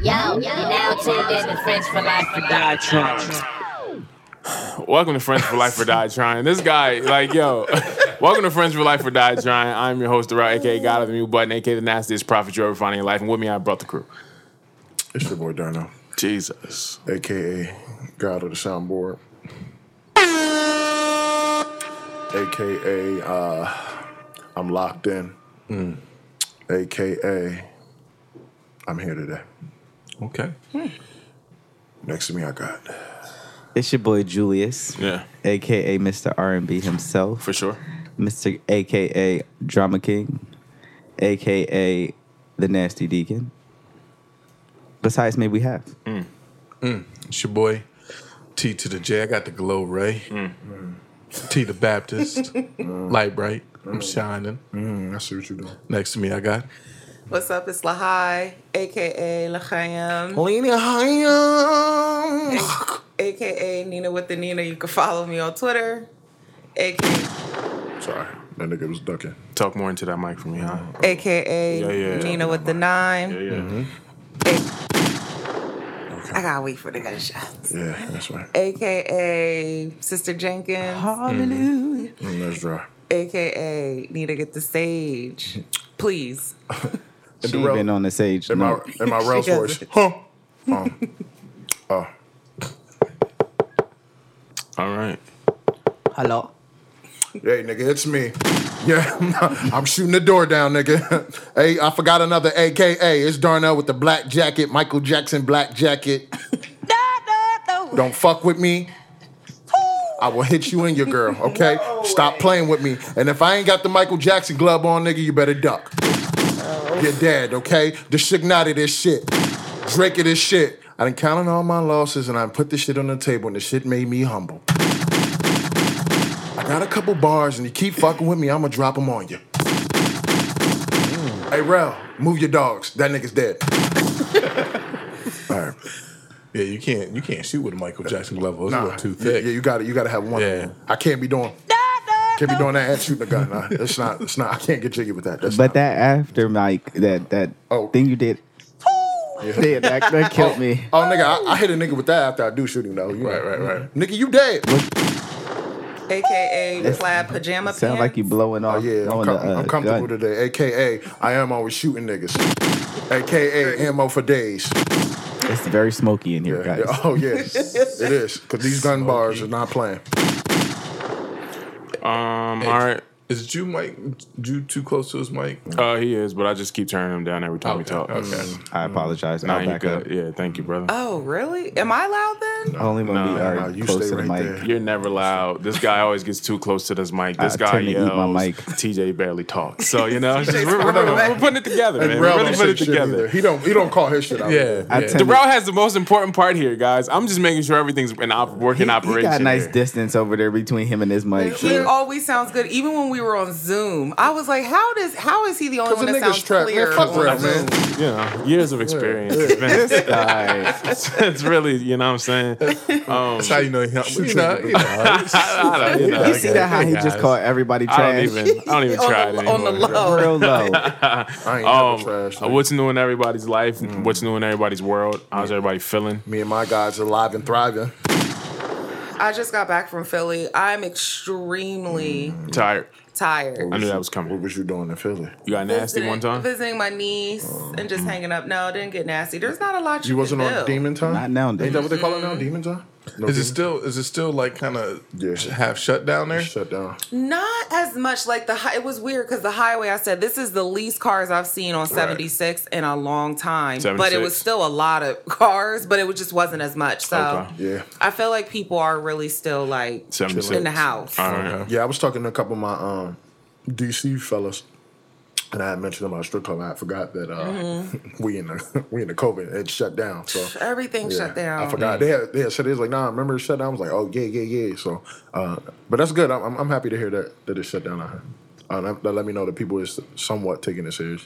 Yo, yo, now tuned in to Friends for Life for Die Uh, Trying. Welcome to Friends for Life or Die Trying. This guy, like, yo, welcome to Friends for Life or Die Trying. I'm your host, Darrell, aka God of the Mute Button, aka the nastiest prophet you're ever finding in life. And with me, I brought the crew. It's your boy Darno, Jesus. aka God of the Soundboard, aka uh, I'm locked in, Mm. aka I'm here today. Okay. Next to me, I got It's your boy Julius, Yeah, aka Mr. R and B himself, for sure. Mr. aka Drama King, aka the Nasty Deacon. Besides me, we have Mm-hmm. It's your boy T to the J. I got the glow ray. T the Baptist. Light bright. I'm shining. Mm, I see what you're doing. Next to me, I got What's up? It's Lahai, aka Lachayam, Lena Hyam. aka Nina with the Nina. You can follow me on Twitter, aka, Sorry, that nigga was ducking. Talk more into that mic for me, huh? AKA Yeah, yeah. Nina with the Yeah, Nine. yeah. I gotta wait for the gunshots. Yeah, that's right. AKA Sister Jenkins, Hallelujah. Mm, that's dry. aka Nina get the stage. Please. And She Darrell, been on the stage. in my No. in my Ralph's voice, huh? Um, oh, All right. Hello. Hey, nigga, it's me. Yeah, I'm shooting the door down, nigga. hey, I forgot another AKA. It's Darnell with the black jacket, Michael Jackson black jacket. Don't fuck with me. I will hit you and your girl, okay? Stop playing with me. And if I ain't got the Michael Jackson glove on, nigga, you better duck. You're dead, okay? The Shignati this shit. Drake of this shit. I done counted all my losses and I put this shit on the table and the shit made me humble. I got a couple bars and you keep fucking with me, I'ma drop them on you. Hey, Rel, move your dogs. That nigga's dead. All right. Yeah, you can't you can't shoot with a Michael Jackson glove. Those Nah, are too you- thick. Yeah, you got to You got to have one. of Yeah. them. I can't be doing. Can't be doing that and shooting a gun. Nah, that's not. That's not. I can't get jiggy with that. That's But not- that after Mike, that that Oh. thing you did, yeah, that, that killed me. Oh, nigga, I, I hit a nigga with that after I do shoot him though. You Right, right, right. Nigga, you dead. AKA plaid pajama pants. Sound like you blowing Oh off. yeah, I'm, blowing com- the, uh, I'm comfortable gun. today. AKA, I am always shooting niggas. AKA, ammo for days. It's very smoky in here, Yeah, guys. yeah, Oh yes, it is. Cause these gun bars are not playing. Um, all right. Is Jew Mike Jew too close to his mic? Oh, Uh, he is, but I just keep turning him down every time we Okay, talk. okay. I apologize. Nah, I'll you back up. good. Yeah, thank you, brother. Uh, Oh, really? Am I loud then? Only when Nah, we are nah, you close stay to the right mic. there. You're never loud. This guy always gets too close to this mic. This I guy tend to eat yells. my mic. TJ barely talks. So you know, it's just- we're, we're- we're putting it together, man. And We're Rel really don't say putting it shit either. together. He don't. He don't call his shit out. Yeah. I yeah. tend to- Darrell has the most important part here, guys. I'm just making sure everything's in op- working He operation. got nice here. distance over there between him and his mic. He always sounds good. Even when we were on Zoom, I was like, "How does? How is he the only Cause the one that sounds niggas trapped. Man, clear?" fuck on Rel, Zoom? man. you know, years of experience. man. This guy. it's, it's really, you know what I'm saying? That's how you know he- you know, you know. I don't, you know, You see that how he just called everybody I don't trash? even, I don't even On try the- it on the anymore. low. Real low. I ain't Um, never trash. nigga. what's new in everybody's life? What's new in everybody's world? How's everybody feeling? Me and my guys alive and thriving. I just got back from Philly. I'm extremely Mm. Tired. Oh. tired. I knew that was What coming. was you doing in Philly? You got nasty one time. Visiting my niece and just hanging up. No, it didn't get nasty. There's not a lot you, Mm. You wasn't can on do. Demon Time. Not nowadays. Ain't that what they call it now? Demon Time. No, Is it Demon- still is it still like kind of Yeah. half shut down there? shut down? Not as much like the hi- it was weird because the highway. I said this is the least cars I've seen on 76 in a long time, but it 76. was still a lot of cars, but it was- just wasn't as much. So Okay. Yeah. I feel like people are really still like 76. in the house. All right. Yeah, I was talking to a couple of my um, DC fellas, and I had mentioned about a strip club. I forgot that uh, we in the we in the COVID. It shut down. So Everything yeah, Mm-hmm. shut down. I forgot. They had, they had said it was like, nah, remember it shut down? I was like, oh yeah, yeah, yeah. So, uh, but that's good. I'm, I'm- I'm happy to hear that that it shut down out here. Uh, that, that let me know that people is somewhat taking it serious.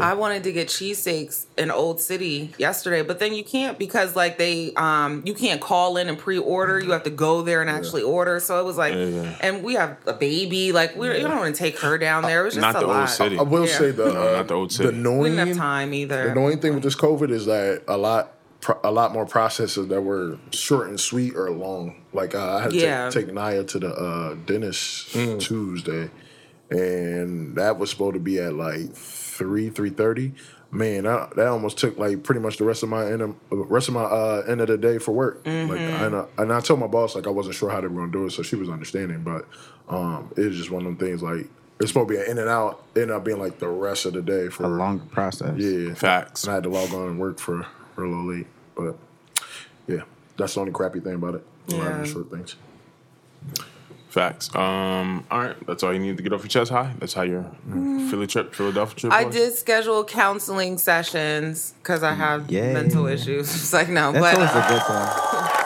I wanted to get cheesesteaks in Old City yesterday, but then you can't because like they um you can't call in and pre-order. You have to go there and actually order. So it was like, yeah. and we have a baby. Like we, are you don't want to take her down there. It was just Not a the lot. Old City. I will Yeah. say the No, uh, not the old the city. We annoying didn't have time either. The annoying thing with this COVID is that a lot, pro- a lot more processes that were short and sweet are long. Like uh, I had to Yeah. take, take Naya to the uh, dentist Mm. Tuesday, and that was supposed to be at like three, three thirty. Man, I, that almost took like pretty much the rest of my end of, rest of my uh, end of the day for work. Like, and, I, and I told my boss like I wasn't sure how they were gonna do it, so she was understanding. But um, it was just one of them things like. It's supposed to be an in and out, ended up being like the rest of the day for A long process. yeah. Facts. And I had to log on and work for real little late. But yeah, that's the only crappy thing about it. A lot of the Yeah. short things. Facts. Um. All right. That's all you need to get off your chest high. That's how your mm, Philly trip, Philadelphia trip. Mm. I was? did schedule counseling sessions because I have Yeah. mental issues. It's like no, That's but uh, always a good thing.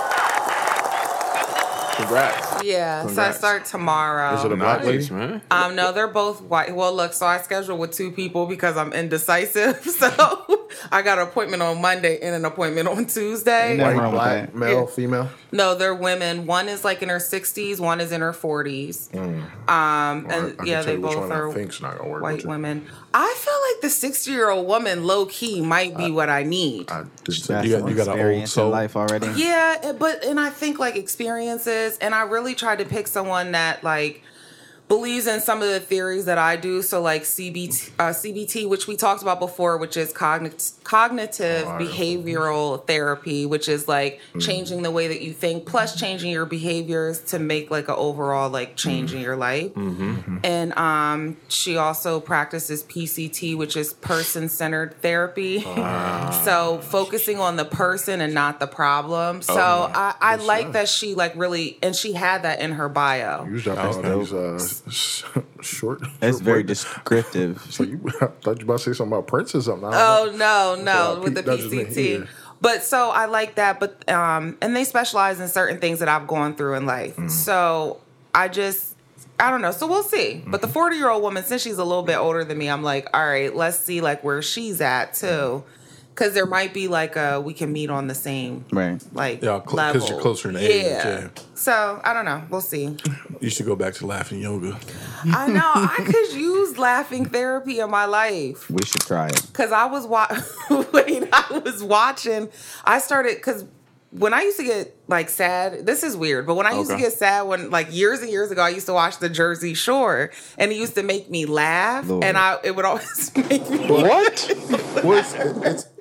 Congrats. uh, yeah. So I Congrats. start tomorrow. Is it a black Nice, lady? man. Um, no, they're both white. Well, look, so I scheduled with two people because I'm indecisive. So I got an appointment on Monday and an appointment on Tuesday. Ain't nothing White, wrong with black, that. male, Yeah. female. No, they're women. One is like in her 60s, one is in her 40s. Um, Well, and Mm. I- I can yeah, tell they you which both one I are think's not gonna work with white you. women. I feel like the 60 year old woman, low key, might be what I need. I did That's You got- you got an old experience in soul. life already. Yeah, it- but and I think like experiences, and I really tried to pick someone that like believes in some of the theories that I do. So like CBT, uh, CBT, which we talked about before, which is cognit- cognitive Oh, I Mm-hmm. remember. behavioral therapy, which is like changing the way that you think, plus changing your behaviors to make like an overall like change Mm-hmm. in your life. And um, she also practices PCT, which is person centered therapy. so focusing on the person and not the problem. So I, I like that she like really, and she had that in her bio. You dropped all these uh, s- short. That's short very words. descriptive. So you, I thought you were about to say something about Prince or something. I don't know. Oh no, no, P- with the that's just me, PCT. yeah. But so I like that. But um, and they specialize in certain things that I've gone through in life. Mm-hmm. So I just. I don't know, so we'll see. But the Mm-hmm. forty-year-old woman, since she's a little bit older than me, I'm like, all right, let's see like where she's at too, Mm-hmm. because there might be like a we can meet on the same Right. like Yeah, cl- 'cause level. you're closer in age, yeah. So I don't know. We'll see. You should go back to laughing yoga. I know I could use laughing therapy in my life. We should try it. Cause I was wa- wait, I was watching. I started cause when I used to get like sad, this is weird, but when I used to Okay. get sad when like years and years ago, I used to watch the Jersey Shore and it used to make me laugh. Lord. And I it would always make me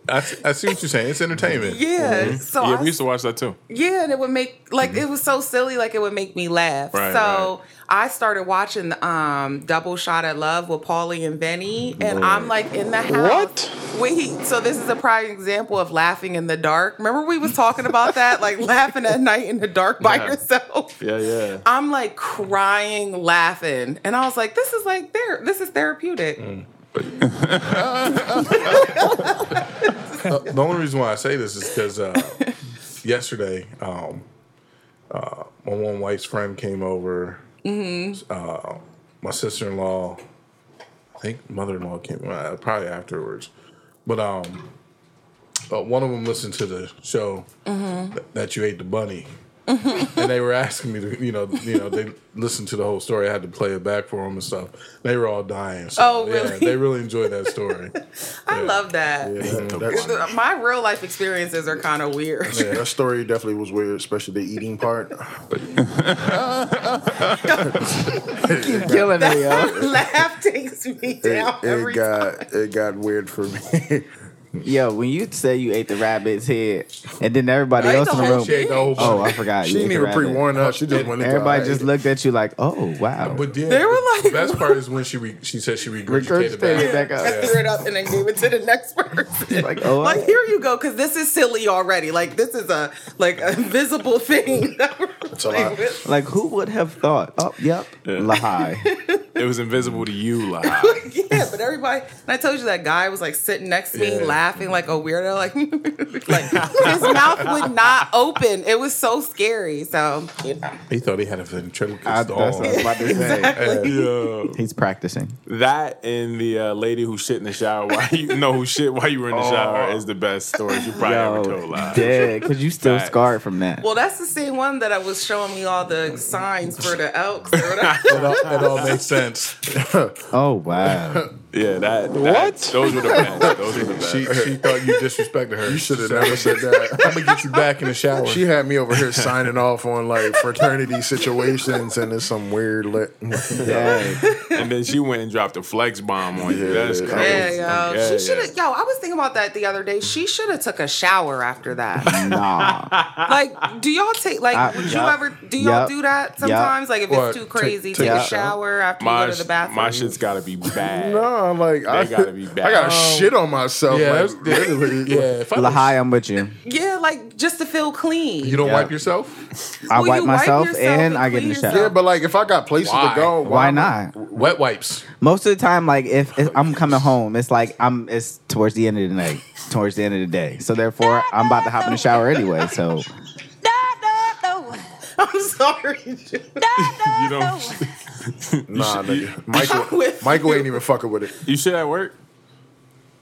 I, s- I see what you're saying. It's entertainment. Yeah. So mm-hmm. Yeah, I, we used to watch that too. Yeah, and it would make like it was so silly, like it would make me laugh. Mm-hmm. Right, so I started watching um Double Shot at Love with Paulie and Benny, and I'm like in the house. What? Wait, so this is a prime example of laughing in the dark. Remember we was talking about that, like laughing at night in the dark by Yeah. yourself. Yeah, yeah. I'm like crying, laughing, and I was like, "This is like there. This is therapeutic." Mm. The only reason why I say this is because uh, yesterday, um, uh, my one wife's friend came over. Mm-hmm. Uh, my sister in law, I think mother in law came uh, probably afterwards, but um, uh, one of them listened to the show Mm-hmm. th- that you ate the bunny. and they were asking me to, you know, you know, they listened to the whole story. I had to play it back for them and stuff. They were all dying. So, Oh, Yeah, really? they really enjoyed that story. I love that. Yeah, that, that's- My real life experiences are kind of weird. yeah, that story definitely was weird, especially the eating part. Killing me, yo. laugh takes me down It, every it got it got weird for me. Yo, when you say you ate the rabbit's head, and then everybody I ate else the in the whole room, She ate the whole oh, bunny. I forgot. she you ate didn't the even rabbit." pre warn us. She just went into Everybody "All just right." looked at you like, oh wow. But then They were the like- best part is when she re- she said she regurgitated Regurgitated back. back up. Yeah. I threw it up and then gave it to the next person. Like, like, oh, here you go, because this is silly already. Like this is a like a visible thing. That we're a lot. playing with. Like who would have thought? Oh, yep, Lahai. it was invisible to you, like yeah, but everybody. And I told you that guy was like sitting next to me, Yeah. laughing like a weirdo. Like, like his mouth would not open. It was so scary. So you know. He thought he had a ventriloquist I, that's doll. what I was about to say. yeah. He's practicing. that and the uh, lady who shit in the shower while you know who shit while you were in the shower Oh. is the best stories you probably ever told. live. dead. Because you still Facts. scarred from that. Well, that's the same one that I was showing me all the signs for the elks or whatever. It all, it all makes sense. oh, wow. Yeah, that, that what? Those were the best. Those were the best. She, she thought you disrespected her. You should have never said that. I'm gonna get you back in the shower. She had me over here signing off on like fraternity situations, and it's some weird lit. Dead. and then she went and dropped a flex bomb on you. That's Yeah. Yeah, crazy. yo. Yeah, yeah. she should have. Yo, I was thinking about that the other day. She should have took a shower after that. Nah. like, do y'all take like? I- would you yup. ever? Do y'all Yup. do that Yup. sometimes? Like, if What, it's too take- crazy, take take, a a shower? shower after My, you go to the sh- bathroom. my shit's gotta be bad. No, like I gotta be bad. I got to shit on myself. yeah, like, that's- literally. yeah. If I was- Lahai, I'm with you. yeah, like just to feel clean. you don't Yeah. wipe yourself. I Well, wipe you wipe myself yourself and and I get in the clean shower. Yeah, but like if I got places Why? to go, Why not? Wet wipes. Most of the time, like if, if I'm coming home, it's like I'm it's towards the end of the night, towards the end of the day. So therefore, I'm about to hop in the shower anyway. So I'm sorry. Ju- You don't. Nah, nigga. I'm Michael, with Michael ain't even fucking with it. You shit at work?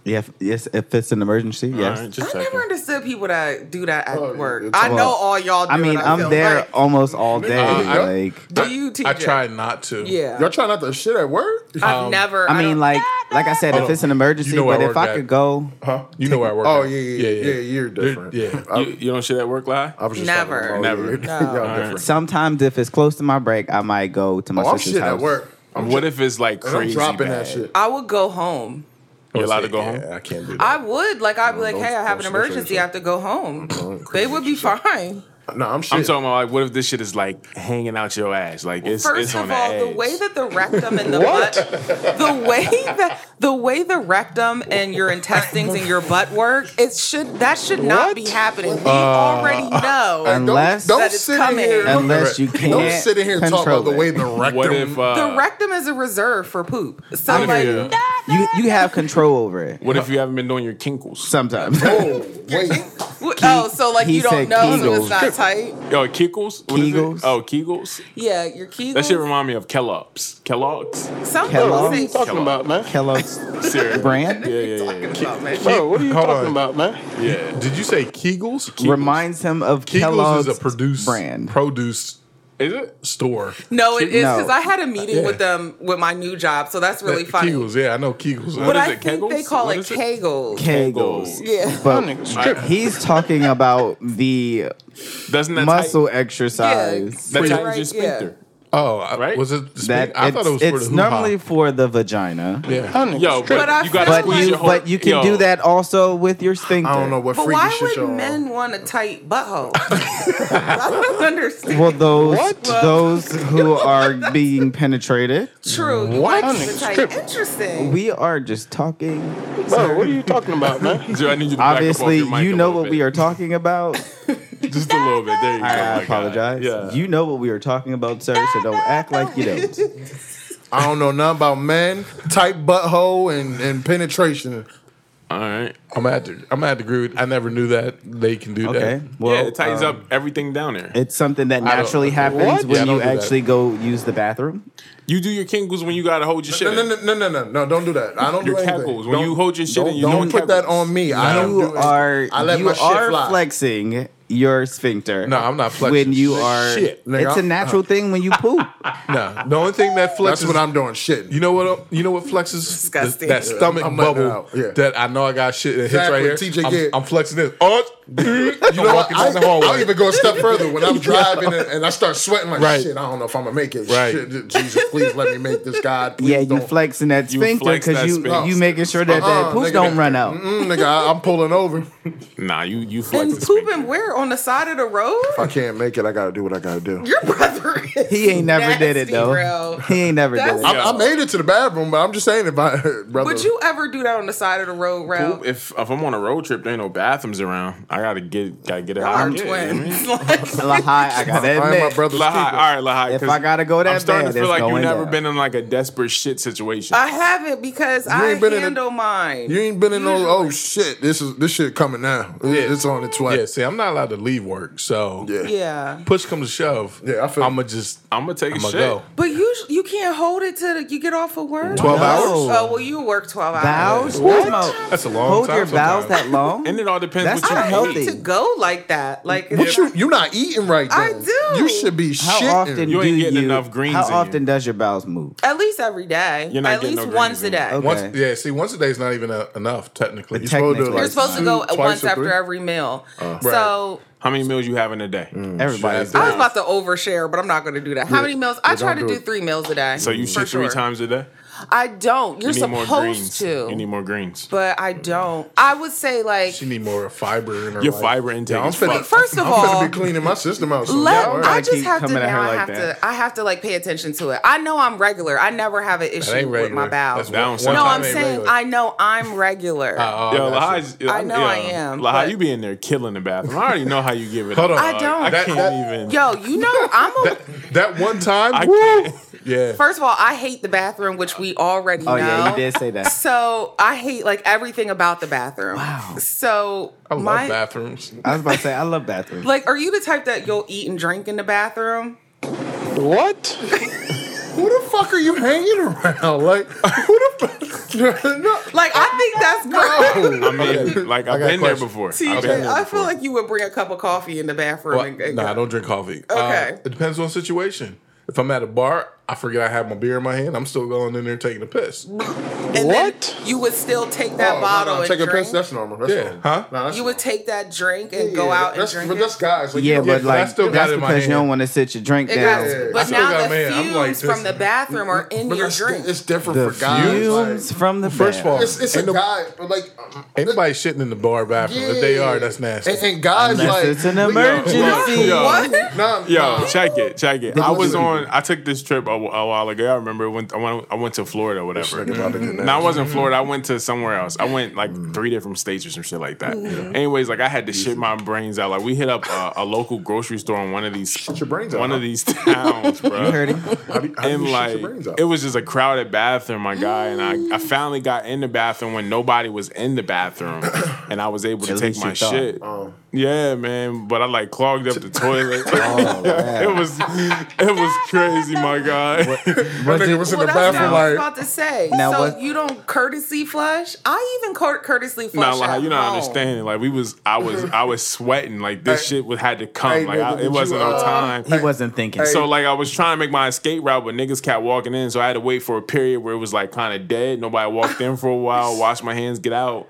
yeah, if, yes, if it's an emergency, yes. All right, I just never checking. understood people that do that at Oh, work. it's I all- know all y'all. Do I mean, it, I I'm feel there like. almost all day. I- like Do you? TJ? I try um, not to. Yeah. Y'all try not to shit at work? I've never. I mean, don't- like like I said, Hold if on. it's an emergency, You know where but I if work I at. could go, You know where I work. Oh at. yeah, yeah, yeah. You're different. yeah. I, You, you don't shit at work, lie? I was just Never. talking about- Never. Y'all No. y'all right. different. sometimes if it's close to my break, I might go to my Oh, I'm sister's shit house. at work. I'm What if it's like I'm crazy? dropping bad? that shit. I would go home. You're allowed to Yeah, go home. I can't do that. I would like I'd be like, don't- hey, I have don't an say emergency. that. I have to go home. They would be fine. No, I'm shit. I'm talking about like, what if this shit is like hanging out your ass? Like it's First it's on of all, the, the way that the rectum and the butt, the way that the way the rectum and your intestines and your butt work, it should that should not be happening. We already know. and- Unless- don't, That don't it's sit in coming. here. Unless you Don't can't sit in here and talk control about the it. way the rectum. What if uh, The rectum is a reserve for poop. So what like, if, You you have control over it what if you haven't been doing your kinkles? sometimes. oh, wait. w- oh, so like he you don't said know, so it's Kegels. not tight. Yo, Kegels? What is it? Kegels. Oh, Kegels? Yeah, your Kegels. That shit remind me of Kellogg's. Kellogg's? Some people Kellogg's. say talking about, man? Kellogg's Cereal. brand Yeah, yeah, yeah. about, man. Bro, what are you Hold talking on. about, man? yeah. Did you say Kegels? reminds him of Kegels Kellogg's is a produce brand. produce Is it? store. No, it is because No. I had a meeting Yeah. with them with my new job, so that's really Yeah, funny. Kegels, yeah, I know Kegels. But is I it, think they Kegels? call What it is it? Kegels. Oh. Kegels. yeah. But he's talking about the Doesn't that muscle Yeah. exercise. tight, that Yeah, tightens right, your sphincter? oh, I- Right? was it? That I thought it was it's, for the it's hoo-ha. normally for the vagina. Yeah. Y'all niggas Yo, but, tripping. I you gotta feel But squeeze you your whole, but you can yo, do that also with your sphincter. I don't know what But freaky why shit would y'all. men want a tight butthole? I don't understand. Well, those What? those who are being penetrated, True. you What? want the tight- Strip. Interesting. we are just talking. Bro, what are you talking about, man? Joe, I need you to back Obviously, up off your mic you a know little what bit. we are talking about. Just a little bit. There you go. Oh my I, God. apologize. Yeah. You know what we are talking about, sir. So don't act like you don't. I don't know nothing about men, tight butthole, and, and penetration. All right. I'm gonna have to. I'm gonna have to agree with. I never knew that they can do Okay. that. Well, yeah, it tightens um, up everything down there. It's something that don't- naturally happens What? Yeah, I when don't you do that. actually go use the bathroom. you do your kinkles when you gotta hold your shit. No, in. no, no, no, no, no, no, don't do that. I don't Your do anything. kegels. When you hold your shit don't, in, you know don't your put that kegels. on me. I don't do you anything. are I let you my shit are fly. flexing your sphincter. No, I'm not flexing When you shit. are, Shit, nigga, it's a I'm- natural thing when you poop. No, the only thing that flexes. That's what I'm doing. Shit. You know what? You know what flexes? Disgusting. That, that stomach I'm letting it bubble out, yeah. that I know I got shit that Exactly, hits right here. TJ I'm, get- I'm flexing this. Oh, You know what? I, down the hallway. I'll even go a step further when I'm driving and, and I start sweating like Right. shit. I don't know if I'm gonna make it. Right. Shit, Jesus, please let me make this, God. Please yeah, you don't. flexing that You sphincter flex because that you sphincter. you making sure that Uh-uh, that poop nigga, don't that- run out. Mm, nigga, I, I'm pulling over. Nah, you you flex. and the pooping sphincter. where brother on the side of the road? If I can't make it, I gotta do what I gotta do. Your brother is He ain't never did it nasty, though. bro. He ain't never did That's- it. I, I made it to the bathroom, but I'm just saying if I brother. Would you ever do that on the side of the road, Ralph? Poop. If if I'm on a road trip, there ain't no bathrooms around. I gotta get gotta get it out. Our Yeah, you know what I mean? twins. Like, Lahai, I gotta I am my admit, brother's Lahai, keeper. all right, Lahai. If 'cause I gotta go that I'm starting to bad, feel it's like you've going Ah. never down. been in like a desperate shit situation. I haven't because I ain't been in a- handle mine. You ain't been in no oh shit. This is this shit coming now. It's on its way. Yeah, see, I'm not allowed to leave work, so Yeah. yeah. push comes to shove. Yeah, I feel- I'm gonna just I'm gonna take a I'm shit. gonna go. But you you can't hold it till you get off of work. 12 No. hours. Oh. Oh well, you work twelve vows. hours. What? That's a long Hold time. your vows sometimes. that long? And it all depends That's what you not eat. healthy. To go like that, like What you you not eating right now? I do. You should be How shitting. often You do ain't getting you? enough greens how in you. often does your bowels move? at least every day. You're not at getting least no once a greens in. day. Okay. Once, yeah, see, once a day is not even uh enough technically. The You're supposed technically. to, like, You're supposed to go Twice once or after three? every meal. so How many meals you have in a day? Mm. Everybody's Shit. I was about to overshare, but I'm not going to do that. How many meals? I try don't to do do it. three meals a day. So you for shit three sure. times a day. I don't. You're You need more supposed greens. to. You need more Mm. greens. but I don't. I would say like She need more fiber in her Your life. fiber intake. I'm is finna- fucked. first of I'm all, finna be cleaning my system out. soon, Let, y'all. I Gotta just keep have to coming at her now. I like have that. to. I have to like pay attention to it. I know I'm regular. I never have an That issue ain't with regular. my bowels. That's That one- was one No, sometimes time I'm ain't saying regular. I know I'm regular. Oh, Yo, that's it. Lahai's, I know yo, I am, Lahai, but- you being there killing the bathroom. I already know how you give it. Hold up, on. I dog. don't. I That- can't that- even. Yo, you know I'm a. That one time, I woo, can't. yeah. First of all, I hate the bathroom, which we already Oh know. yeah, you did say that. So I hate like everything about the bathroom. Wow. So I love my bathrooms. I was about to say I love bathrooms. like, are you the type that you'll eat and drink in the bathroom? What? Who the fuck are you hanging around? Like who the fuck? no. Like I think that's Oh, gross. I mean, like I've got a been there question. before. I've TJ, been there I before. feel like you would bring a cup of coffee in the bathroom. Well, and, and nah, I don't drink coffee. Uh, Okay. it depends on situation. If I'm at a bar, I forget I have my beer in my hand. I'm still going in there taking a piss. And then What? you would still take that Oh, no, bottle no, and take drink. a piss. That's normal. That's Yeah, normal. huh? Nah, that's you would take that drink and normal. go Yeah, out and that's, drink But it. that's guys. Like, Yeah, you know, but like I still got that's it in my because you hand. don't want to sit your drink It down. got- Yeah. But still now got the mine. I'm fumes like from this. the bathroom are in but your that's- drink. It's different The for guys. like- fumes from the First of all, bath. It's, it's a guy, but like, um, Ain't nobody shitting in the bar bathroom. If they are, that's nasty. And, and guys, Unless like, it's an we- emergency. Yo. what? Nah, Yo, nah. check it, check it. I you was do- on. I took this trip a, a while ago. I remember when I went. I went to Florida, or whatever. Mm-hmm. No, I wasn't in Florida. I went to somewhere else. I went like three different states or some shit like that. Mm-hmm. Anyways, like I had to shit my brains out. Like we hit up a, a local grocery store in one of these your brains out, one huh? of these towns, bro. You heard him. How do, how do and you like shit your brains out? it was just a crowded bathroom, my guy. And I, I finally got in the bathroom when nobody was in the bathroom, and I was able to At take least my you thought. shit. Oh. Yeah, man. But I like clogged up the toilet. it was it was crazy, my guy. That nigga was in the Well, that's what I bathroom was like, about to say. Now so what- you don't courtesy flush? I even court courtesy Nah, flush. like, at you're not home. understanding. Like we was, I was, I was sweating. Like this Hey. shit was had to come. Hey, like nigga, I, did it wasn't you, no uh, time. He wasn't thinking. So like I was trying to make my escape route, but niggas kept walking in, so I had to wait for a period where it was like kind of dead. Nobody walked in for a while. Wash my hands, get out,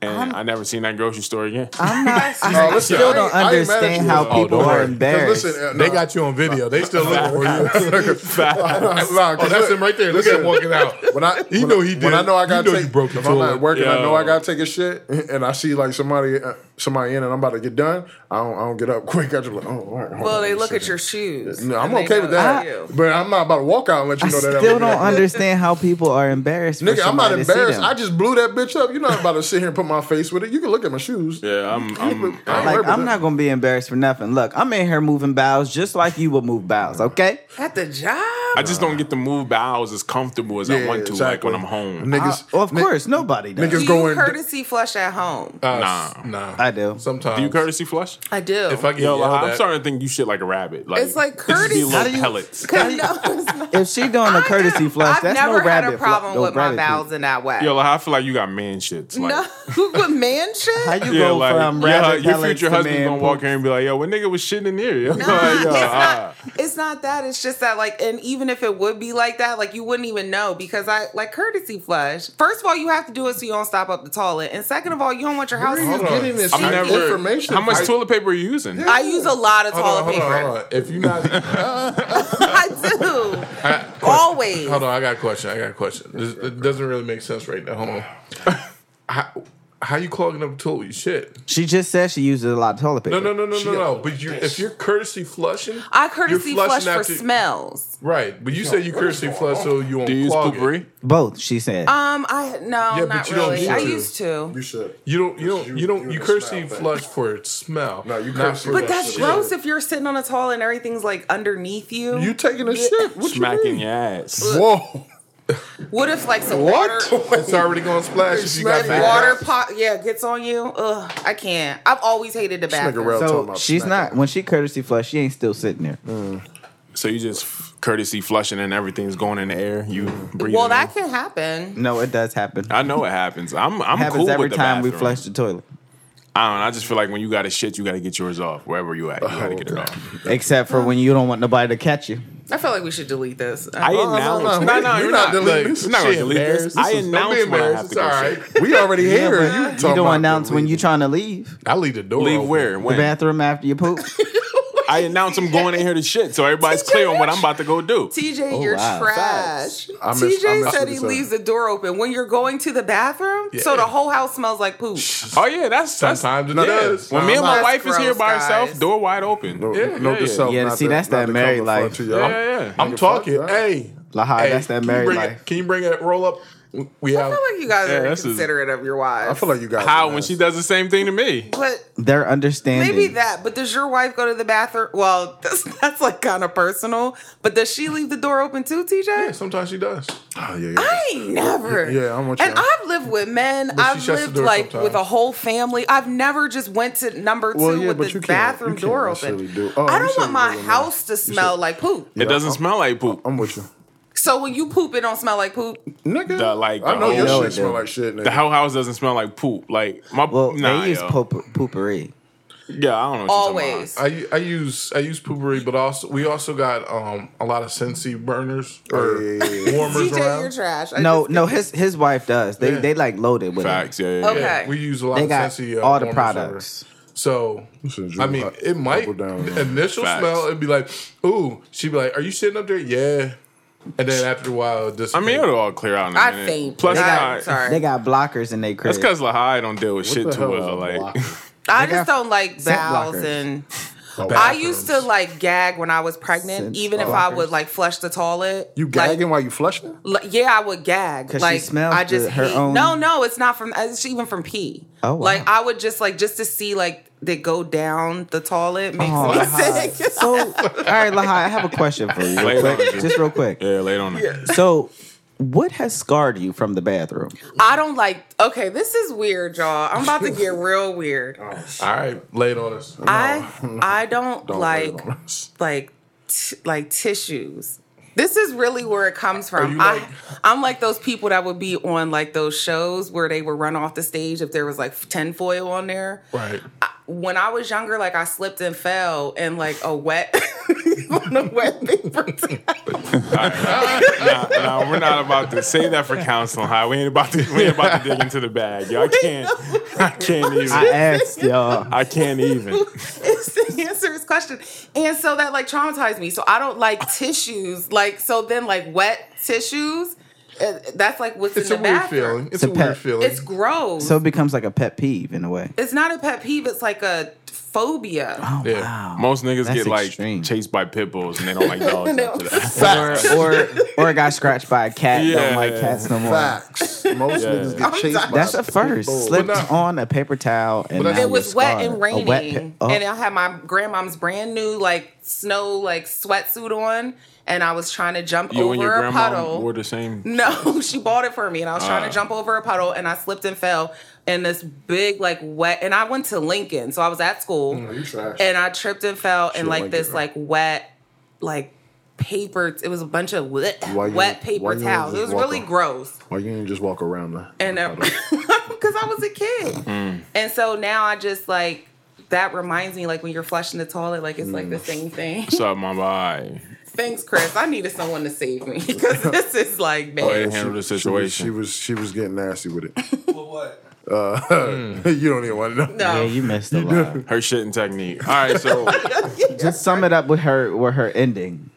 and i never seen that grocery store again. I'm not. No, I Oh, listen, still I don't ain't- I ain't mad at understand you. how Oh, people don't are worry. 'Cause embarrassed. listen, uh, they nah. got you on video. They still looking for you. Nah, 'cause Oh, that's look, him right there. Look at him walking out. When I, He when know I- he When did. I know I He got know to he take, broke the if I'm toilet. at work and I know I Yo. got to take a shit, and I see like somebody, uh, somebody in, and I'm about to get done. I don't, I don't get up quick. I just like, oh, all right. hold Well, on they a look at second. your shoes. No, I'm and they okay know with that's that, you. but I'm not about to walk out and let you I know that. I'm still looking don't at you. understand how people are embarrassed. for Nigga, I'm not somebody to see embarrassed. them. I just blew that bitch up. You're not about to sit here and put my face with it. You can look at my shoes. Yeah, I'm. I'm I ain't worried Like about I'm that. not gonna be embarrassed for nothing. Look, I'm in here moving bowels just like you would move bowels. Okay, At the job? I just don't get to move bowels as comfortable as I Yeah, want to, like exactly. when I'm home. Niggas, well, Uh, of ni- course nobody does. niggas do go you in. courtesy flush at home? Uh, nah, I do. Sometimes Do you courtesy flush? I do. If I get Yo, yelled like, I'm at- starting to think you shit like a rabbit. Like It's like it should be courtesy. How little do you- pellets. 'Cause no, it's not. If she doing a courtesy flush, I've that's never no had rabbit a problem flush, with no my rabbit bowels poop. in that way. Yo, like, I feel like you got man shits. Like, no, with man shit? How you Yeah, go like from yeah, rabbit your pellets future to husband man gonna poop? walk in and be like, "Yo, what nigga was shitting in here?" Yo, like, yo, it's, ah. not, it's not that. It's just that, like, and even if it would be like that, like, you wouldn't even know because I, like, courtesy flush. First of all, you have to do it so you don't stop up the toilet. And second of all, you don't want your house. Where are you Hold on. getting this I'm never. information? how much from? toilet paper are you using? I use a lot of Hold on, toilet hold on, paper. hold on. If you not, I do. I, Always. Hold on, I got a question. I got a question. This, it doesn't really make sense right now. Hold on. How, how you clogging up the toilet with your shit? She just said she uses a lot of toilet No, paper. no, no, no, no, no. But you, if you're courtesy flushing, I you're courtesy flush for after- smells. Right, but you said you courtesy flush, so you won't Do you use clog potpourri? it. Both, she said. Um, I but no, not you don't really. need I to. used to. You should. You don't, you don't, you don't, you the courtesy smell thing. flush for its smell. No, you not courtesy for flush But the that's shit. gross if you're sitting on a tall and everything's like underneath you. You taking a shit? What you Smacking mean? your ass. Whoa. what if like some What? water, It's already going to splash if you got Smack if that. water pot yeah gets on you? Ugh, I can't. I've always hated the nigga bathroom. real- talking so about she's smacking. not when she courtesy flush, she ain't still sitting there. Mm. So you just f- courtesy flushing and everything's going in the air. You breathing. Well, that in. can happen. No, it does happen. I know it happens. I'm I'm it happens cool every with the time we bathroom. flush the toilet. I don't. know. I just feel like when you got to shit, you got to get yours off wherever you at. You got to get it off. Except for when you don't want nobody to catch you. I feel like we should delete this. I Uh, announce. No, no, no, we- we're you're not not. deleting Like, this. you're not gonna She delete this. embarrassed. I This is- don't be announce when I embarrassed. have to It's go. all shit. right. We already here. but You talking You don't about announce when deleting. you're trying to leave I leave the door. Leave open. where? the When? bathroom after you poop. I announce I'm going in here to shit, so everybody's TJ, clear on what I'm about to go do. TJ, Oh, you're wow. trash. I miss- I TJ miss said what he he said. leaves the door open when you're going to the bathroom, so the whole house smells like poop. Oh yeah, that's that's. Sometimes it yeah. does. When me and my That's wife is here gross, by herself, guys. door wide open. No, Yeah, no yeah, yourself. yeah. Yeah, not see, to- that's not that to come married in front life. to Yeah, y'all. yeah, yeah. I'm talking. fuck, right? Hey, Laha, hey, that's that can you married bring it- life. Can you bring that roll up? We have. I feel like you guys are this is- inconsiderate of your wives. I feel like you guys. How are when she nasty. does the same thing to me? but They're understanding. maybe that. But does your wife go to the bathroom? Well, that's, that's like kind of personal. But does she leave the door open too, TJ? Yeah, sometimes she does. Oh, yeah, yeah. I ain't never. Yeah, I'm with And you. I've lived with men. she I've shuts the lived door like sometimes. with a whole family. I've never just went to number two Well, yeah, but with the you can't- bathroom you can't door necessarily open. do- oh, I you don't said want you my live in a- house to smell like poop. It doesn't smell like poop. I'm with you, So when you poop, it don't smell like poop. nigga. The, like, I the know your whole- shit smell like shit. Nigga. The whole house doesn't smell like poop. Like my Well, nah, they use yo. poop, poopery. Yeah, I don't know. What Always. Always. I, I use I use poopery, but also we also got um a lot of Scentsy burners or Yeah, yeah, yeah. warmers TJ, you're around. trash. I No, just- no, his his wife does. They Yeah. they like loaded with it. Facts. Yeah. yeah, Okay. yeah. Yeah, we use a lot They of got Scentsy uh, all the warmers products. around. So is I mean, hot- it might double down, the man. initial Facts. smell it'd be like, ooh, she'd be like, are you sitting up there? Yeah, and then after a while, this I mean, it'll all clear out. In a I minute. faint. Plus, I- I- sorry. They got blockers in their crib. that's because Lahai don't deal with shit the too hell is well. a Like blocker? I just got don't like scent bowels blockers. and. Oh, I used to like gag when I was pregnant, Scent even if I blockers. would like flush the toilet. You Like, gagging while you flushing? L- yeah, I would gag. 'Cause she Like smells I just the- her hate- own- No, no, it's not from. It's even from pee. Oh, wow. like I would just like just to see like they go down the toilet makes Oh, me Lahai. sick. so, all right, Lahai, I have a question for you, real Later on, quick. Jim. just real quick. yeah, later on. So, what has scarred you from the bathroom? I don't like. Okay, this is weird, y'all. I'm about to get real weird. all right, lay it on us. I I don't, lay like it on us. like t- like tissues. This is really where it comes from. you like- I, I'm like those people that would be on like those shows where they would run off the stage if there was like tinfoil on there. right, when I was younger, like I slipped and fell and like a wet on a wet paper towel. nah, nah, we're not about to say that for counseling. High, we ain't about to. We ain't about to dig into the bag, yo. I can't. I can't I even. asked y'all. I can't even. It's the answer is question. And so that like traumatized me. So I don't like tissues. Like so then like wet tissues. uh, That's like what's it's a in the weird bathroom. feeling. It's a a, weird pet. feeling. It's gross. So it becomes like a pet peeve in a way. it's not a pet peeve. It's like a phobia. Oh, Yeah. wow. Most niggas That's get like extreme. chased by pit bulls and they don't like dogs after that. Facts. or or got scratched by a cat. Yeah. Don't like cats no more. Facts. Most niggas get chased by That's a first. pitbull. Slipped But no. on a paper towel and But now that's- It was you're wet scarred. and A raining, wet pa- oh. and I had my grandmom's brand new like snow like sweatsuit on, and I was trying to jump You over and your a grandma puddle. wore the same. No, she bought it for me, and I was trying Ah. to jump over a puddle, and I slipped and fell in this big, like, wet. And I went to Lincoln, so I was at school, Mm, You trash. and I tripped and fell in like Lincoln, this, right? like, wet, like paper. It was a bunch of wet, Why you- wet why paper you towels. It just was walk really on- gross, Why you didn't just walk around that? and because I was a kid, Mm. and so now I just like that reminds me, like, when you're flushing the toilet, like it's Mm. like the same thing. What's up, my boy? Thanks, Chris. I needed someone to save me because this is like Oh, bad. Way to handle the situation. She was she was getting nasty with it. Uh, you don't even want to know. Yeah, no. you missed a lot. Her shitting technique. All right, so Just sum it up with her with her ending.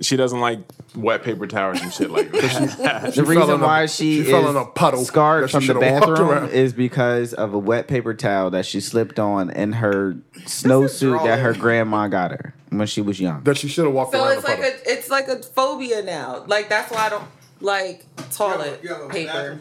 she doesn't like wet paper towels and shit like that. the fell reason in a- why she, she fell in is a puddle that scarred she from the shoulda walked bathroom around. is because of a wet paper towel that she slipped on in her snowsuit that her grandma got her when she was young. that she should have walked So around it's the like puddle. a it's like a phobia now. Like that's why I don't like toilet paper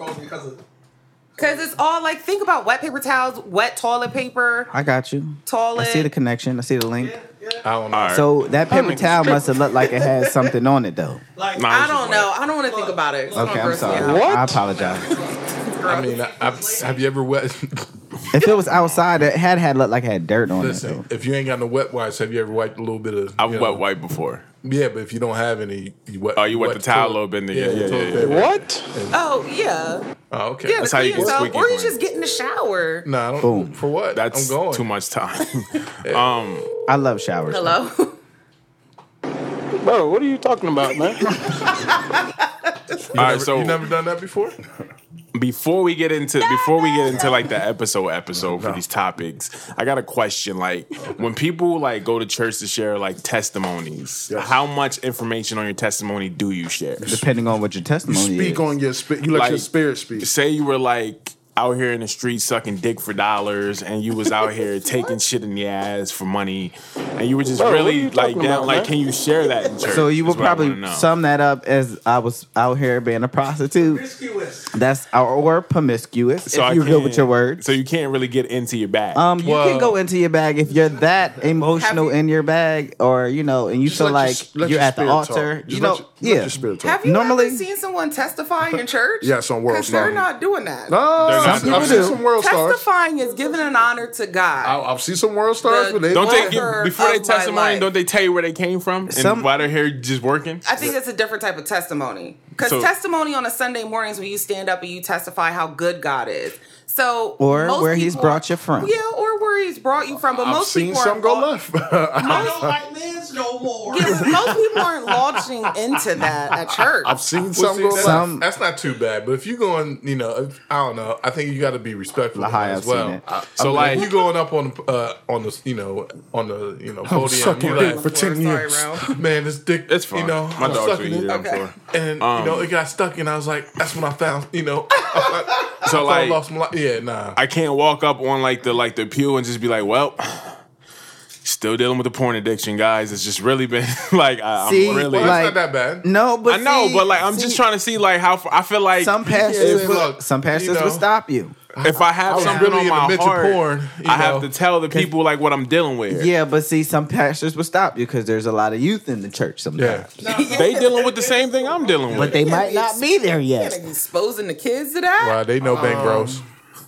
because it's all like think about wet paper towels, wet toilet paper, I got you. toilet. I see the connection. I see the link. I don't know. All right. So that paper towel must have looked like it had something on it though. Nah, I it's just don't know. I don't want to think about it. It's gonna Okay, I'm gross me sorry. out. What? I apologize. I mean, I, I've, have you ever wet? if it was outside, it had had looked like it had dirt on it. Listen, though. if you ain't got no wet wipes, have you ever wiped a little bit of? I've you wet know- wiped before. Yeah, but if you don't have any, you wet. Oh, you wet the towel a little bit and then you- yeah, toilet yeah, yeah. paper. What? Oh yeah, Oh, okay. yeah. That's to how you clean get yourself, squeaky or you clean. just get in the shower. No, I don't. Boom. For what? That's I'm going. too much time. um, I love showers. Hello. Bro, what are you talking about, man? all Never- right, so you never done that before? before we get into before we get into like the episode episode for these topics, I got a question. Like when people like go to church to share like testimonies, how much information on your testimony do you share? Depending on what your testimony speak is. on your spirit. You let your Like, spirit speak. Say you were like out here in the street sucking dick for dollars and you was out here taking shit in the ass for money and you were just Bro, what are really you like talking down about, like man? can you share that in church? So you will would probably sum that up as I was out here being a prostitute. That's our or promiscuous. if you're good with your words. So you can't really get into your bag. um, you Well- can go into your bag if you're that emotional Have you- in your bag, or you know, and you Just feel let your like s- let you're your at the spirit altar. talk. You Just know, let your- yeah. Let your spirit talk. Have you Normally- ever seen someone testify in church? Yes, on World Because they're Star. not doing that. no, Some I've, seen- people I've seen do. some world stars. Testifying is giving an honor to God. I, I've seen some world stars, The- but they don't they Well, give, for- before they of my testimony? life. Don't they tell you where they came from and Some- why they're here just working? I think it's a different type of testimony. Because So- testimony on a Sunday mornings when you stand up and you testify how good God is. So Or most where he's people- brought you from. Yeah, or where he's brought you from. But I've most seen people some aren't go lau- left. I don't like men's no more. Yeah, most people aren't launching into that at church. I've seen Well, some see, go left. that's, Some- that's not too bad, but if you going, you know, if, I don't know. I think you got to be respectful of Lahai, that I've as seen well. it. I- I So, mean, like- if you going up on uh, on the, you know, on the, you know, I'm podium, sucking you dick like, for ten Sorry, years. Ro. man, this dick, It's fine. You know, My I'm dogs sucking would eat it. it, I'm Okay. sure. and Um, you know, it got stuck, and I was like, that's when I found, you know, I, I, So I like, lost my, li- yeah, nah. I can't walk up on like the like the pew and just be like, well. Still dealing with the porn addiction, guys. It's just really been like I, See, I'm really. well, like- that's not that bad. No, I but know, see- but like I'm just see, trying to see like how far, I feel like Some pastors, Yeah, would, look, some pastors you know. would stop you. if I have was something really on in the my midst of heart, porn, you I have to know. tell the people like what I'm dealing with. Yeah, but see, some pastors would stop you because there's a lot of youth in the church Yeah, sometimes. They dealing with the same thing I'm dealing with. But they might not be there yet. Exposing the kids to that. wow, they know bang Um, bros.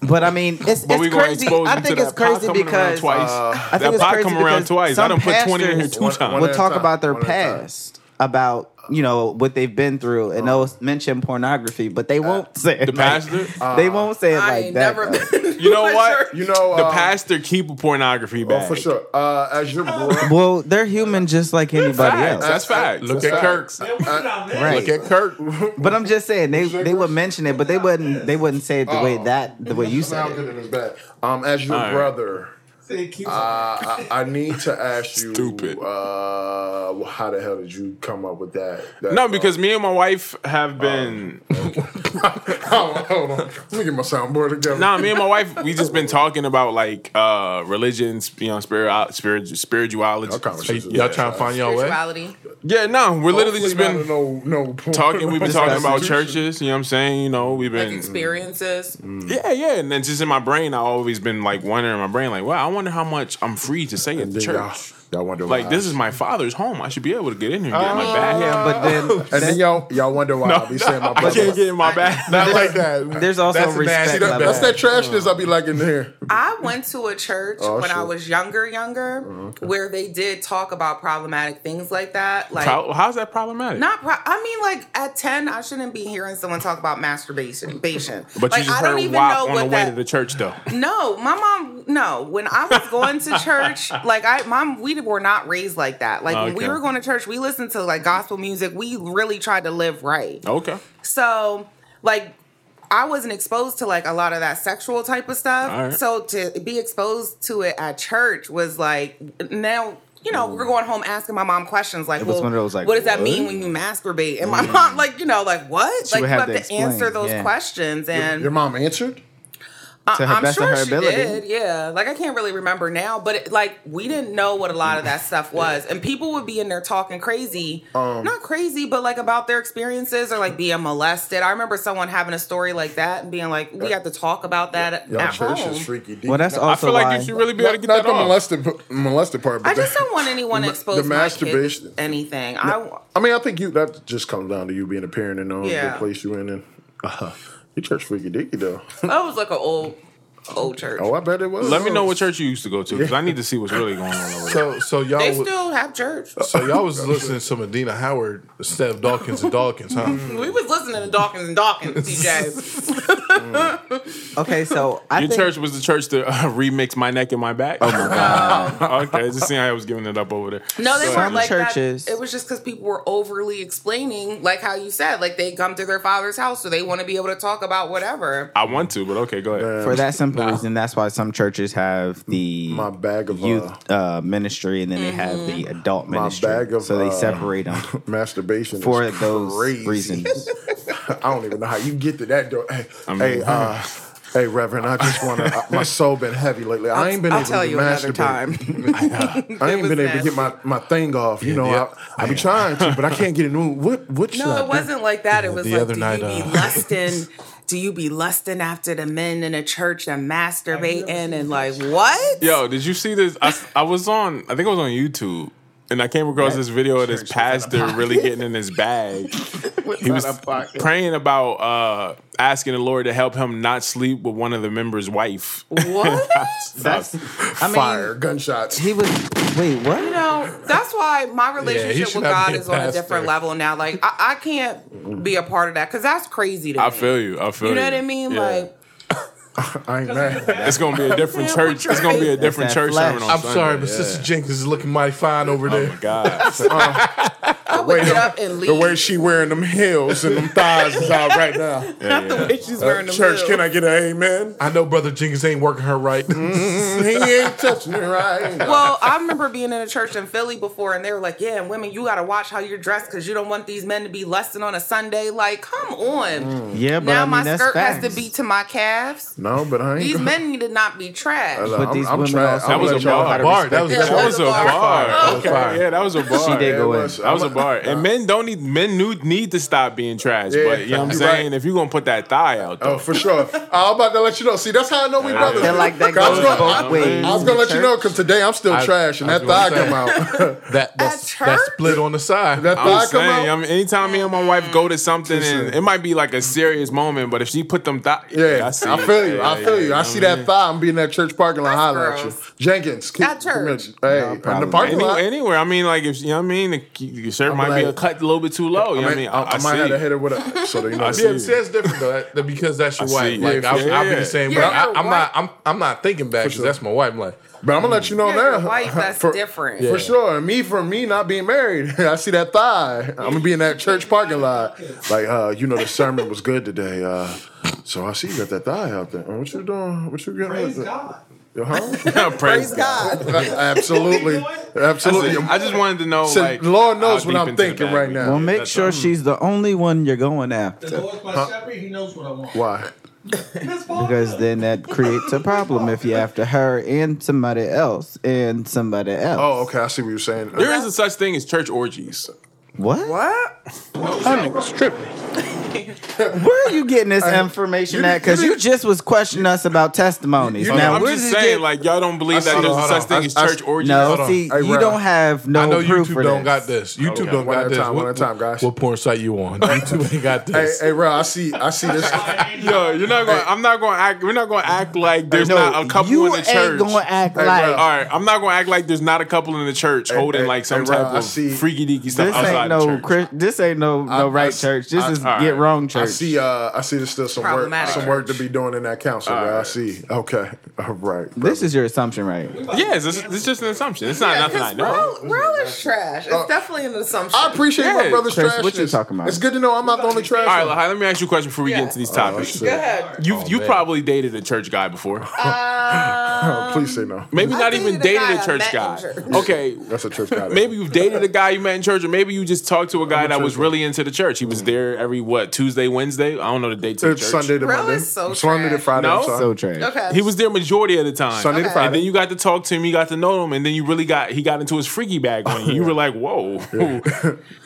But I mean, it's, But we it's gonna crazy. expose I them think to it's that pot crazy coming around because uh, twice. I think that it's pot crazy come around because twice. I some done put twenty in here pastors two times. One will at a talk time, about their one at a time. past, about you know what they've been through, and Oh. they'll mention pornography, but they won't say it. The like- pastor, they won't say it I like ain't that. never though. been. you know to a what? church. You know, the uh, um, pastor keep a pornography Oh, bag. for sure. Uh, as your bro, Well, they're human just like anybody Facts. else, That's facts. Look That's at facts. Kirk. Man, we not men. right? Look at Kirk. but I'm just saying they they would mention it, but they wouldn't they wouldn't say it the Oh. way that the way you said sound it. good in his back. Um, as your Alright. brother, Say it keeps- I, I I need to ask you. Stupid. Uh, well, how the hell did you come up with that? that No, thought? because me and my wife have Uh, been. uh, hold on, hold on. Let me get my soundboard together. nah, me and my wife, we just been talking about like uh religions, you know, spirit, spirit, spirituality. Our conversation. Y'all trying to find y'all way? Spirituality. Yeah, no, we're literally just Hopefully been not a no, no porn. talking. We've been talking about Institution. churches. You know what I'm saying? You know, we've Like been experiences. yeah, yeah. And then just in my brain, I always been like wondering in my brain, like, wow, I wonder how much I'm free to say at the Then Y'all, church. y'all wonder why. Like, this is my father's home. I should be able to get in here and get in Oh. my bag. Yeah, but then And then y'all, y'all wonder why I be saying my I brother. can't get in my bag. Not like that. there's also That's a respect nasty- level. That's that trashness I be like in here. I went to a church Oh, when I shit. was younger, younger, where they did talk about problematic things like that. Like How, how's that problematic? Not, pro- I mean, like at ten, I shouldn't be hearing someone talk about masturbation. But but you just I heard don't even know WAP on what the way that. to the church, though. no, my mom. No, when I was going to church, like I, mom, we were not raised like that. Like when we Okay. were going to church, we listened to like gospel music. We really tried to live right. Okay. So, like, I wasn't exposed to like a lot of that sexual type of stuff. All right. So to be exposed to it at church was like now you know, we were going home asking my mom questions like, It was well, one of those, like, what does that what? mean when you masturbate? And my mom, like, you know, like, what? She like, would you have have to to, explain, answer those yeah. questions. And Your mom answered? I- to her I'm best of sure her she ability. did. Yeah, like I can't really remember now, but it, like we didn't know what a lot of that stuff was, and people would be in there talking crazy, not crazy, but like about their experiences or like being molested. I remember someone having a story like that and being like, "We got to talk about that Your at church home." is freaky deep. Well, that's I also feel like why. you should really be able to not, get not that the off. molested, molested part. But I just the- don't want anyone to the expose my kid to masturbation- anything. I mean, I think you that just comes down to you being a parent and knowing Yeah. the place you in. And Uh-huh. uh, your church freaky deaky though. I that was like an old old church. Oh, I bet it was. Let me know what church you used to go to because I need to see what's really going on over there. So, so y'all, they was- still have church. so y'all was listening to Medina Howard, Steph Dawkins, and Dawkins, huh? Mm-hmm. We was listening to Dawkins and Dawkins, DJs. Okay, so I Your think church was the church to uh, remix my neck and my back. Oh my god. okay, just seeing how I was giving it up over there. No, they So- weren't like churches- that. It was just because people were overly explaining, like how you said, like they come to their father's house, so they want to be able to talk about whatever. I want to, but okay, go ahead. for that simple reason, that's why some churches have the My bag of, youth uh, ministry, and then they have the Mm-hmm. adult ministry. bag of, so they uh, separate them masturbation for is those crazy. reasons. I don't even know how you get to that door. Hey, mean- hey, uh, hey, Reverend, I just want to. My soul been heavy lately. I ain't been I'll able tell to you another masturbate. time. I It ain't was been able to get my, my thing off. You know, yeah. I, I be trying to, but I can't get it. What what should I no, do? it wasn't like that. It was the like, other do night, you be uh, lusting? do you be lusting after the men in the church and masturbating and like what? Yo, did you see this? I, I was on, I think I was on YouTube, and I came across this video of this pastor really getting in his bag. he was praying about uh, asking the Lord to help him not sleep with one of the members' wife. What? That's, I mean, Fire, gunshots. he was. Wait, what? You know, that's why my relationship should not with God be a is on a different pastor. level now. Like I, I can't be a part of that because that's crazy to me. I feel you. I feel you. you know what I mean? Yeah. Like I ain't mad. it's gonna be a different church. It's gonna be a different that church flesh. sermon on I'm Sunday. sorry, but Yeah. Sister Jenkins is looking mighty fine over Oh there. my god. I would get up and leave. The way she wearing them heels and them thighs is out right now. Not the way she's wearing the Church, can I get an amen? I know Brother Jenkins ain't working her right. Mm, He ain't touching it right. Well, I remember being in a church in Philly before, and they were like, "Yeah, and women, you got to watch how you're dressed because you don't want these men to be lusting on a Sunday." Like, come on. Mm. Yeah, but now I mean, my that's skirt facts. has to be to my calves. no, but I ain't. These gonna- men need to not be trash. Look, But I'm- these I'm women trying- also I'm That was let a y'all bar. have Bar. respect. That was, Yeah. That was a bar. was a bar. Okay. Yeah, that was a bar. She did go in. That was a bar. And men don't need men nu- need to stop being trash. Yeah, but you know what I'm you saying? right. If you're gonna put that thigh out though. Oh, for sure. I'm about to let you know. See, that's how I know we brothers. They're like, that 'Cause I was goes gonna- both I- ways. I was gonna The let you know church- because today I'm still I- trash, and I that was thigh gonna come out. That, that's, church? that split on the side. that I'm thigh come saying, I out. mean, anytime me and my wife go to something, and Listen. it might be like a serious moment, but if she put them thigh, Yeah, see I it. feel you. Yeah, I feel yeah, you. I know see what I that thigh. I'm being that church parking lot That's hollering at you. gross. Jenkins, keep, At church. come here. Hey, in the problem. parking mean? lot. Any, anywhere. I mean, like if you know what I mean, the, your shirt might be a like- cut a little bit too low. You know what I mean? I, I, might have to see. hit her with a. So that you know, I it's see Yeah, you. easy. see, that's different though, that- that- because that's your I wife. see. Like I, Yeah, I, would yeah. be the same. Yeah, but I, your I'm wife. not. I'm, I'm not thinking back because sure. that's my wife. I'm like, But I'm gonna let you know Yeah, your now. wife, that's for, different. For sure. And me for me not being married. I see that thigh. I'm gonna be in that church parking lot. Like, uh, you know, the sermon was good today. Uh, so I see you got that thigh out there. What you doing? What you getting? Praise with it? God. Huh? Praise God. Absolutely. Absolutely. I just wanted to know. Listen, like, Lord knows how what deep I'm into the thinking bag right we now. get. Well, make That's sure all. she's the only one you're going The after, Lord's my shepherd. He knows what I want. Why? His father. because then that creates a problem if you're after her and somebody else and somebody else. Oh, okay. I see what you're saying. There is a such thing as church orgies. What? What? That nigga's tripping. Where are you getting this information at? Because you just was questioning us about testimonies. you- now, I'm where just did saying, you get? like, y'all don't believe that hold there's on, a hold such on. thing as I- church orgies. no, Hold on. see, Hey, you Ralph. don't have no I know proof YouTube for don't this. got this. YouTube Okay. don't One got at a this. time, one What- at a time, guys. What porn site you on? YouTube ain't got Hey, this. hey, bro, I see I see this. Yo, you're not going. to I'm not going to act. We're not going to act like there's No, not a couple you in the church. ain't gonna act Hey, like Ralph. All right, I'm not going to act like there's not a couple in the church holding hey, like some hey, type Rob, I of see- freaky deaky stuff this outside ain't the no church. Chris, this ain't no no I- right I- church. This I- is all get right. wrong church. I see. Uh, I see. There's still some work, Problematic. some work to be doing in that council. bro. I see. Okay. All right. this is your assumption, right? yeah, it's, just- it's just an assumption. It's not nothing I know. Raul, Raul is trash. It's definitely an assumption. Uh, I appreciate Yeah, my brother's Chris, trashness. what you talking about? It's good to know I'm not the only trash. All right, one. Lahai, let me ask you a question before we Yeah. get into these topics. shit. Go ahead. You've, you've man. Um, probably dated a church guy before. Oh, Please say no. Maybe not dated even a dated guy a I church met in guy. church. Okay. That's a church guy. Maybe you've dated a guy you met in church, or maybe you just talked to a guy that was really into the church. He was there every what Tuesday, Wednesday. I don't know the date to the it's church. Sunday to Bro, Monday. it's so Sunday to trash. Friday. No? I'm sorry. So trash. Okay. He was there majority of the time. Sunday to Okay. Friday. And then you got to talk to him, you got to know him, and then you really got he got into his freaky bag on you. You were like, "Whoa,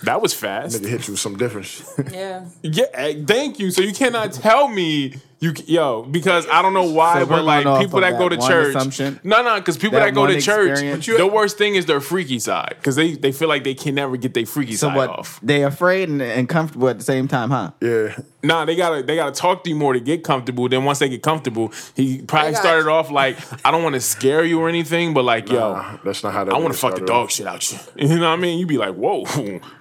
that was fast." Nigga hit you with some different shit. yeah. Yeah, eh, thank you. So you cannot tell me you c- yo because I don't know why, So we're but like going off people of that, go that to one church, assumption? no, no, because people That that, go one to church, experience? the worst thing is their freaky side because they they feel like they can never get their freaky So side what? off. They afraid and, and comfortable at the same time, huh? Yeah. Nah, they gotta they gotta talk to you more to get comfortable. Then once they get comfortable, he probably got started you. off like I don't want to scare you or anything, but like Nah, yo, that's not how that I want really to fuck the started. dog shit out you. You know what I mean? You be like, whoa.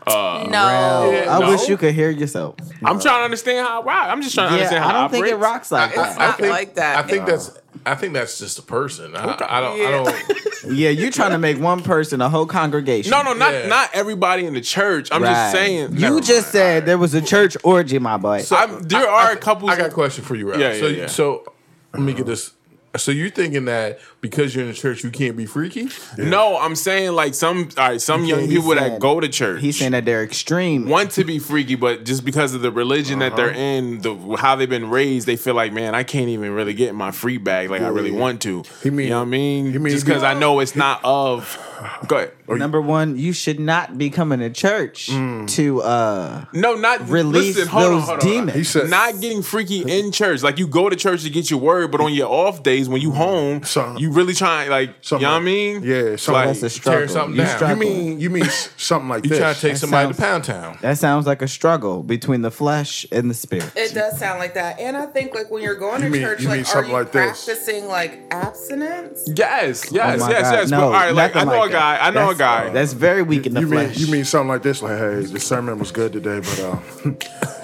Uh, No. I no. wish you could hear yourself. I'm trying to understand how. Wow, I'm just trying to Yeah, understand how I don't think it operates. rocks like It's that. not like that. I think that's I think that's just a person. I, I don't I don't Yeah, you trying to make one person a whole congregation. No, no, not Yeah. not everybody in the church. I'm Right. just saying. You Never just mind. said there was a church orgy, my boy. I'm, there I- are I- a couple. I got a question for you, Rob. Yeah, yeah, so, yeah. so let me get this. So you're thinking that because you're in the church, you can't be freaky? No, I'm saying like some all right, some young he's people saying- that go to church. He's saying that they're extreme. want to be freaky, but just because of the religion that Uh-huh. they're in, the how they've been raised, they feel like, man, I can't even really get in my free bag like I really want to. He mean- you know what I mean? he mean- just because I know it's not of. Go ahead. Number one, you should not be coming to church Mm. to uh No, not release listen, hold on, those hold on, hold on. demons. He said, not getting freaky in church. Like you go to church to get your word, but on your off days when you Mm. home, Some- you really trying like Some- you know what I mean? Yeah, some- like, That's a struggle. something You down. You You struggle. mean you mean s- something like You this? trying to take That somebody to Pound sounds- Town? that sounds like a struggle between the flesh and the spirit. It does sound like that. And I think like when you're going to mean- church, you like mean are something you like this. practicing like abstinence? yes, yes, Oh my yes, God, yes. no, but, all right, like I nothing know like a that. guy. I know a That's- guy. That's very weak in the you mean flesh. you mean something like this? Like, hey, the sermon was good today, but um,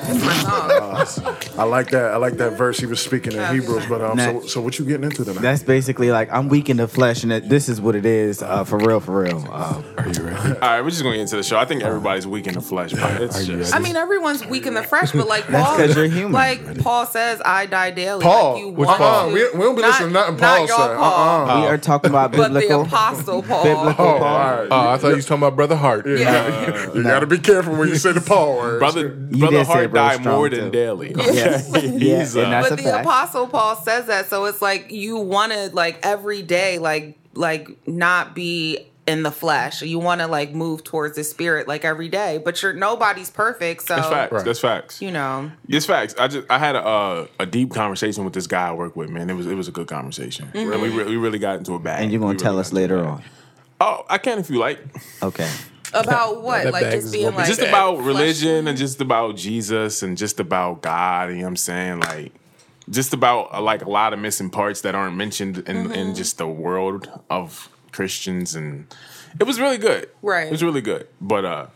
No. I like that. I like that verse he was speaking in Hebrews. But um, so, Next. so what you getting into tonight? That's basically like I'm weak in the flesh, and that this is what it is. Uh, for real, for real. Uh, all right, we're just gonna get into the show. I think everybody's weak in the flesh, but it's just I mean, everyone's weak in the fresh, but like Paul, 'cause you're human. like Paul says, I die daily. Paul. like, you Which want Paul? to- We- we don't be Not- listening to nothing not Paul Uh-uh. your said. Paul, Oh. we are talking about But the biblical. apostle Paul. biblical oh, all Paul. Uh, right. Oh, I thought you was talking about Brother Hart. Yeah. you gotta be careful when you say the Paul word, brother did brother say Hart Brother died Strong, more too. than daily. Yes. Yeah, He's, and uh, that's but a the fact. apostle Paul says that, so it's like you want to like every day, like like not be in the flesh. You want to like move towards the spirit, like every day. But you're nobody's perfect, so that's facts. That's facts. Oh. you know. It's facts. I just I had a uh, a deep conversation with this guy I work with, man. It was it was a good conversation. And we, re- we really got into a bag. and you're We gonna really tell got us into a later bag. on. Oh, I can if you like. Okay. About what? That like bag just is being gonna be like just about flesh- religion and just about Jesus and just about God. You know what I'm saying? Like, just about uh, like a lot of missing parts that aren't mentioned in, Mm-hmm. in just the world of Christians. And it was really good. Right. It was really good. But, uh,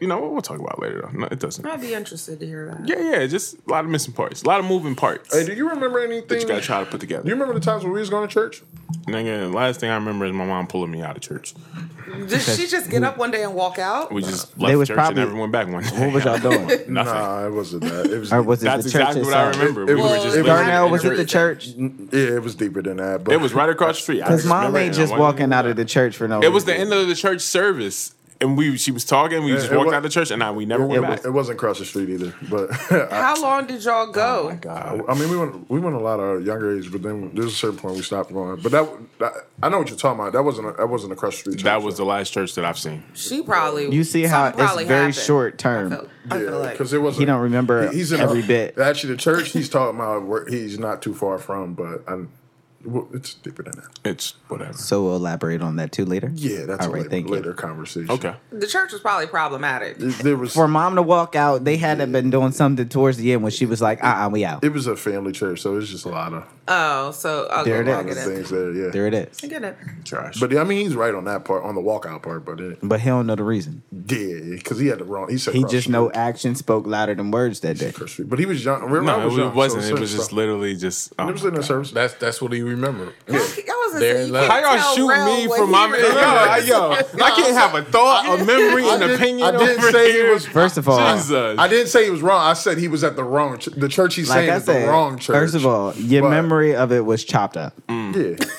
you know, we'll talk about it later though. No, it doesn't. I'd be interested to hear that. Yeah, yeah, just a lot of missing parts, a lot of moving parts Hey, do you remember that anything? you gotta try to put Do you together. remember the times when we was going to church? Nigga, the last thing I remember is my mom pulling me out of church. Did she just get up one day and walk out? We just They left was church probably- and never went back one day. What was y'all doing? Nothing. Nah, it wasn't that. It was Or was it That's the church? exactly what I itself? remember. It we were was- just it was- living Darnell, in was it the church. church? yeah, it was deeper than that. But It was right across the street. I Because just mom remember it, ain't and I just wasn't walking even out of the church for no. there. It was the end of the church service, and we she was talking. We just it walked wa- out of the church, and I, we never It, went wa- back. it wasn't across the street either, but I, How long did y'all go? I mean, we went we went a lot of younger age, but then there's a certain point we stopped going. But that, that I know what you're talking about. That wasn't a, that wasn't across the street. that church, was though. the last church that I've seen. she probably. You see how something it's probably very happened. short I term. feel, I feel Yeah, like because it was He don't remember every bit. Actually, the church he's talking about, where he's not too far from, but I'm, well, it's deeper than that. It's whatever. So we'll elaborate on that too later. Yeah, that's All right, a later, thank you. later conversation. Okay. the church was probably problematic. there was For mom to walk out, they had to been doing something towards the end when she was like, "Uh, uh we out." it was a family church, so it's just a lot of, Oh, so okay, There it I is. get of it. things there. Yeah, There it is. I get it. Trash. but yeah, I mean, he's right on that part, on the walkout part, but it, But he don't know the reason. yeah, because he had the wrong. He said He across just the know street. action spoke louder than words that day. Across the street. But he was young. Remember, I no, was it, young, so wasn't. it's it was just stuff. literally just. Oh It was in the service. That's that's what he remembered. I wasn't There saying it you lies. can't how y'all tell shoot Rel me what for he my man? Yo, remembers. I- yo, I can't have a thought, a memory, an opinion. I didn't over say he here. was- First of all, Jesus. I didn't say he was wrong. I said he was at the wrong. Ch- the church he's like saying I is the said, wrong church. first of all, your But- memory of it was chopped up. yeah. Mm.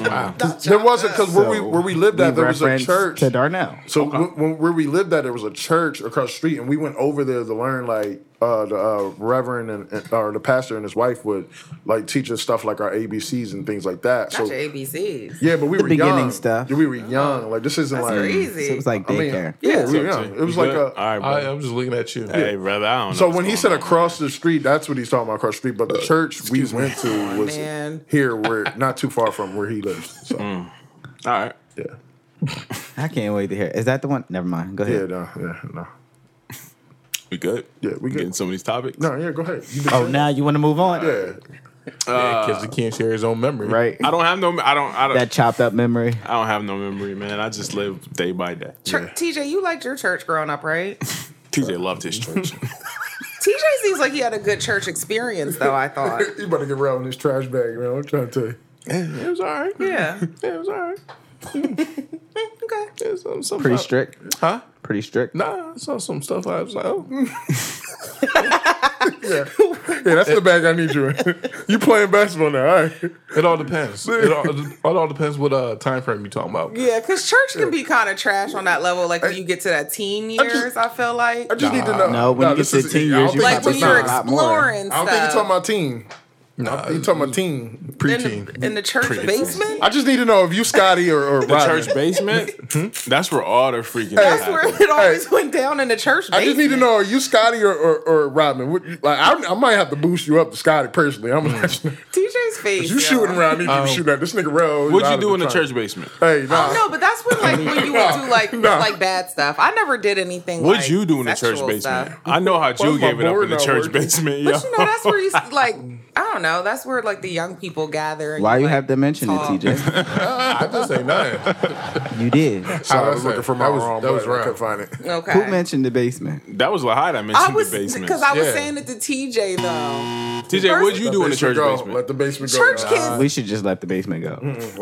Wow. There wasn't because where we where we lived at, We there was a reference church. to Darnell. So wh- when, where we lived at, there was a church across the street, and we went over there to learn. Like uh, the uh, reverend and, and- or the pastor and his wife would like teach us stuff like our ABCs and things like that. Got So your ABCs. yeah, but we were beginning young. stuff. Yeah, we were young. Like this isn't That's like crazy. So it was like I mean, daycare. yeah, we were So, young. It was you like good? a. all right, I, brother. I'm just looking at you. Hey, brother, I don't So know when what's he said going on. across the street, that's what he's talking about across the street. But the church we went to was man. here, where not too far from where he lives. So Mm. all right, yeah, I can't wait to hear. Is that the one? Never mind. Go ahead. yeah, no, yeah, no, we good. Yeah, we good. getting some of these topics. no, yeah. Go ahead. You Oh, now you want to move on? yeah. Because he can't share his own memory. Right. Uh, I don't have no. I don't. I don't. That chopped up memory. I don't have no memory, man. I just live day by day. Chur- TJ, you liked your church growing up, right? TJ loved his church. TJ seems like he had a good church experience, though. I thought, You better get around in this trash bag, man. I'm trying to tell you. it was all right. yeah, It was all right. okay. Yeah, some- some- Pretty strict. Huh? Pretty strict. Nah, I saw some stuff. I was like, oh. Yeah, that's the bag I need you in. you playing basketball now, all right? It all depends. It all, it all depends what uh, time frame you're talking about. Yeah, because church can be kind of trash on that level. Like when you get to that teen years, I, just- feel like, I just need to know. No, when you this get to is- 10 I don't years, think you like probably when sound you're a lot more. exploring I don't think you're talking stuff about teen. Nah, You're talking about teen. in preteen. the, in the church basement. I just need to know if you Scotty or, or The Rodney. church basement. Hmm? That's where all the freaking. That's where it always went down in the church basement. I just need to know are you Scotty or, or, or Rodman? What, you- like I, I might have to boost you up to Scotty personally. I'm Mm. gonna TJ's face. you shooting around me, Um, you shooting at this nigga Rose. What'd you do in the church basement? Hey, nah. No, but that's when like when you would do like Nah. like bad stuff. I never did anything. What'd like, you do in the church sexual basement? stuff. I know how Why Jew is my gave it up board in the not church working? basement. Yo. But you know, that's where you like. I don't know. That's where like the young people gather. And Why you like, have to mention it, talk. TJ? I just ain't nothing. You did. So I How was was looking that? for my That was- wrong that was button. I wrong. couldn't find it. Okay. Who mentioned the basement? that was Lahide. I mentioned I was the basement. because I was Yeah. saying it to TJ though. TJ, what'd you Let do in the basement church go. basement? Let the basement go. Church Nah. kids. We should just let the basement go.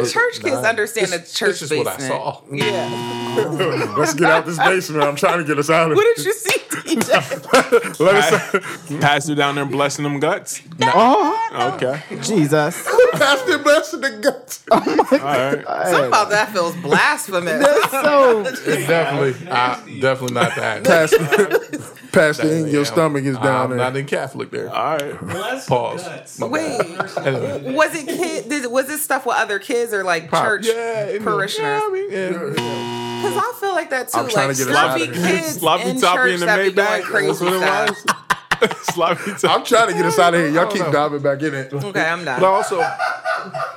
church kids understand the church This is basement. what I saw. Yeah. Let's get out this basement. I'm trying to get us out of What here. did you see, TJ? Let us Pa- Pastor down there blessing them guts. Oh, Okay. Jesus. That's the best of the guts. All right. Something about that feels blasphemous. So definitely, I, definitely not that. Pass, pass the in Yeah, your I'm- stomach is down I'm there. not in Catholic there. All right. Bless Pause. guts. My Wait, bad. Anyway. was it kid? Did, was it stuff with other kids or like church? Yeah, it- parishioners. Yeah, I mean, yeah. Because I feel like that too. I'm trying like to get us sloppy out of here. kids Sloppy in toppy church in the that be doing Maybach. That's crazy what it stuff. was. Sloppy I'm toppy. trying to get us out of here. Y'all keep know. diving back in it. Okay, I'm done. But also, I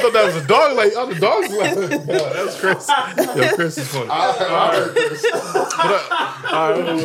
thought that was a dog. Like, oh, the dog's like, yeah, that was Chris. Yo, Chris is funny. I heard Chris.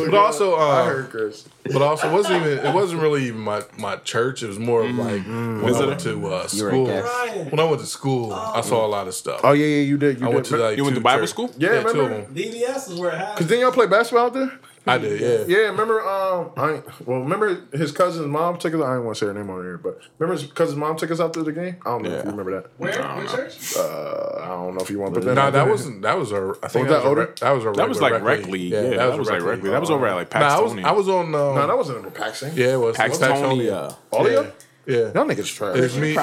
But also, I uh, heard Chris. but also, it wasn't even. It wasn't really even my my church. It was more of like Mm-hmm. when I went to uh, You were a school. guest. When I went to school, I saw a lot of stuff. Oh yeah, yeah, you did. You I did. went to like You went two to Bible church- school? Yeah, Yeah, two of remember? them. BBS is where it happened. Cause then y'all play basketball out there. I did. Yeah. Yeah, remember? Um, I ain't- well, remember his cousin's mom took us. I didn't want to say her name on here, but remember his cousin's mom took us out to the game. I don't know if you Yeah. remember that. Where? Which church? Uh, I don't know if you want to put that. No, nah, out that there. wasn't. That was a. I think Was that that was a older? rec- That was a. That was regular like rec league. Yeah, that was like rec league. That was over at like Nah, I was. Paxtonia. I was on. Um, No, that wasn't in Paxton. yeah, it was Paxtonia. all Yeah, of y'all. yeah. Y'all niggas trash. It's me.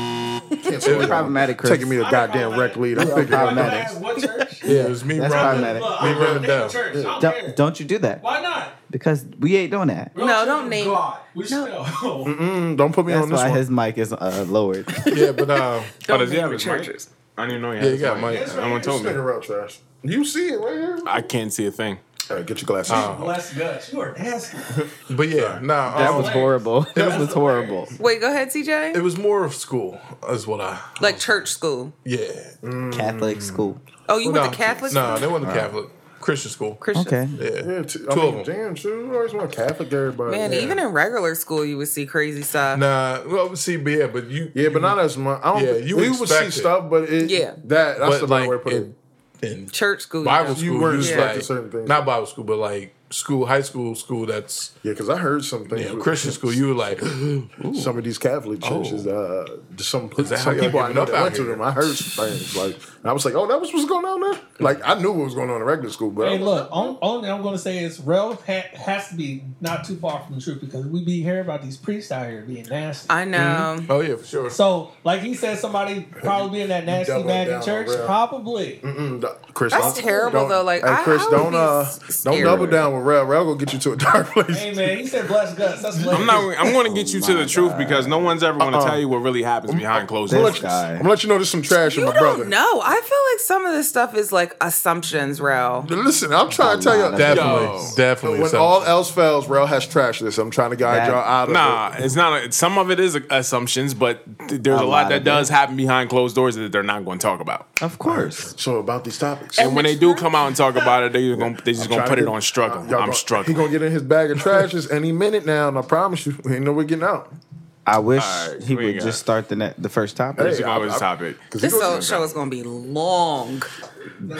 Can't say y'all. problematic, Chris. Taking me to goddamn rec lead. I'm thinking problematic. Ask What church? Yeah, it was me. That's Roman. problematic. Look, Me I'm running running down. Church. I don't care. Don't, don't you do that Why not? because we ain't doing that. We're No, all don't children of name- God. We still. Mm, Don't put me That's on this why one. his mic is uh, lowered. Yeah, but um, Oh, does he have name his your mic? churches. I didn't know he had yeah, you his got mic. Mike. It's No right one here. told me. Nigga real trash. You see it right here. I can't see a thing. All right, get your glasses. Uh, Bless guts. You are asking. But yeah, nah. That um, was horrible. That was horrible. Wait, go ahead, TJ. It was more of school, is what I. like church school. Yeah. Catholic school. Oh, you no, went to Catholic No, school? they wasn't Catholic. Christian school. Christian. Okay. Yeah. Yeah, t- I Two mean, of them. damn, too. You always want Catholic everybody. Man, yeah. even in regular school, you would see crazy stuff. Nah. Well, see, but yeah, but you. Yeah, but not as much. I don't. Yeah, think, you we would see expect it. stuff, but it, Yeah. that that's But the like way to put it. in, in Church school. you Bible know. school, You weren't was expecting like- certain things. Not Bible school, but like school, high school, school that's Yeah, because I heard some things. you know, with- Christian school, you were like, Some of these Catholic churches, uh, some, that some how people I end know up that out went to here? them. I heard some things like and I was like, "Oh, that was what's going on there." Like I knew what was going on in regular school, but I Hey, was look, on- only thing I'm going to say is Ralph ha- has to be not too far from the truth because we be hearing about these priests out here being nasty. I know. oh yeah, for sure. so, like he said, somebody probably being that nasty doubling bag down in on church, Ralph. probably. like, mm, Chris, That's don't- terrible, don't- though. Like, I- hey, Chris, I would don't be uh, s- don't scared. double down with Rel. Rel gonna get you to a dark place. Hey man, he said bless guts. That's I'm not. I'm going to get you Oh to the truth because no one's ever Uh-uh. going to tell you what really happens behind closed This doors. guy. I'm gonna let you know there's some trash in You my brother. don't know. I feel like some of this stuff is like assumptions, Rel. Listen, I'm trying to tell you. Definitely, Yo. definitely. When something. all else fails, Rel has trash this. I'm trying to guide That- y'all out of Nah, it. it's not. A, some of it is assumptions, but th- there's a, A lot, lot that of does it. happen behind closed doors that they're not going to talk about. Of course. So about these topics. And when they do come out and talk about it, they just gonna they just gonna Trying put to it get- on struggle. y'all I'm gonna- He struggling. gonna get in his bag of trashes any minute now, and I promise you, we ain't know we're getting out. I wish All right, he we would got- just start the ne- the first topic. This is Hey, going I- with this I- topic. 'Cause he This gonna- whole show is going to be long.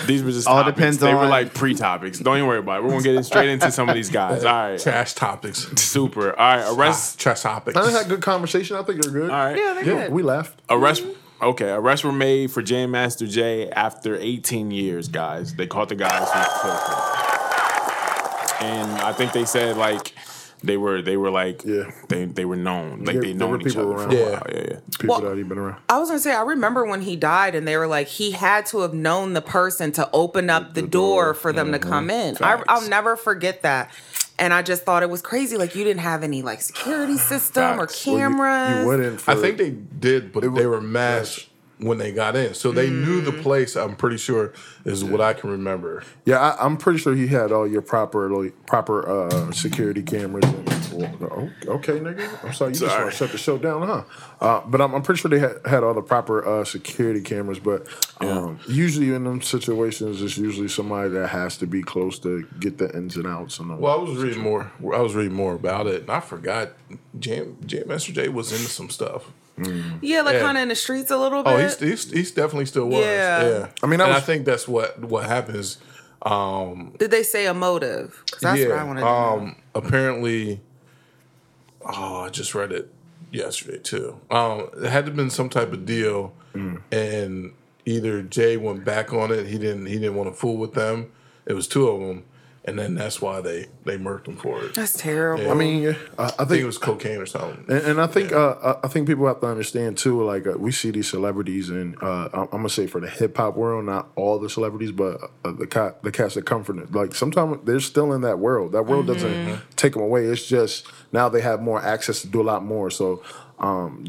These were just All topics. depends They were on- like pre-topics. Don't even worry about it. We're gonna get in straight into some of these guys. All right, trash topics, super. All right, arrest. trash topics. I had a good conversation. I think you're good. All right, they're Yeah, we left. arrest. Okay, arrests were made for Jam Master Jay after 18 years, guys. They caught the guys who killed him, and I think they said like they were they were like Yeah. they they were known like Yeah, they there known were each people other around. for a Yeah. while. Yeah, yeah. People Well- that ain't been around. I was gonna say, I remember when he died, and they were like, he had to have known the person to open up the, door, for them to come in. I, I'll never forget that. And I just thought it was crazy. Like you didn't have any like security system or Facts. Well, You- cameras. You, wouldn't. For, I think they did, but they were masked when they got in, so they knew the place. I'm pretty sure is what I can remember. Yeah, I, I'm pretty sure he had all your proper like, proper uh, security cameras. And, well, oh, okay, nigga. I'm sorry. You just Sorry. want to shut the show down, huh? Uh, but I'm, I'm pretty sure they had, had all the proper uh, security cameras. But um, usually in them situations, it's usually somebody that has to be close to get the ins and outs and all. Well, I was reading more. I was reading more about it, and I forgot Jam Jam Master Jay was into some stuff. yeah, like Yeah. kind of in the streets a little bit. Oh, he's, he's he's definitely still was. Yeah. Yeah, I mean, I and I was- think that's what what happens. Um, Did they say a motive? 'Cause that's what I wanted. to know. um, Apparently, oh, I just read it yesterday too. Um, it had to been some type of deal, Mm. and either Jay went back on it. He didn't. He didn't want to fool with them. It was two of them, and then that's why they they murked him for it. I That's terrible. I mean, yeah, I, I think think it was cocaine or something. And, and I think uh, I I think people have to understand too. Like uh, we see these celebrities, and uh, I'm I'm gonna say for the hip hop world, not all the celebrities, but uh, the ca- the cast that come from it. Like sometimes they're still in that world. That world doesn't take them away. It's just now they have more access to do a lot more. So um,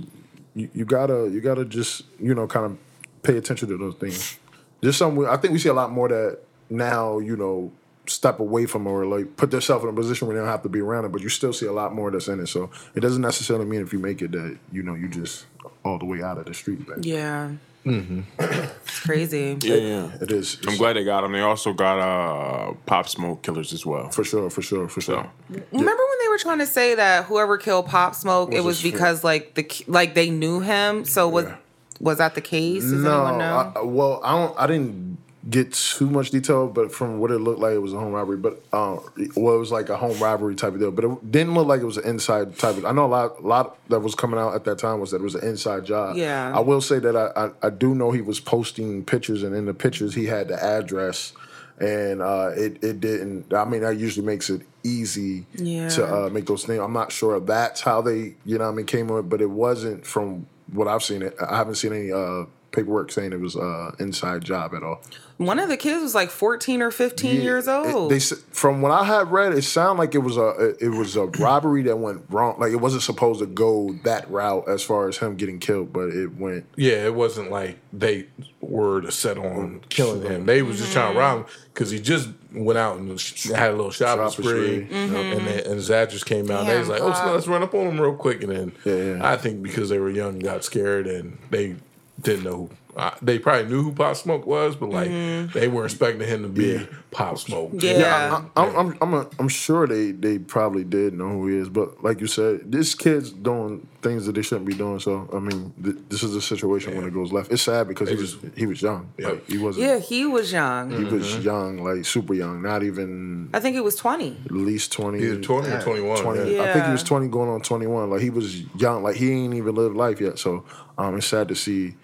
you, you gotta you gotta just you know kind of pay attention to those things. There's some I think we see a lot more that now you know step away from or like put themselves in a position where they don't have to be around it, but you still see a lot more that's in it. So it doesn't necessarily mean if you make it that you know you just all the way out of the street. Man. yeah. it's crazy. Yeah, yeah. It is. I'm It's- glad they got him. They also got uh, Pop Smoke Killers as well. for sure, for sure, for sure. Remember when they were trying to say that whoever killed Pop Smoke, it was his friend. because like the ki- like they knew him. So was Yeah. was that the case? Does no, anyone know? I, I- well, I don't. I didn't get too much detail, but from what it looked like, it was a home robbery. But uh, well, it was like a home robbery type of deal. But it didn't look like it was an inside type of. I know a lot, a lot that was coming out at that time was that it was an inside job. Yeah. I will say that I, I, I do know he was posting pictures, and in the pictures he had the address. And uh, it it didn't. I mean, that usually makes it easy Yeah. to uh, make those things. I'm not sure if that's how they, you know, what I mean, came up, but it wasn't from what I've seen. It I haven't seen any uh, paperwork saying it was uh, inside job at all. One of the kids was like 14 or 15 years It- old. they s- from what I had read, it sounded like it was a it was a robbery that went wrong. Like it wasn't supposed to go that route as far as him getting killed, but it went. Yeah, it wasn't like they were to set on killing him. They was just trying to Mm-hmm. rob him because he just went out and sh- had a little shopping Shopping spree, spree. and, then, and his address came out. they was Mm-hmm. Damn, like, "Oh, so Pop. let's run up on him real quick." And then Yeah, yeah. I think because they were young, got scared, and they didn't know I, they probably knew who Pop Smoke was, but like they were expecting him to be Pop Smoke. Mm-hmm. Yeah. Yeah. I, I'm, I'm, I'm, a, I'm sure they, they probably did know who he is, but like you said, this kid's doing things that they shouldn't be doing. So I mean, th- this is a situation when it goes left. It's sad because he was he was young. Yeah. Like, he wasn't. Yeah, he was young. He was young, like super young, not even I think he was 20. at least twenty. Either 20 or 21. 20 yeah. I think he Yeah. was 20 going on 21. Like he was young. Like he ain't even lived life yet. So um, it's sad to see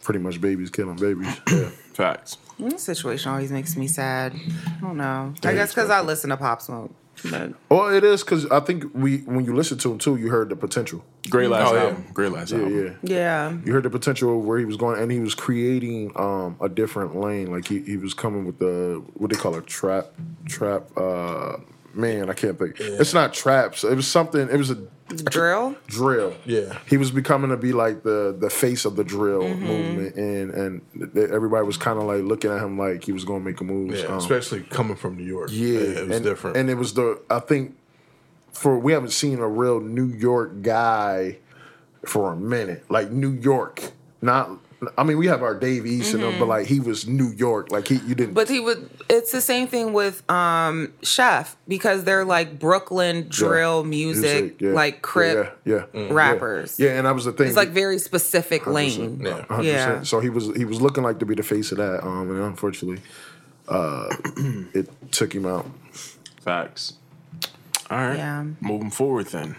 pretty much babies killing babies. Yeah. Facts. This situation always makes me sad. I don't know. I guess because I listen to Pop Smoke. But Well, it is because I think we when you listen to him too, you heard the potential. Great last Oh, yeah. album. Great last Mm. Yeah, album. yeah. yeah. You heard the potential of where he was going, and he was creating um, a different lane. Like he, he was coming with the what they call a trap trap. Uh, man, I can't think. It's not traps. It was something. It was a Drill? drill. Yeah. Mm-hmm. he was becoming to be like the the face of the drill movement, and and th- th- everybody was kind of like looking at him like he was going to make a move. especially coming from New York. Um, yeah, it was and, different. And it was the I think for we haven't seen a real New York guy for a minute, like New York, not. I mean, we have our Dave East and them, but like he was New York. Like he, you didn't. Mm-hmm. But he would. It's the same thing with um Chef because they're like Brooklyn drill music, yeah, like Crip yeah, yeah, yeah. rappers. Yeah, and that was the thing. It's like very specific lane. yeah. A hundred Yeah. percent. So he was he was looking like to be the face of that, um, and unfortunately, uh, it took him out. Facts. All right. Yeah. Moving forward then.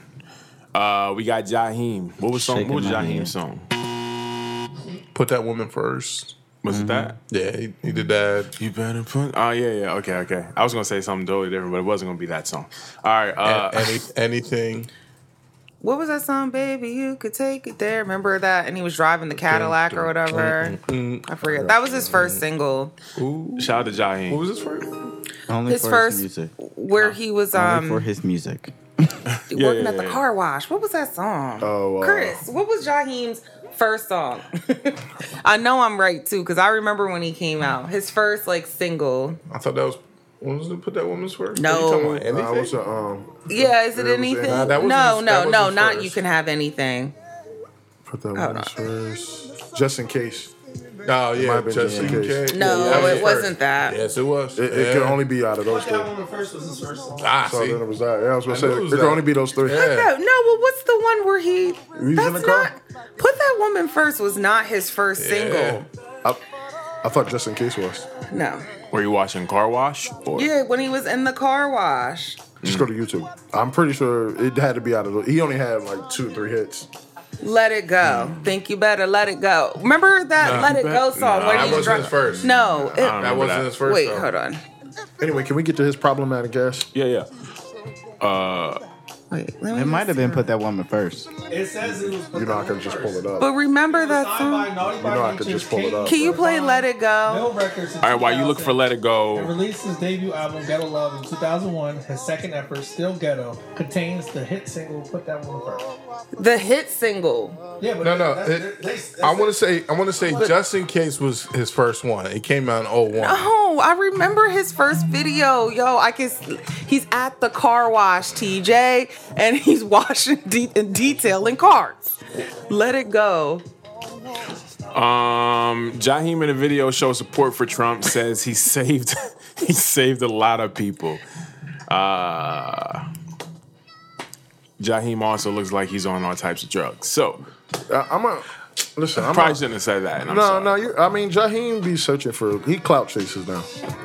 Uh, we got Jaheim. What was song? Shaking What was my Jaheim head. song? Put that woman first. Was Mm-hmm. it that? Yeah, he, he did that. You better put. Oh yeah, yeah. Okay, okay. I was gonna say something totally different, but it wasn't gonna be that song. All right. Uh, Any, anything. What was that song, baby? You could take it there. Remember that? And he was driving the Cadillac or whatever. Mm, I forget. That was his first single. shout out to Jaheim. What was this for? Only His for first, his music. where he was Only um for his music. working yeah, at the yeah. car wash. What was that song? Oh, uh, Chris, what was Jaheim's first song? I know I'm right too, because I remember when he came out. His first like single. I thought that was. What was it? Put that woman's first? No. Are you talking Uh, about what's anything? the, um, Yeah, is That it was anything? it. Nah, that wasn't no, his- no, that no, wasn't not first. you can have anything. put that one first, just in case. Oh, might yeah. have been Just just in in case. case. No, Yeah, that was it first. wasn't that. Yes, it was. It, it could Yeah. only be out of those three. That one first was his first song. Ah, So see. then it was that. Yeah, I was gonna I say knew it it was could that. only be those three. Yeah. No, no, well, what's the one where he? in that's the car? not. Put that woman first was not his first Yeah. single. I, I thought just in case was. No. Were you watching Car Wash? Or? Yeah, when he was in the car wash. Just go to YouTube. I'm pretty sure it had to be out of. Those. He only had like two or three hits. Let it go. Mm. Think you better let it go. Remember that Let It Go song? Nah, where that he wasn't dro- his first. No. don't it- That remember wasn't that. his first. wait, though. hold on. Anyway, can we get to his problematic ass? Yeah, Uh, yeah. Wait, let me It might have just- been put that woman first. It says it was. You know I can just pull it up. But remember that Signed by song? Naughty know by I could just pull it up. Can you play Let It Go? Mill Records. All right. While you look for Let It It Go, released his debut album Ghetto Love in 2001. His second effort, Still Ghetto, contains the hit single Put That One First. The hit single. Yeah, but No, no. that's- it- that's- that's- I want to say, I want to say, just in case was his first one. It came out in 01. Oh, I remember his first video. Yo, I can. s- He's at the car wash, TJ, and he's washing de- and detailing cars. Let It Go. um, Jaheim in a video show support for Trump says he saved he saved a lot of people. Uh, Jaheim also looks like he's on all types of drugs. So I, I'm a listen. I'm probably a, shouldn't have said that. and I'm no, sorry. no. You, I mean, Jaheim be searching for. He clout chases now.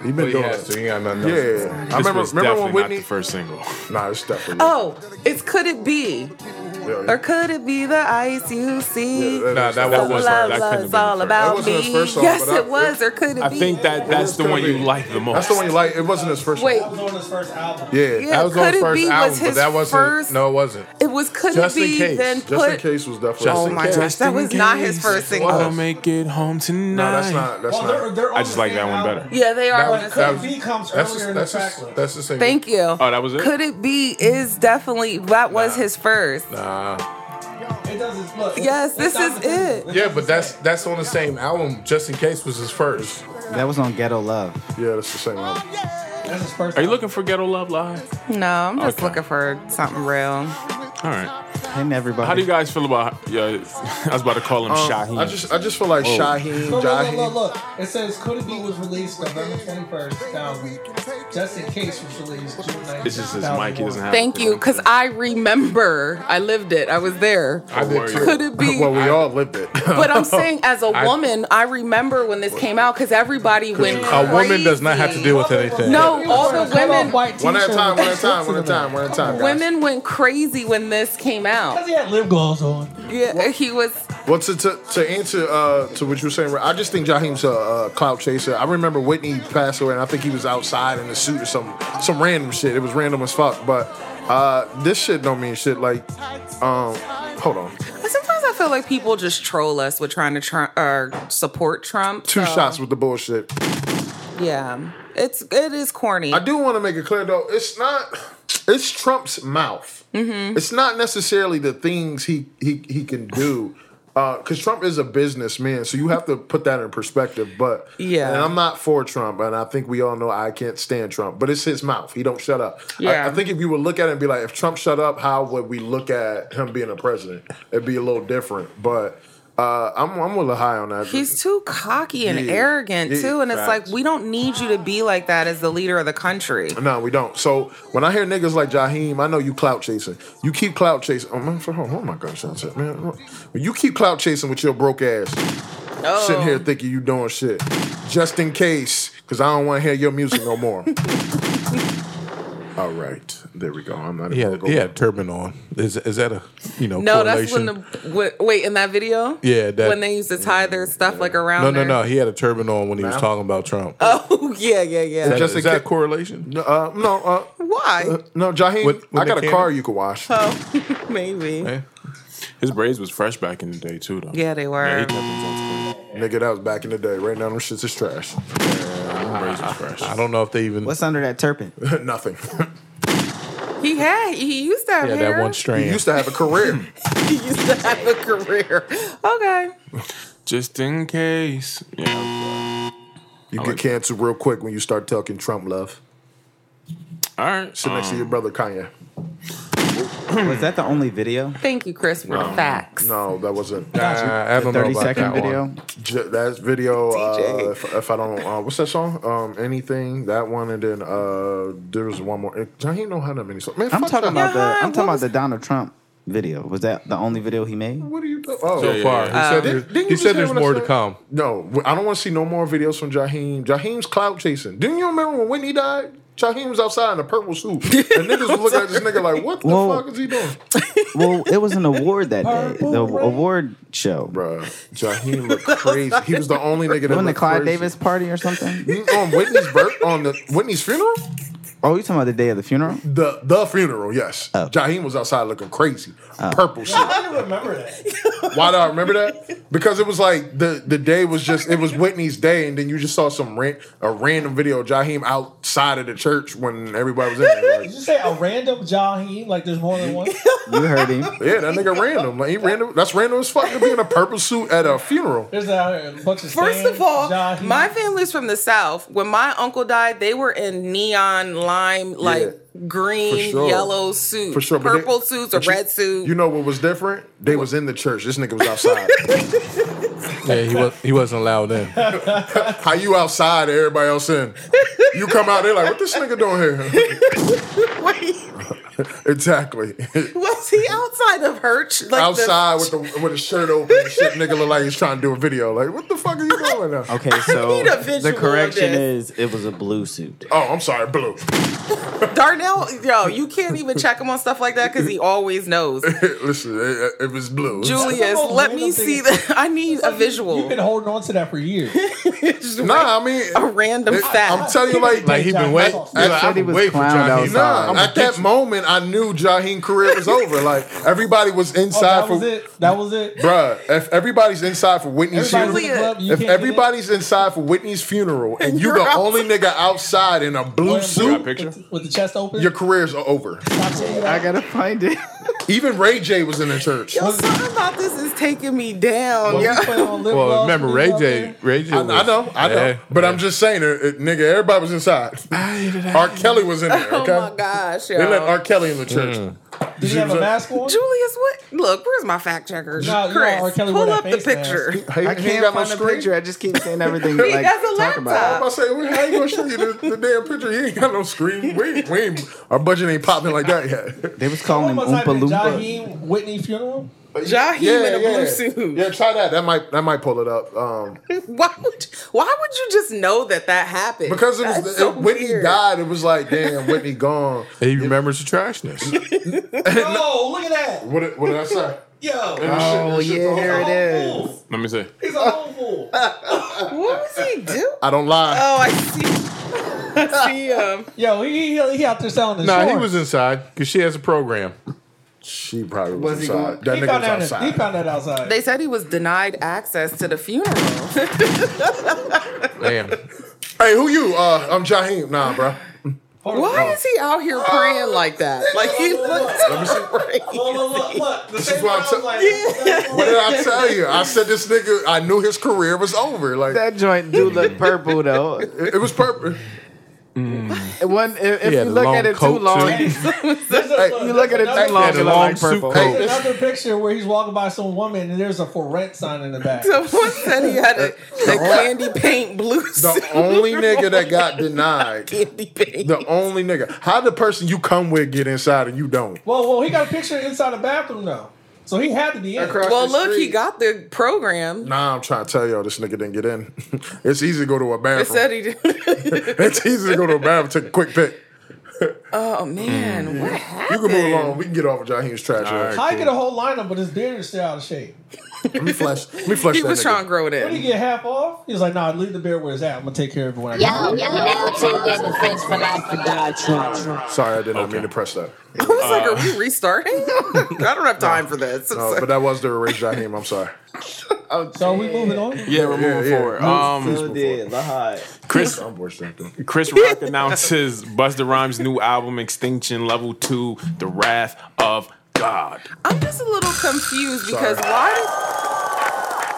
He been But he doing has it. to. He ain't got nothing else. Yeah, I This remember. was Remember when definitely not Whitney? the first single. Nah, it's definitely. Oh, it's Could It Be? Yeah, yeah. Or could it be the ice you see? Yeah, Nah, that That Love, was was his her. love, That couldn't have love's been all her. That about wasn't his me. first song, yes, but I- it was, or could it I be? think that that's It the was one you Kirby. like the most. That's the one you like. It wasn't his first. Wait, that was on his first album. One. Yeah. Yeah. That was on Could his It first Be was album, but his that wasn't. first- No, it wasn't. it was. Could Just it in be? case. Then Just Just in put. case was definitely. Just oh in my case. gosh, that was not his first single. I'll make it home tonight. no, that's not. That's Well, they're, uh, not. they're on I just the like same that one album. better. Yeah, they are. That on was- his that Could first. It was- Be comes That's earlier in just, the that's track just, list. that's the same. Thank you. Oh, that was it? Could it be? Is definitely that was his first. Nah. It does his look. Yes, It's this not is the single. it. Uh, Yeah, but that's that's on the same album. Just in case was his first. That was on Ghetto Love. Yeah, that's the same album. That's his first. Are you album. looking for Ghetto Love Live? No, I'm just Okay. looking for something real. All right. And everybody. How do you guys feel about? Yeah, Um, I was about to call him Shaheen. I just I just feel like Look, Shaheen, look, look, look, Jaheen. look. It says Cody B was released November 21st, 2000. Just in case was released June 19th. It's just his mic. He doesn't have. Thank you, because I remember. I lived it. I was there. I did worry. too. Could it be? Well, we all lived it. But I'm saying, as a woman, I, remember when this came out because everybody went. A woman does not have to deal with anything. No, all the women- One at a time, one at a time, one at a time, one at a time. guys. Women went crazy when this came Because out. he had lip gloss on. Yeah, he was. Well, to, to, to answer uh, to what you were saying, I just think Jaheim's a, a clout chaser. I remember Whitney passed away, and I think he was outside in a suit or some some random shit. It was random as fuck, but uh, this shit don't mean shit. Like, um, hold on, Sometimes I feel like people just troll us with trying to tr- uh, support Trump. two so, shots with the bullshit. Yeah, it's it is corny. I do want to make it clear though, it's not it's Trump's mouth. Mm-hmm. It's not necessarily the things he he he can do. Because Trump is a businessman, so you have to put that in perspective. But Yeah. and I'm not for Trump, and I think we all know I can't stand Trump. But it's his mouth; he don't shut up. I- Yeah. I, think if you would look at it and be like, if Trump shut up, how would we look at him being a president? It'd be a little different. But uh, I'm I'm a little high on that. He's too cocky and Yeah, arrogant yeah, too, and it's facts. like we don't need you to be like that as the leader of the country. No, we don't. So when I hear niggas like Jaheim, I know you clout chasing. You keep clout chasing. Oh man, for hold on, my gunshots at man. When you keep clout chasing with your broke ass, Oh. sitting here thinking you doing shit, just in case, because I don't want to hear your music no more. All right, there we go. I'm not even Yeah, gonna go. yeah, turban on. Is is that a you know? No, that's when correlation? the wh- wait in that video. Yeah, that- when they used to tie their stuff like around. No, no, their- no. He had a turban on when he was Now? talking about Trump. Oh yeah, yeah, yeah. Is just that- in is that a ca- correlation? No, uh, no, uh, Why? no, Jaheim. With- with I got the a car candy? you can wash. Oh, maybe. Eh? His braids was fresh back in the day too, though. Yeah, they were. Yeah, he kept his own skin. Nigga, that was back in the day. Right now, them shits is trash. His braids was fresh. I don't know if they even What's under that turban? Nothing. He had. He used to have yeah hair. that one you strand. used to have a career. He used to have a career. Okay. Just in case. Yeah. You I get like- canceled real quick when you start talking Trump love. All right. um, Sit next to Um, your brother Kanye. Was that the only video? Thank you, Chris, for the facts. No, that wasn't. Nah, I don't know Thirty about second that video. One. J- that video. DJ. Uh, if, if I don't, uh, what's that song? Um, anything that one, and then uh, there was one more. Jaheim know how that many songs. Man, I'm fuck talking that. about the Yeah, I'm what talking about was- the Donald Trump video. Was that the only video he made? What are you doing? Oh, So yeah, yeah. far, he said, Didn't- there's, didn't you he just said hear there's what I more to said? come. no, I don't want to see no more videos from Jaheim. Jaheim's clout chasing. Didn't you remember when Whitney died? Jaheim was outside in a purple suit, and niggas was looking at this nigga like, "What the Whoa. fuck is he doing?" Well, it was an award that day. Purple The rain. award show. Bruh, Jaheim looked crazy. He was the only nigga that Wasn't the looked Clyde crazy. Davis party or something? Mm, on Whitney's birth on the Whitney's funeral. Oh, you talking about the day of the funeral? The the funeral, yes. Jaheim was outside looking crazy, purple shit. I didn't remember that. Why do I remember that? Because it was like the the day was just it was Whitney's day, and then you just saw some ran, a random video of Jaheim outside of the church when everybody was in there. Like, Did you say a random Jaheim? Like there's more than one? You heard him. yeah, that nigga random. Like he random. That's random as fuck to be in a purple suit at a funeral. There's a, bunch of First Stan of all, Jaheim. my family's from the South. When my uncle died, they were in neon lime, like green, For sure. yellow suits, For sure, but they- purple suits, or but you- red suit. You know what was different? They was in the church. This nigga was outside. Yeah, he was he wasn't allowed in. How you outside? and Everybody else in. You come out there like, what this nigga doing here? Wait, exactly. was he outside of her? ch- Like the- outside with the with his shirt open and shit. Nigga look like he's trying to do a video. Like, what the fuck are you doing now? Okay, so need a visual the of correction this. is it was a blue suit. Oh, I'm sorry, blue. Darnell, yo, you can't even check him on stuff like that because he always knows. Listen, it, it was blue. Julius, most let me random see thing- that. I need a You've visual. been holding on to that for years. Nah, I mean, a random it- fact. I'm telling you, like, Like he been Jaheim waiting. Hawks. You're They like, said I've he been was waiting for clowned Jaheim. outside. nah. I'm at that moment, I knew Jaheim career was over. Like everybody was Oh, inside that was for, it. That was it. bruh. If everybody's inside for Whitney's Everybody's in funeral, the club. You if can't get in. everybody's inside for Whitney's funeral, and you You're the out- only nigga outside in a blue Wearing got suit, a picture? With, with the chest open. your career's over. I gotta find it. Even Ray J was in the church. yo, something about this is taking me down. Well, yo. we played on lip Well, gloss remember when Ray he was out J? there. Ray J. I, I know, I know, but I'm just saying, it, it- nigga, everybody was inside. R. Kelly was in there. Okay, Oh my gosh, yo. they let R. Kelly in the church. up. Did he have a mask on? Julius, what? Look, where's my fact checker? No, you Chris, know R. Kelly wore pull that up the face mask. picture. He- I he can't got no find a screen? picture. I just keep saying everything. He like, has a talk about. laptop. I say, well, how you gonna show you the, the damn picture? He ain't got no screen. We, we ain't, our budget ain't popping like that yet. They was calling him Someone must Oompa have been Loompa. Oh, Jaheim Whitney funeral. Jaheim in a blue suit. Yeah, try that. That might that might pull it up. Um, Why would why would you just know that that happened? because it That's was so it, Whitney weird. died. It was like, damn, Whitney gone. He remembers the trashness. Oh, look at that. What did, what did I say? Yo. Oh yeah, here it is. Fool. Let me see. He's a whole fool. What was he doing? I don't lie. Oh, I see. I see um, him. Yo, he, he, he out there selling his nah, he shorts. was inside because she has a program. She probably was, Was he inside. He That nigga found, was that, he outside. found that outside. They said he was denied access to the funeral. Damn. Hey, who you? Uh, I'm Jaheim. Nah, bro. Hold on. Oh. Why is he out here praying like that? Like he looks crazy. Look, look, look, look. The is same what one I'm I was ta- like, What did I tell you? I said this nigga. I knew his career was over. Like That joint do look purple though. it, it was purple. It wasn't- if He if you had a look long at it too coat, long, too. There's a- you look at it another- too long, had a it look long like suit purple. coat. There's another picture where he's walking by some woman and there's a for rent sign in the back. Someone said he had a, a candy paint blue suit. The only nigga that got denied. candy paint. The only nigga. How the person you come with get inside and you don't? Well, well, he got a picture inside the bathroom though, so he had to be in. Across well, the look, he street. got the program. Nah, I'm trying to tell y'all this nigga didn't get in. it's easy to go to a It bathroom. said he did. it's easy to go to a bathroom, take a quick pick. oh man, what You happened? can move along. We can get off of Jaheem's trash. All ass. How you get a whole lineup, but his beard is still out of shape? Let me flush. Let me flush He that was nigga. trying to grow it What do you in. get half off? He was like, "Nah, leave the beard where it's at. I'm gonna take care of it when I get Yo, yo, now two different French for life for die trying. Sorry, I did not mean to press that. I was like, are we restarting? I don't have time for this. No, but that was the erase Jaheim. I'm sorry. So are we moving on. Yeah, we're moving yeah. forward. Um, Chris I'm worse than them. Chris Rock announces Busta Rhymes' new album Extinction Level Two: The Wrath of God. I'm just a little confused because why did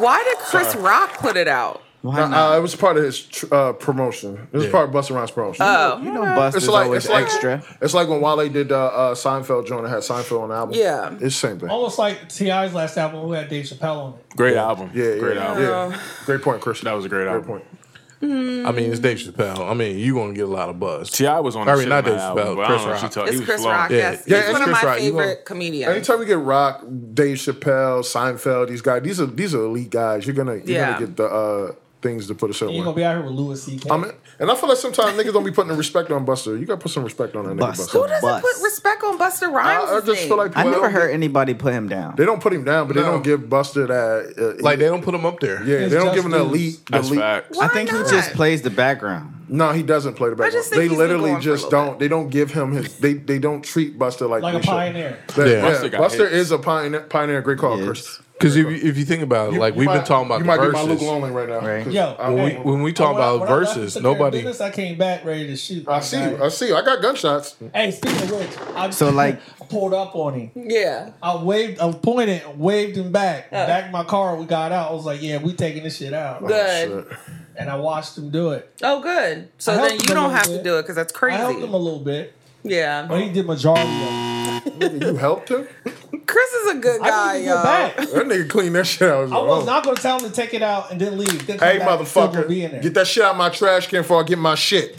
why did Chris Rock put it out? Why Uh, not? uh, it was part of his tr- uh, promotion. It was part of Busta Rhymes' promotion. Oh, You know, Buster's it's like always it's like, extra. It's like when Wale did uh, uh, Seinfeld joint and had Seinfeld on the album. Yeah. it's the same thing. Almost like Ti's last album, who had Dave Chappelle on it. Great album. Yeah, great yeah, album. yeah. Great point, Chris. That was a great great album. point. I mean, it's Dave Chappelle. I mean, you gonna get a lot of buzz. Ti was on. the I mean, shit not on Dave that album, Chappelle, but I Chris don't know if Rock. she talked- it's he was Chris flowing. Rock. Yeah, Yes, yeah, he's it's one of Chris my Rock. You favorite gonna- comedians. Anytime you get Rock, Dave Chappelle, Seinfeld, these guys, these are these are elite guys. You're gonna you're Yeah. gonna get the uh, things to put a certain You gonna way. be out here with Louis C.K. I mean, and I feel like sometimes niggas don't be putting the respect on Buster. You gotta put some respect on that nigga Busta. Buster. Who doesn't Bus. put respect on Buster Rhymes? I, I just feel like I well, never heard anybody put him down. they don't put him down, but they No. don't give Buster that. Uh, Like they don't put him up there. yeah, It's they don't just give him the dudes. elite. The That's elite. facts. I think he just played. plays the background. No, he doesn't play the background. just think they he's been literally going for a just little don't. They don't give him his. They they don't treat Buster like like a we should. pioneer. But, Yeah. yeah, Buster Buster, got hits. is a pioneer. Pioneer, great call, Yes. Chris. Because if, you- if you think about it, like You we've been might- talking about you the might be my verses. Luke Longley right now. Right. 'cause Yo, I, When Uh, we, when we talk When I- about when I left and verses, took care of nobody. business, I came back ready to shoot. I see you. I see you. I got gunshots. Hey, speaking of which, I So, like- I pulled up on him. Yeah. I waved, I pointed, and waved him back. Back in my car, we got out. I was like, "Yeah, we taking this Oh, shit out," Good. Shit. and I watched him do it. Oh, good. So I then helped you him a don't little have to bit. do it because that's I helped him a crazy. little bit, Yeah. but he did majority. Of it. You helped him. Chris is a good I guy, didn't even go y'all. back. That nigga cleaned that shit out. I was oh. not going to tell him to take it out and then leave. Then come Hey, back and still gonna motherfucker, be in there. get that shit out of my trash can before I get my shit.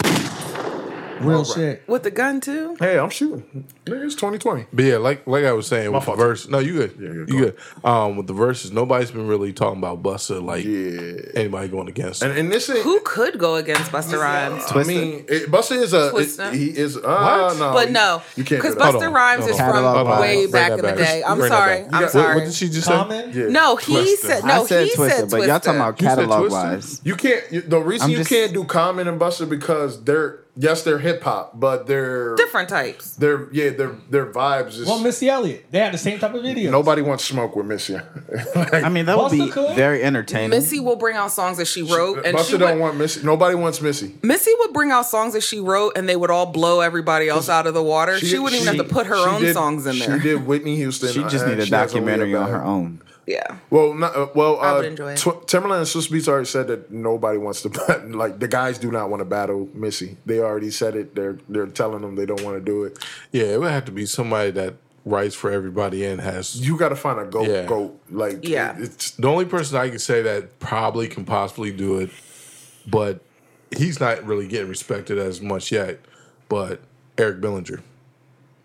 real shit. With the gun too. Hey, I'm shooting. Nigga, it's 2020. But yeah, like like I was saying, with the fault. verse, no, you good, you're you good. Um, with the verses, nobody's been really talking about Busta like Yeah. anybody going against. And, him. and this ain't. Who could go against Buster Rhymes? I mean, it, Buster is a. Twister. It, he is. Uh, no, But no, you can't. because do that. Buster Hold on, Rhymes hold is on. Catalog from wise. way Bring back that in the back. day. I'm Bring that sorry. back. I'm got- sorry. what did she just say? Common. Yeah. No, he Twister. said no. I said he Twister, said but y'all talking about You said catalog Twister? wise. You can't. You, the reason I'm you just- can't do Common and Buster because they're yes they're hip hop, but they're different types. They're yeah their their vibes is Well, Missy Elliott, they had the same type of video. nobody wants smoke with Missy. I mean, that would Busta be could? very entertaining. Missy will bring out songs that she wrote, and she Buster uh, don't would, want Missy. Nobody wants Missy. Missy would bring out songs that she wrote, and they would all blow everybody else out of the water. She, wouldn't even have to put her she own did- songs in there. She did Whitney Houston. she just and need a she has way documentary on about her own. yeah. Well, not, uh, well, I would uh, enjoy it. Tw- Timberland and Swiss Beats already said that nobody wants to bat- like the guys do not want to battle Missy. They already said it. They're they're telling them they don't want to do it. Yeah, it would have to be somebody that writes for everybody and has You got to find a goat. Yeah. Goat like Yeah. it- it's The only person I can say that probably can possibly do it, but he's not really getting respected as much yet. But Eric Billinger,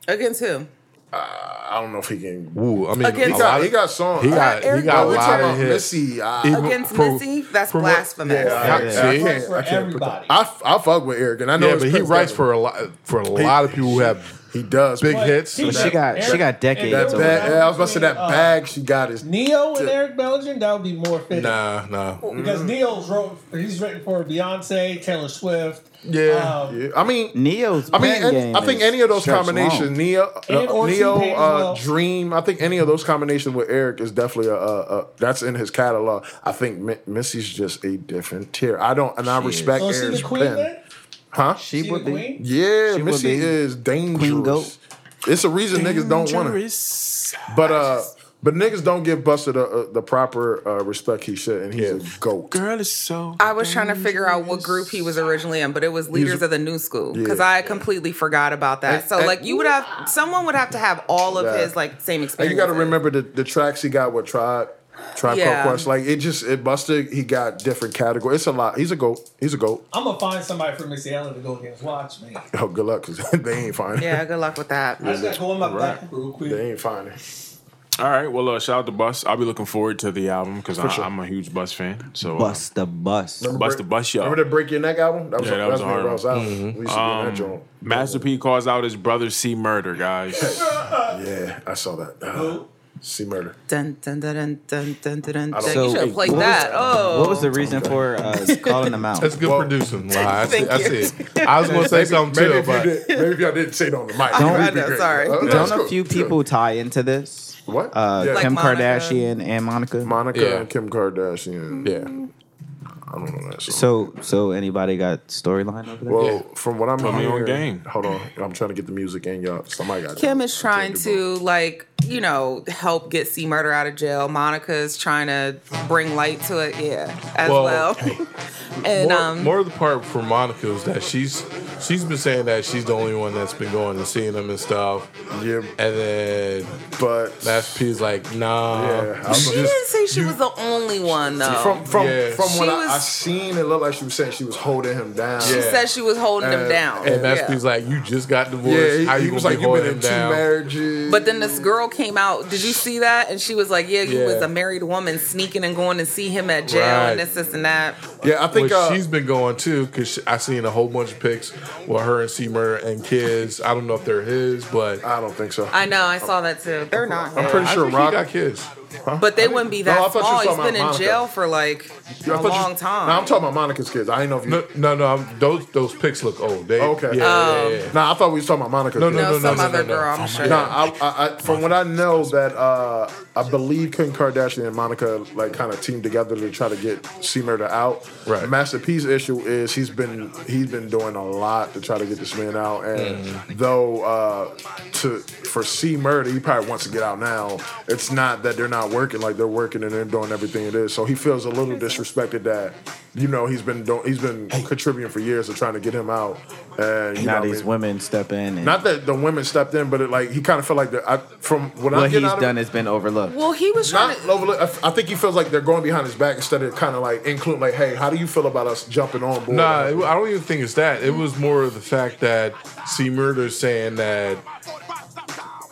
Against who? I don't know if he can. ooh, I mean, Against- a He lot got of- he got songs. he got, he Eric got a We're lot talking of about hits. Missy. uh, I, Even Against for- Missy? That's for what- blasphemous. Yeah, I, can't. see? For I can't. put everybody. that- I, f- I fuck with Eric, and I know. yeah, it's but he Prince writes Devil. for a lot for a lot of people who have He does. big But hits. he- But she got- she got and decades there That of was So- bag. that Yeah, I was about to say that between, uh, bag she got is. Neo and Eric Belgian, that would be more fitting. nah, nah. Because Neo's wrote, he's written for Beyonce, Taylor Swift. Yeah. um, Yeah, I mean, Neo's. I mean, pen any, game I think is any of those stretched combinations, long. Neo, And uh, Orson Neo, Payne as uh, well. Dream. I think any of those combinations with Eric is definitely a, a, a that's in his catalog. I think Mi- Missy's just a different tier. I don't, and I She is. respect So is Oh, she Eric's the queen pen, then? huh? She She would the be. queen? yeah, she would Missy be is dangerous. goat. It's a reason niggas don't want it, Dangerous. but uh, but niggas don't give Buster the uh, the proper uh, respect he should, and he's a goat. Girl is so. I was trying to figure out what group he was originally in, but it was Leaders of the New School because Yeah. I completely forgot about that. And- so, and- like, you would have someone would have to have all of Yeah. his like same And experience. you got to remember the, the tracks he got with Tribe, Tribe Yeah. Called Quest. Like it just it busted. He got different categories. It's a lot. He's a goat. He's a goat. I'm gonna find somebody from Missy Elliott to go against. Watch me. Oh, good luck, cause they ain't finding. Yeah, good luck with that. I just gotta go in my Right. back real quick. They ain't finding. All right. Well, uh, shout out to Bus. I'll be looking forward to the album because sure. I'm a huge Bus fan. So uh, Bust the bus. Bust the Bus, y'all. Remember that Break Your Neck album? That was, Yeah, that that was, was that a hard Um, was album. We used to do that joint. Master P calls out his brother C Murder, guys. Yeah, I saw that. Uh, Who? See murder. Dun, dun, dun, dun, dun, dun, dun, dun. don't- you should So, have played what was- that. oh, What was the reason for uh, calling them out? That's good Well- producing. Lie. I see, Thank I you. see it. I was going to say something maybe too, if but you did, maybe if y'all didn't say it on the mic. Don't- it'd be I know, great. sorry. Uh, Don't that's a cool. few Sure. people tie into this? What? Uh, yeah. Like Kim Monica. Kardashian and Monica. Monica Yeah. and Kim Kardashian. yeah. I don't know that. Song. so, so anybody got storyline over there? Well, Yeah. from what I'm Put me on hearing, game. hold on, I'm trying to get the music in, y'all. Somebody got Kim I is can't trying do both. to like you know help get C Murder out of jail. Monica is trying to bring light to it. Yeah, as Well, well. and More, um, more of the part for Monica is that she's she's been saying that she's the only one that's been going and seeing them and stuff, Yeah, and then but Master P's like, nah, yeah, I was she just- didn't say she was the only one though. from from Yeah. from what She I, I was- seen, it looked like she was saying she was holding him down. she Yeah. said she was holding him And- down. and Master Yeah. P's like, you just got divorced, Yeah, he, how he you was gonna like, be "You've been holding him in two down? marriages." But then this girl came out. Did you see that? And she was like, "Yeah, you Yeah. was a married woman sneaking and going to see him at jail Right. and this, this, and that." yeah, I think Which uh, she's been going too, because I seen a whole bunch of pics with her and C Murder and kids. I don't know if they're his, but I don't think so. I, I know. I saw that too. They're not. am pretty I sure think Rock. he got kids. But they wouldn't be No, I that thought you small. were He's talking been about in Monica. jail for like I a thought you- long time. Nah, I'm talking about Monica's kids. I didn't know if you. No, no, no. I'm- those those pics look old. They, Okay. Um, Yeah, yeah, yeah. Nah, I thought we was talking about Monica's No, kids. no, no, no, some no, other no, no. girl. I'm Oh, sure. No, I, I, I, from what I know, that uh, I believe Kim Kardashian and Monica like kind of teamed together to try to get C Murder out. Right. Master P's issue is he's been he's been doing a lot to try to get this man out, and Mm-hmm. though uh, to for C Murder, he probably wants to get out now. It's not that they're not working; like they're working and they're doing everything it is. So he feels a little disrespected that you know he's been do- he's been contributing for years to trying to get him out. And you know now what I these mean? women step in. And Not that the women stepped in, but it, like he kind of felt like they're, I, from what what I'm he's getting out of done it, has been overlooked. well, he was trying not to. overlook. I f- I think he feels like they're going behind his back instead of kind of like including like, hey, how do you feel about us jumping on board? Nah, it, I don't even think it's that. It was more of the fact that C Murder's saying that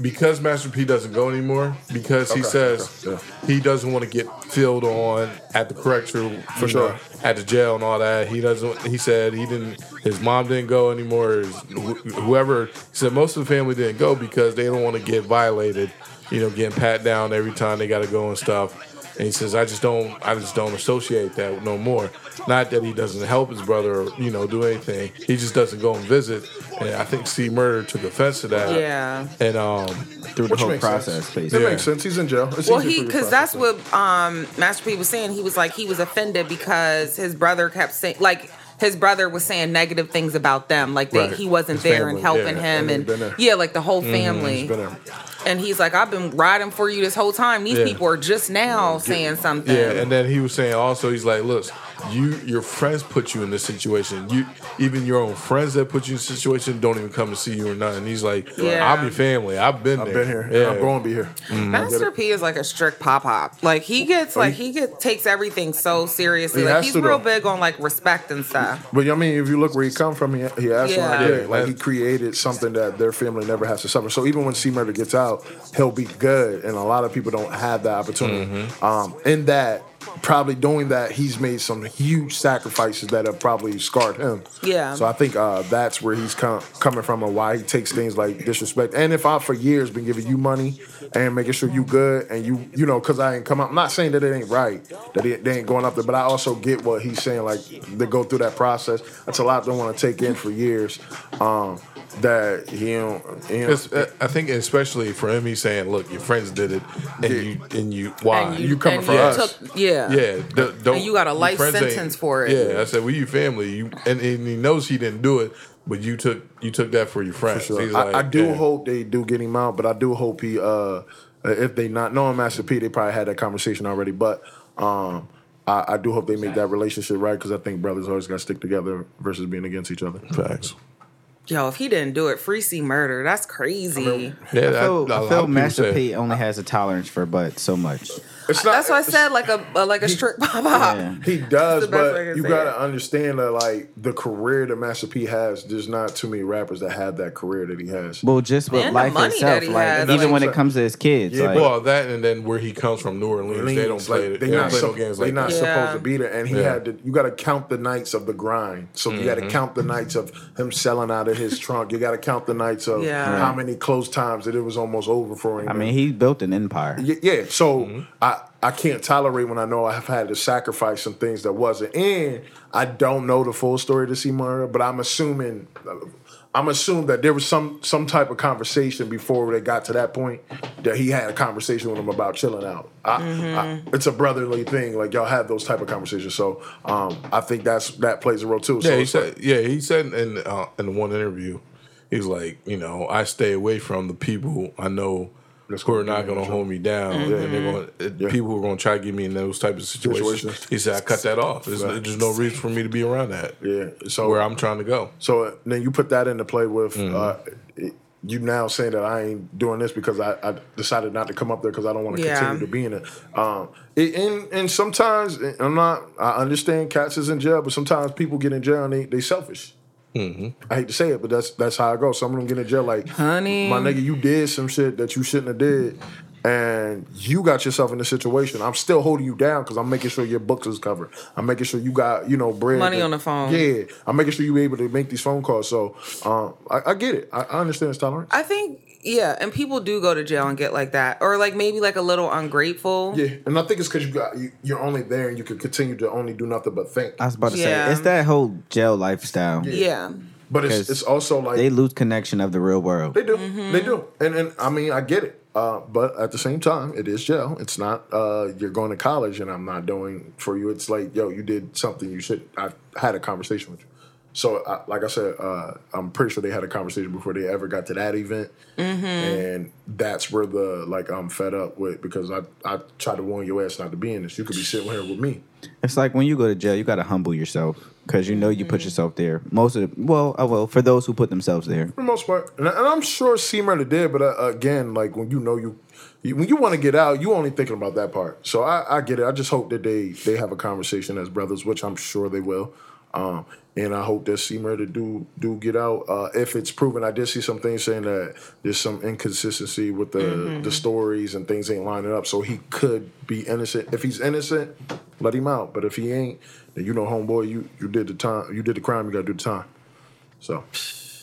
because Master P doesn't go anymore, because he Okay, says okay, he doesn't want to get filled on at the correctional for sure. at the jail and all that. He doesn't. He said he didn't. His mom didn't go anymore. His, wh- whoever he said most of the family didn't go because they don't want to get violated. You know, getting pat down every time they got to go and stuff. And he says, I just don't, I just don't associate that no more. Not that he doesn't help his brother, or, you know, do anything. He just doesn't go and visit. And I think C. Murder took offense to that. Yeah. And um, through the Which whole makes sense. process, It basically. Yeah. makes sense. He's in jail. It's easier Well, he for you to because that's process what um, Master P was saying. He was like he was offended because his brother kept saying like his brother was saying negative things about them, like they, Right. he wasn't His there family, and helping yeah. him, He's and been there. yeah, like the whole family. He's been there. and he's like, "I've been riding for you this whole time. These Yeah. people are just now saying something." Yeah, and then he was saying also, he's like, look, you your friends put you in this situation. You even your own friends that put you in this situation don't even come to see you or nothing. He's like, Yeah. I'm your family. I've been I've there. been here. Yeah. I'm going to be here. Master P is like a strict pop pop. Like he gets like he gets takes everything so seriously. He Like has he's to, real though. big on like respect and stuff. But I mean, if you look where he come from, he, he has yeah. Yeah. Yeah, like he that's- created something that their family never has to suffer. So even when C Murder gets out, he'll be good, and a lot of people don't have that opportunity. Mm-hmm. Um, in that, probably doing that, he's made some huge sacrifices that have probably scarred him. Yeah. So I think uh, that's where he's com- coming from and why he takes things like disrespect. And if I for years been giving you money and making sure you good and you you know because I ain't come out, I'm not saying that it ain't right that it, they ain't going up there, but I also get what he's saying. Like they go through that process. That's a lot they want to take in for years. Um, that he don't. He don't It's- uh, I think especially for him, he's saying, look, your friends did it, and you and you why And you coming and for you us. took- yeah. Yeah, d- don't. And you got a your life friends ain't- sentence for it. Yeah, I said we you family, you, and, and he knows he didn't do it, but you took you took that for your friends. So He's I, like, I do yeah. hope they do get him out, but I do hope he, uh, if they not knowing Master P, they probably had that conversation already. But um, I, I do hope they make that relationship right because I think brothers always got to stick together versus being against each other. Facts. Yo, if he didn't do it, free C murder. That's crazy. Yeah, I feel, I feel Master P. P only has a tolerance for but so much. It's not, That's why I said like a, a like a strict pop pop. Yeah. He does, the best way I but can you say gotta it. understand that like the career that Master P has, there's not too many rappers that have that career that he has. Well, just with And the life money itself, that he like has, even like- when it comes to his kids, Yeah, like, Well, that and then where he comes from, New Orleans, they don't play like, it. They They don't not, play no sup- games they like not that. Yeah. supposed to be there, and he Yeah. had to. You got to count the nights of the grind. So you got to count the nights of him selling out of his trunk. You got to count the nights of Yeah. how many close times that it was almost over for him. I mean, he built an empire. Y- yeah. So Mm-hmm. I I can't tolerate when I know I've had to sacrifice some things that wasn't. And I don't know the full story to see Mara, but I'm assuming. uh, I'm assuming that there was some some type of conversation before they got to that point that he had a conversation with him about chilling out. I, I, it's a brotherly thing, like y'all have those type of conversations. So um, I think that's that plays a role too. So Yeah, he it's like- said. Yeah, he said in uh, in one interview, he's like, you know, I stay away from the people I know who are not going to hold me down. Mm-hmm. And they're going to people who are going to try to get me in those type of situations. Situations. He said, I cut that off. There's, there's no reason for me to be around that. yeah. So Where I'm trying to go. So uh, then you put that into play with uh, it- you now saying that I ain't doing this because I, I decided not to come up there because I don't want to Yeah. continue to be in it. Um, it- and and sometimes and I'm not. I understand cats is in jail, but sometimes people get in jail and they they selfish. I hate to say it, but that's that's how it goes. Some of them get in jail like, Honey. my nigga, you did some shit that you shouldn't have did, and you got yourself in a situation. I'm still holding you down because I'm making sure your books is covered. I'm making sure you got you know bread, Money that- on the phone. Yeah, I'm making sure you're able to make these phone calls. So um, I, I get it. I, I understand it's tolerance. I think yeah, and people do go to jail and get like that, or like maybe like a little ungrateful. yeah, and I think it's because you got you, you're only there and you can continue to only do nothing but think. I was about to Yeah. say it's that whole jail lifestyle. Yeah. But it's 'Cause it's also like They lose connection of the real world. They do. They do. And and I mean, I get it. Uh, but at the same time, it is jail. It's not uh, you're going to college and I'm not doing for you. It's like, yo, you did something you should. I had a conversation with you. So, I, like I said, uh, I'm pretty sure they had a conversation before they ever got to that event, and that's where the like I'm fed up with because I I try to warn your ass not to be in this. You could be sitting here with me. It's like when you go to jail, you got to humble yourself because you know you Mm-hmm. put yourself there. Most of the, well, oh well, for those who put themselves there. For the most part, and, and I'm sure C Murder did, but uh, again, like when you know you, you when you want to get out, you only thinking about that part. So I, I get it. I just hope that they they have a conversation as brothers, which I'm sure they will. Um, and I hope that C Murder do do get out. Uh, if it's proven, I did see some things saying that there's some inconsistency with the the stories and things ain't lining up. So he could be innocent. If he's innocent, let him out. But if he ain't, then you know, homeboy, you you did the time, you did the crime, you gotta do the time. So.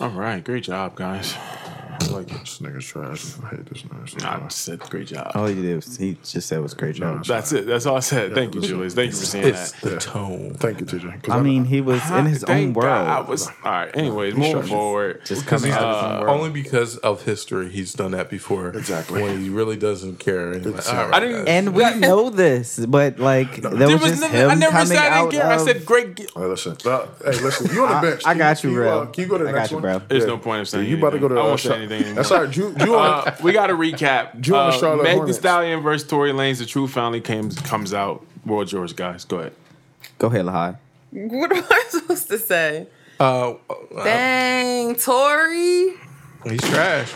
All right, great job, guys. I like it. This nigga's trash. I hate this nigga. I said great job. All he did was he just said it was great job. That's it. That's all I said. Thank you, Julius. Thank you for seeing It's that. the tone. Thank you, TJ. 'Cause I mean, he was in his own Thank world. God I was all right. Anyways, moving forward. just Because coming he's out of his own world. only because of history, he's done that before. Exactly. When he really doesn't care. And he's like, Exactly. "All right, I didn't- guys." and we know this, but like there was, just nothing- him I never coming said I out didn't care. I of- said great. G-. Hey, listen. Uh, hey, listen. You on the bench. I Can you- got you, can bro. uh, Can you go to the I next got you, one? bro. There's Yeah. no point in saying. You about to go to? anything. I uh, won't Char- say anything. Anymore. That's all right. You, you on? Uh, we got to recap. Uh, Drew and the Charlotte Meg Thee Hornets. Stallion versus Tory Lanez. The truth finally comes comes out. World yours, guys. Go ahead. Go ahead, Lahai. What am I supposed to say? Uh, Dang, Tori. he's trash.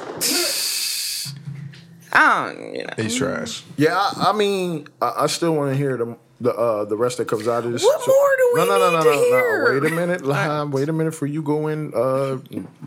I don't, you know. He's trash. Yeah, I, I mean, I, I still want to hear the the uh, the rest that comes out of this. What more do we need to hear? Wait a minute, line. Wait a minute for you go in. Uh,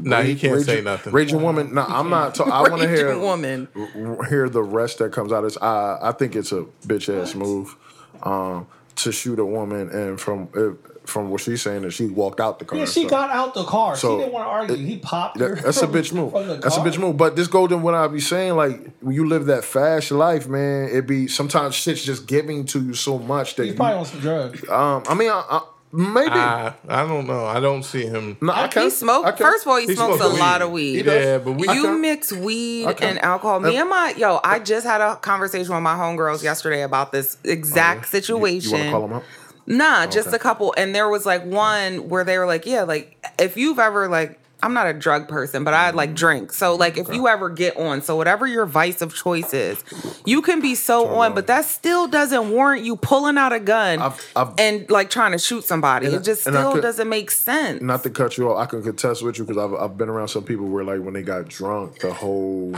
Nah, he can't rage- say nothing. Raging woman. No, I'm not. ta- I want to hear Raging woman. r- hear the rest that comes out. Is I I think it's a bitch ass move um, to shoot a woman, and from uh, from what she's saying that she walked out the car. Yeah, she so- got out the car. So, she didn't want to argue. he popped her. that- that's a from- bitch move. from the That's a car. bitch move. But this golden, what I be saying, like when you live that fast life, man, it be sometimes shit's just giving to you so much that He's you, probably on some drugs. um, I mean, I, I, maybe I, I don't know. I don't see him. no, I He can't. I smoked. can't. First of all, he, He smokes smokes a lot weed. of weed. He does. Yeah, but we- you Okay. mix weed Okay. and alcohol. Me and my yo, I just had a conversation with my homegirls yesterday about this Oh, exact you, situation. want to call him out? Nah, just Oh, Okay. a couple. And there was like one where they were like, yeah, like if you've ever like, I'm not a drug person, but I Mm-hmm. like drink. So like if you ever get on, so whatever your vice of choice is, you can be so on, but that still doesn't warrant you pulling out a gun I've- I've- and like trying to shoot somebody. And I- It just and I still could- doesn't make sense. Not to cut you off, I can contest with you because I've I've been around some people where like when they got drunk, the whole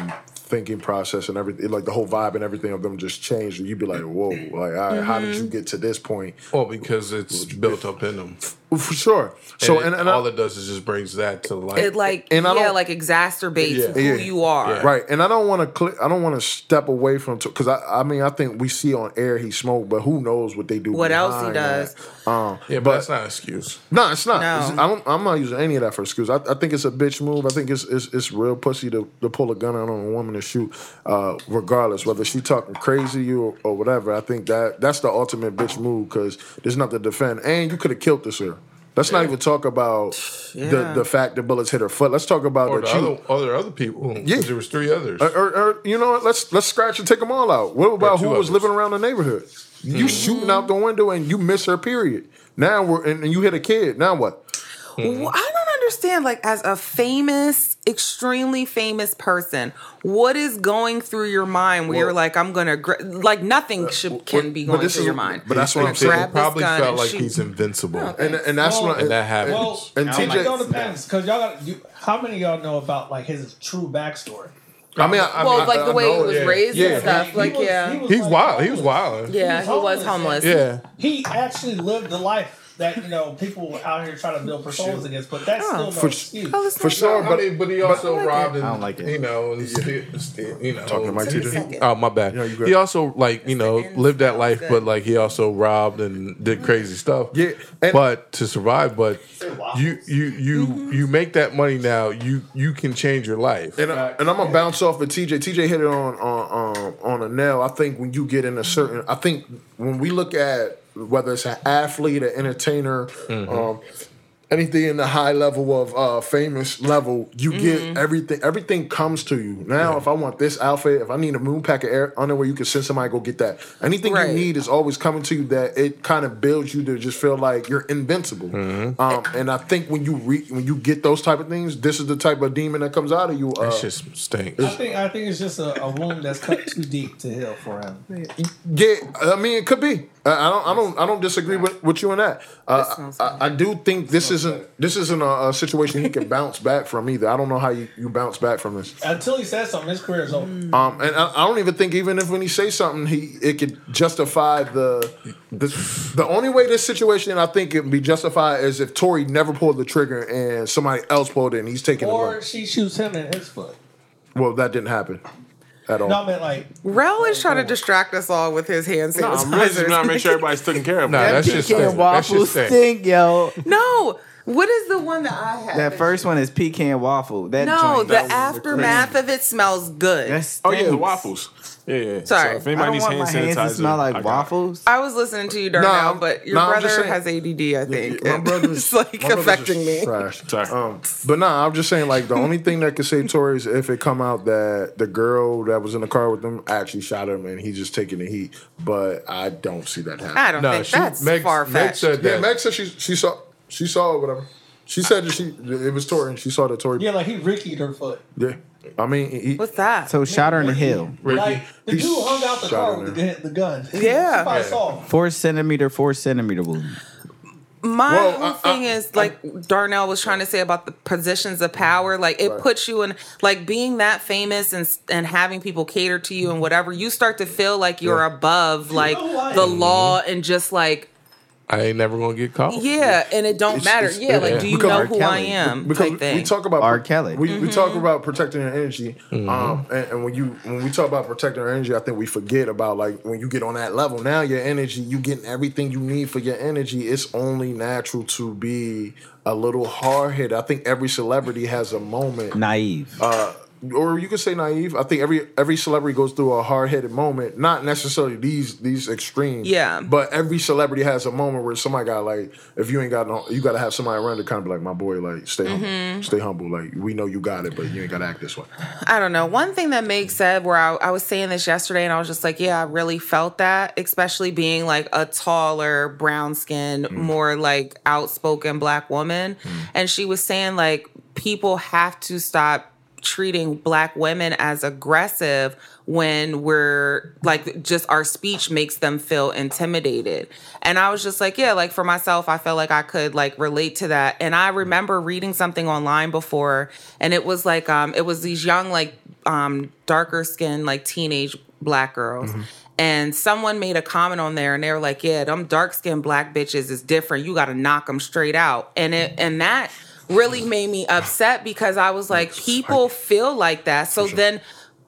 thinking process and everything, like the whole vibe and everything of them just changed, and you'd be like, whoa, like all right, how Mm-hmm. did you get to this point? Well, Oh, because it's built up in him. Well, For sure. So So and, and I- all it does is just brings that to light. it like And I yeah, don't- like exacerbates Yeah. who Yeah. you are. Yeah. Right, and I don't want to. Cl- I don't want to step away from because I. I mean, I think we see on air he smoked, but who knows what they do? What else he behind does. that. Um, yeah, but, but- that's not an excuse. no, it's not. No. It's- I don't, I'm not using any of that for excuse. I, I think it's a bitch move. I think it's it's, it's real pussy to, to pull a gun out on a woman and shoot, uh, regardless whether she talking crazy to you or, or whatever. I think that that's the ultimate bitch move because there's nothing to defend, and you could have killed this here. Let's not even talk about the, Yeah. the fact the bullets hit her foot. Let's talk about Or the the cheat. other, other other people. Yeah. Er, Yeah, there was three others. Or, or you know what? Let's let's scratch and take them all out. What about two who was others. Mm-hmm. living around the neighborhood? You shooting out the window and you miss her period. Now we're and, and you hit a kid. Now what? Mm-hmm. Well, I don't understand. Like, as a famous, extremely famous person, what is going through your mind where you're Well- Uh, like, I'm gonna, gr-, like, nothing should, can be but going this through is- your mind. but that's what I'm He saying. Grab this probably gun felt and like shoot. he's invincible. And and that's Well, what and that happens. Well, And and TJ it all depends because y'all got. You, how many of y'all know about like his true backstory? I mean. I, I well, mean, like I- the I way he know was it. raised Yeah. and stuff. He like, was- yeah, he was, He's like, wild. He was homeless. wild. yeah, he was homeless. homeless. Yeah. He actually lived the life that you know people out here trying to build personas against, but that's still no For- excuse. Oh, it's For not- sure, I but mean, but he also robbed and I don't like it. you know, and sti- sti- you know, Talking to my Give me a second. Oh my bad. Yeah, you good. he also like you know end lived that sounds life, good. but like he also robbed and did crazy stuff. Yeah, and- but to survive, but you you you you make that money now. You you can change your life. And, I, and I'm gonna bounce off of TJ. TJ hit it on on um, on a nail. I think when you get in a certain, I think when we look at whether it's an athlete, an entertainer, um, anything in the high level of uh, famous level, you get everything. Everything comes to you now. If I want this outfit, if I need a moon pack of air underwear, you can send somebody to go get that. Anything Right. you need is always coming to you. That it kind of builds you to just feel like you're invincible. Mm-hmm. Um, and I think when you re- when you get those type of things, this is the type of demon that comes out of you. Uh, That shit stinks. I think I think it's just a, a wound that's cut too deep to heal for him. Yeah, I mean it could be. I I don't, I don't, I don't disagree with, with you on that. That Uh, sounds I, I do think this isn't this isn't a, a situation he can bounce back from either. I don't know how you, you bounce back from this. Until he says something, his career is over. Mm. Um, and I, I don't even think even if when he says something, he it could justify the the the only way this situation I think it can be justified is if Tory never pulled the trigger and somebody else pulled it and he's taking the Or money. she shoots him in his foot. Well, that didn't happen at all. No, I meant like Rel is trying to distract us all with his hand No, I'm really just trying to sanitizer. make sure everybody's taken care of. Nah, man. that shit Chicken stinks. and That shit waffles stinks. stink, yo. No, What is the one that I have? That first one is pecan waffle. That No, joint- the aftermath of it smells good. that stinks. Oh yeah, the waffles. Yeah, yeah. Sorry. So if I anybody don't needs want hand my hands to sanitizer, smell I like got it. waffles. I was listening to you, Nah, Darnell, but your nah, I'm just brother saying- has ADD, I think. My brother's it's like my brother's affecting just me. Trash. Sorry. Oh. Um, but nah, I'm just saying like the only thing that could save Tory is if it come out that the girl that was in the car with him actually shot him and he's just taking the heat. But I don't see that happening. I don't think that's Meg- Meg far-fetched. said that. Yeah, Meg said she she saw she saw it, whatever. She said that she it was Tory and she saw that Tory. Yeah, like he rickied her foot. Yeah. I mean, he, What's that? so shot her in the heel. Like the he dude hung out the shot car her with the, there. gun- the gun. Yeah. She probably saw him. Four centimeter, four centimeter wound. My Well, uh, whole I- thing I- is like Darnell was trying to say about the positions of power. Like it puts you in like being that famous and and having people cater to you and whatever. You start to feel like you're above like know what? the law and just like I ain't never gonna get caught. yeah, and it don't It's- matter. it's- yeah, like yeah. do you Because know R. who I Kelly. am? because type we thing. Mm-hmm. talk about R. Kelly. Mm-hmm. We, we talk about protecting your energy, um, and, and when you when we talk about protecting our energy, I think we forget about like when you get on that level. Now your energy, you getting everything you need for your energy. It's only natural to be a little hard hit. I think every celebrity has a moment Naive. Uh, or you could say naive. I think every every celebrity goes through a hard headed moment. Not necessarily these these extremes. Yeah. But every celebrity has a moment where somebody got like, if you ain't got no, you got to have somebody around to kind of be like, my boy, like stay Mm-hmm. humble, stay humble. Like we know you got it, but you ain't got to act this way. I don't know. One thing that Meg said, where I, I was saying this yesterday, and I was just like, yeah, I really felt that, especially being like a taller, brown skinned, more like outspoken black woman. And she was saying, like, people have to stop treating black women as aggressive when we're like just our speech makes them feel intimidated and i was just like yeah like for myself i felt like i could like relate to that and i remember reading something online before and it was like um it was these young like um darker skinned like teenage black girls Mm-hmm. And someone made a comment on there, and they were like, "Yeah, them dark skinned black bitches is different. You got to knock them straight out." And it and that really made me upset because I was like, people feel like that. So then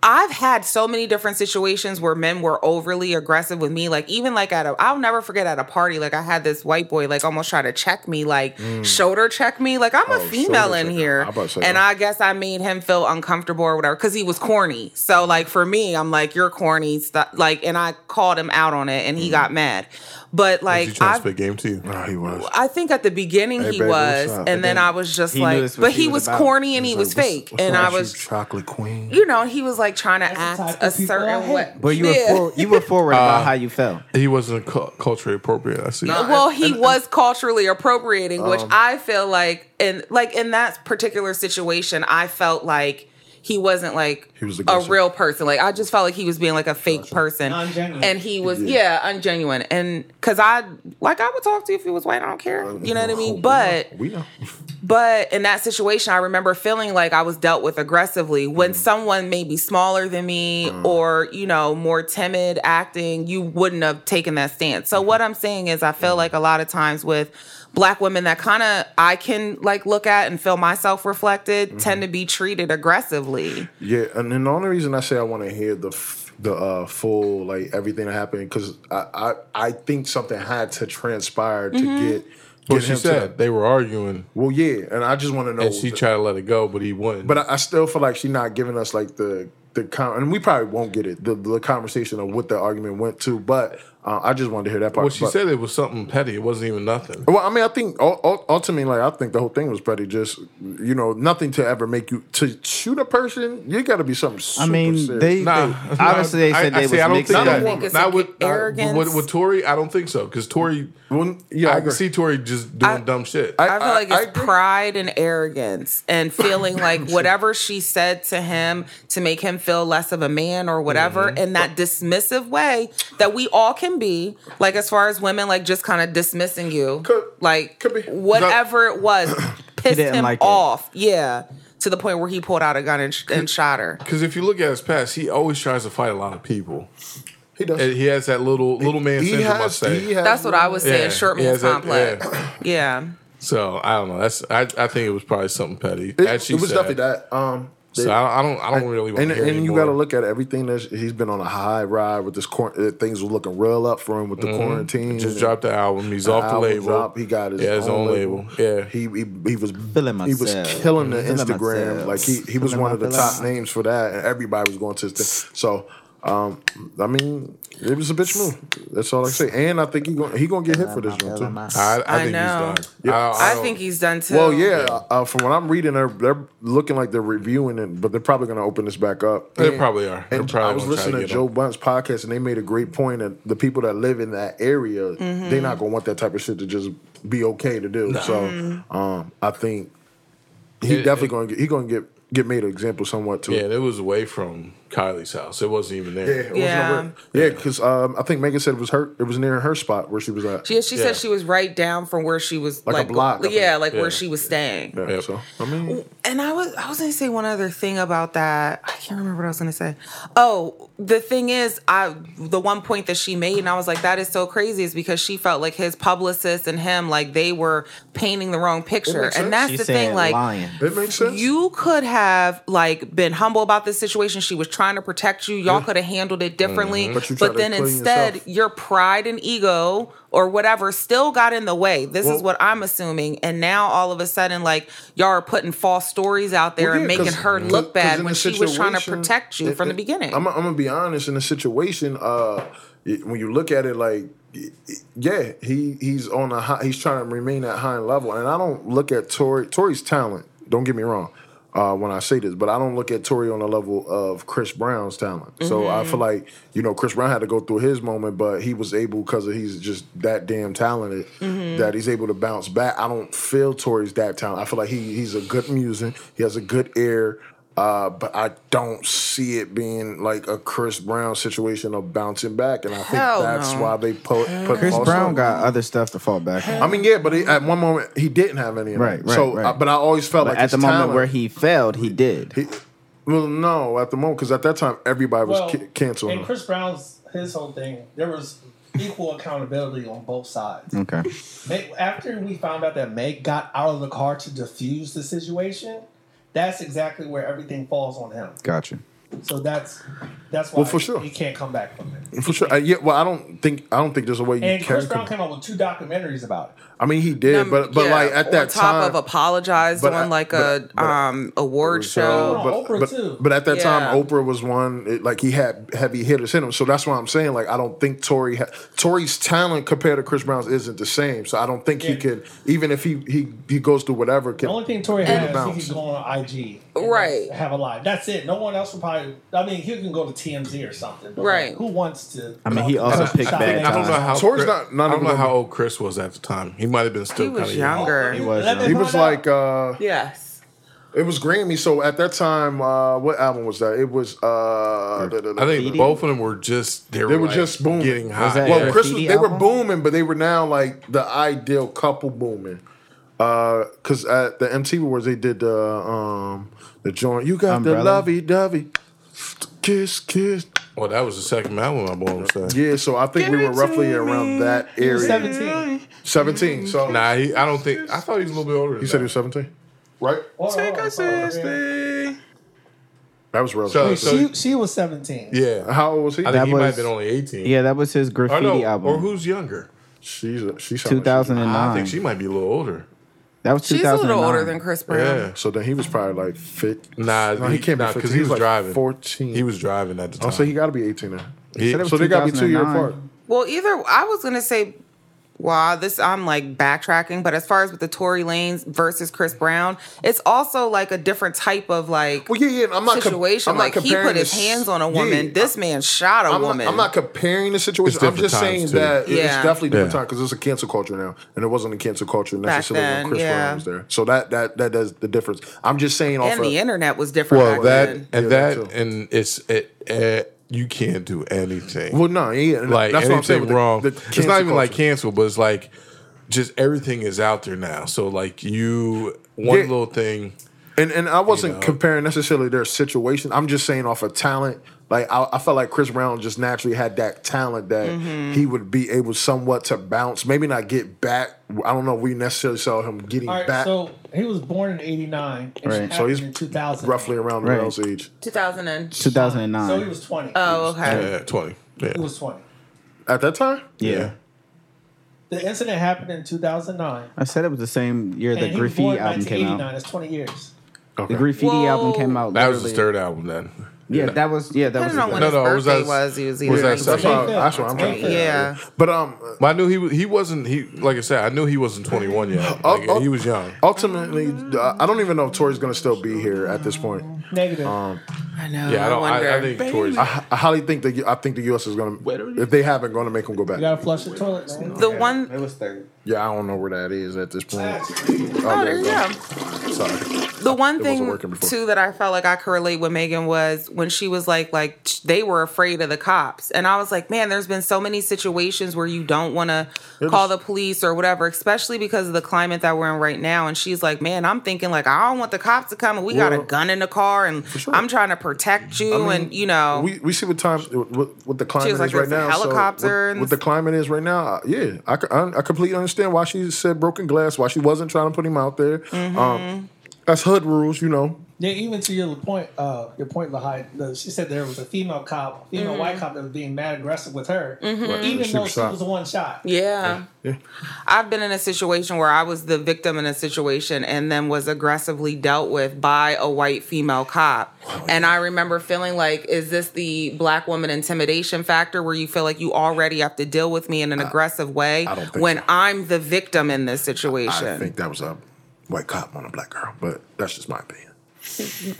I've had so many different situations where men were overly aggressive with me. Like even like at a I'll never forget at a party, like I had this white boy like almost try to check me, like shoulder check me. Like I'm a Mm. Oh, female shoulder in check. here. I about to say oh, And that. I guess I made him feel uncomfortable or whatever. Cause he was corny. So like for me, I'm like, you're corny. St- like and I called him out on it and he got mad. But Like, you like trying to I've spit game to you? Nah, he was. I think at the beginning Hey, he baby, was, what's up? and then, I was just he knew like, that's what but she he was was about. corny and he He's was like, "What's- fake, what's and wrong I with you, was, chocolate queen. you know, he was like trying to That's the type act of a people I certain hate. way. but you Yeah. were for, you were forward Uh, about how you felt. He wasn't cu- culturally appropriate. I see. well, he was culturally appropriating, which Um, I feel like, and like in that particular situation, I felt like he wasn't like He was a aggressive. real person. Like I just felt like he was being like a fake person, Non-genuine. and he was yeah, ungenuine. And because I like I would talk to you if you was white, I don't care. You know what I mean? But we know. But in that situation, I remember feeling like I was dealt with aggressively. When someone maybe smaller than me or, you know, more timid acting, you wouldn't have taken that stance. So, what I'm saying is, I feel like a lot of times with black women that kind of I can like look at and feel myself reflected tend to be treated aggressively. Yeah, and then the only reason I say I want to hear the f- the uh, full like everything that happened because I, I I think something had to transpire to get. But get she him to that- said they were arguing, Well, yeah, and I just want to know. and she tried to let it go, but he wouldn't. but I, I still feel like she's not giving us like the the con- and we probably won't get it the, the conversation of what the argument went to. But uh, I just wanted to hear that part. well, she But- said it was something petty. It wasn't even nothing. Well, I mean, I think ul- ul- ultimately, like I think the whole thing was pretty just you know nothing to ever make you to shoot a person. You got to be something. Super I mean, serious. they, Nah, they- obviously they said I, they see, I was don't mixed think up. I that. don't think it's not a with, arrogance. with with Tori. I don't think so because Tori. Well, yeah, I I, can agree. see Tori just doing dumb shit. I feel like I- I it's agree. pride and arrogance and feeling like whatever she said to him to make him feel less of a man or whatever Mm-hmm. in that dismissive way that we all can be, like as far as women, like just kind of dismissing you. Could- like could be. whatever it was pissed didn't him like it. off. Yeah. To the point where he pulled out a gun and, sh- and shot her. Because if you look at his past, he always tries to fight a lot of people. he does. And he has that little little man he syndrome. I has, say. he has. That's what I was saying, Yeah, short yeah, man that- complex. yeah. So I don't know. That's I, I think it was probably something petty. It, As she it was said. definitely that. Um, So I, I don't. I don't really. And, wanna hear and you anymore. got to look at everything that he's been on a high ride with this quar- uh, things were looking real up for him with the quarantine. Mm-hmm. Just and dropped the album. He's off the album label. drop. He got his, yeah, his own label. Yeah. he, he he was Feeling he was myself. Mm-hmm. killing the Feeling Instagram. myself. Like he he was Feeling one of the myself. top names for that, and everybody was going to his thing. So. Um, I mean, it was a bitch move. That's all I can say. And I think he gonna he gonna get hit for this one too. I, I, I think know. he's done. I don't- think he's done too. Oh. Well, yeah. Uh, from what I'm reading, they're they're looking like they're reviewing it, but they're probably going to open this back up. They And- probably are. They're And probably I was gonna try to listening to get Joe him. Bunt's podcast, and they made a great point that the people that live in that area, Mm-hmm. they're not going to want that type of shit to just be okay to do. So, Mm-hmm. um, I think he It- definitely it- going to he going to get get made an example somewhat too. Yeah, and it was away from Kylie's house. It wasn't even there. it wasn't Yeah. over- yeah, because um, I think Megan said it was her. It was near her spot where she was at. She, she Yeah. said she was right down from where she was, Like a block, I think. Yeah, like Yeah. where she was staying. Yeah, Yep. So I mean, And I was I was gonna say one other thing about that. I can't remember what I was gonna say. Oh, the thing is, I the one point that she made, and I was like, that is so crazy, is because she felt like his publicist and him, like they were painting the wrong picture. makes sense. And that's She the said thing, like lying. it makes sense. you could have like been humble about this situation. She was trying to protect you. Y'all could have handled it differently. Mm-hmm. But But, you tried to then clean instead, yourself. your pride and ego or whatever still got in the way. This Well- is what I'm assuming. And now all of a sudden, like y'all are putting false stories out there Well, and yeah, making 'cause- her 'cause look bad in when the she was trying to situation- protect you it- from the it- beginning. I'm, I'm gonna be honest. In the situation, uh, it- when you look at it, like, it- it- yeah, he he's on a high, he's trying to remain at high level, and I don't look at Tory. Tory's talent. Don't get me wrong. Uh, when I say this, but I don't look at Tory on the level of Chris Brown's talent. So I feel like you know Chris Brown had to go through his moment, but he was able because he's just that damn talented that he's able to bounce back. I don't feel Tory's that talent. I feel like he he's a good musician. He has a good ear. Uh, but I don't see it being like a Chris Brown situation of bouncing back, and I think Hell that's no. why they put, put Chris false Brown hope. got other stuff to fall back on. I mean, yeah, but he, at one moment he didn't have any. Of Right, that. right, So, right. I- but I always felt But like at his the moment talent- where he failed, he did. he- well, no, at the moment because at that time everybody was Well, ca- canceled. And Chris Brown's his whole thing. There was equal accountability on both sides. Mm. okay. Meg, after we found out that Meg got out of the car to defuse the situation, that's exactly where everything falls on him. Gotcha. So that's that's why Well, for sure. he can't come back from it. for sure. Uh, yeah, well, I don't think I don't think there's a way you And can. Chris Brown came out with two documentaries about it. I mean, he did, Um, but but yeah, like at that on top time, of apologized but I- on like a but- uh, but- um award So, show. on, but, Oprah, but, too. but at that time, Yeah. Oprah was one. It, like he had heavy hitters in him, so that's why I'm saying like I don't think Tory ha- Tory's talent compared to Chris Brown's isn't the same. So I don't think he Yeah. could even if he he, he goes through whatever. Can, The only thing Tori It'll has is he bounce. can go on IG, and Right. Have a live. That's it. No one else will probably. I mean, he can go to TMZ or something. but, like, Right. who wants to? I mean, he also picked Shot back Meg I don't time. know how. Tory's Chris- not- not I don't even- know how old Chris was at the time. He might have been still he kind was of younger. was Let me young. he was find out. like uh, Yes. it was Grammy. So at that time, uh, what album was that? It was uh, da- da- da- I think Graffiti? both of them were just they were, They were like, just booming. getting Was hot. that- Well, Yeah. Chris, was, Graffiti they were album? booming, but they were now like the ideal couple booming. Because at the MTV Awards, they did the um the joint. You got the Umbrella? lovey dovey, kiss kiss. well, that was the second album I bought. So. Yeah, so I think we were roughly around that area. seventeen. Seventeen. So Nah, he, I don't think. I thought he was a little bit older. you said he was seventeen, right? Hold on, hold on, hold on, man. That was real. So- Wait, she she was seventeen. Yeah, How old was he? I think That he might have was- been only eighteen. Yeah, that was his or graffiti no, album. or who's younger? She's a, she sound like she was- 2009. I think she might be a little older. that was She's a 2009. little older than Chris Brown. Yeah. So then he was probably like fit. Nah, No, he can't be nah, 15. because He he was was like driving. 14. He was driving at the time. Oh, so he got to be eighteen now. He- said it was So they got to be two year 2009. apart. Well, either I was gonna say, wow, this I'm like backtracking, but as far as with the Tory Lanes versus Chris Brown, it's also like a different type of like Well, yeah, yeah. I'm not com- situation. I'm not like he comparing put his this- hands on a Yeah, woman. this man shot a I'm woman. Not, I'm not comparing the situation. I'm different just times, saying too. that it's Yeah. definitely different Yeah. time because it's a cancel culture now, and it wasn't a cancel culture necessarily then, when Chris Brown yeah. was there. So that that that does the difference. I'm just saying off and of, the internet was different. well, back that then. and that that, too. and it's it, eh, you can't do anything. well, no, yeah, and like that's anything what I'm saying. with the- wrong. the it's cancel not even like culture. cancel, but it's like just everything is out there now. So like you one Yeah. little thing. And and I wasn't know. comparing necessarily their situation. I'm just saying off of talent Like I, I felt like Chris Brown just naturally had that talent that Mm-hmm. he would be able somewhat to bounce, maybe not get back. I don't know. if We necessarily saw him getting All right, back so he was born in '89, and Right. she So so he's in 2000, roughly around Right. the Mel's age. 2000 and 2009. So he was 20. oh, okay. Yeah, uh, twenty. Yeah. he was 20. At that time, yeah. The incident happened in 2009, I said it was the same year the and he was born Graffiti in album came 1989. out. That's 20 years. The Graffiti album Whoa. came out. That was his literally- third album then. Yeah, that was. Yeah, that I was. don't his third. know when No, his no, it was birthday that- was. He was was either that 19 That's why- that's why I'm May trying to- fifth. Yeah. but um, But I knew he was, he wasn't he like I said I knew he wasn't 21 yet. Like, oh. He was young. ultimately, uh, I don't even know if Tori's gonna still be here at this point. Negative. I know. Yeah, I don't. wonder. I, I think towards I, I highly think that I think the U.S. is gonna, if they haven't, gonna make him go you back. gotta flush the toilet, man. the one It was third. Yeah, I don't know where that is at this point. Oh, there you go. yeah. Sorry. The one thing working before. too that I felt like I could relate with Megan was when she was like, like t- they were afraid of the cops, and I was like, man, there's been so many situations where you don't want to call the police or whatever, especially because of the climate that we're in right now. And she's like, man, I'm thinking like I don't want the cops to come, and we got a Well, gun in the car, and sure. I'm trying to protect you, and you know, we we see what time what, what the climate like, is right there's a now. so helicopter what- and- what, the climate is right now, uh, yeah, I, c- I- I completely understand why she said broken glass, why she wasn't trying to put him out there. Mm-hmm. Um, that's hood rules, you know. Yeah, even to your point, uh, your point, Lahai, the, she said there was a female cop, female Mm-hmm. white cop that was being mad aggressive with her, even She though was she shot. was the one shot. Yeah. I've been in a situation where I was the victim in a situation and then was aggressively dealt with by a white female cop. And I remember feeling like, is this the black woman intimidation factor where you feel like you already have to deal with me in an aggressive way Uh, I don't think when so. I'm the victim in this I situation? think that was a white cop on a black girl, but that's just my opinion.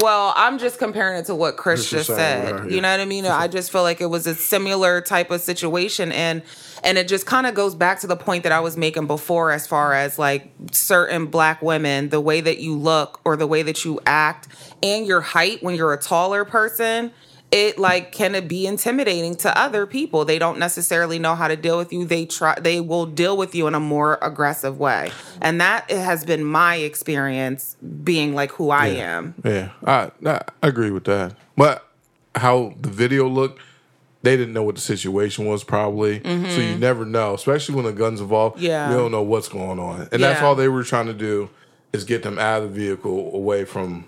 Well, I'm just comparing it to what Chris Just the just same, said. yeah, yeah. You know what I mean? I just feel like it was a similar type of situation and and it just kind of goes back to the point that I was making before as far as like certain black women, the way that you look or the way that you act and your height when you're a taller person, it like can it be intimidating to other people. They don't necessarily know how to deal with you. They try they will deal with you in a more aggressive way. And that has been my experience being like who I am. yeah. I, I agree with that. But how the video looked, they didn't know what the situation was probably. So you never know, especially when the guns involved. Mm-hmm. Yeah. you don't know what's going on, and that's Yeah. all they were trying to do is get them out of the vehicle, away from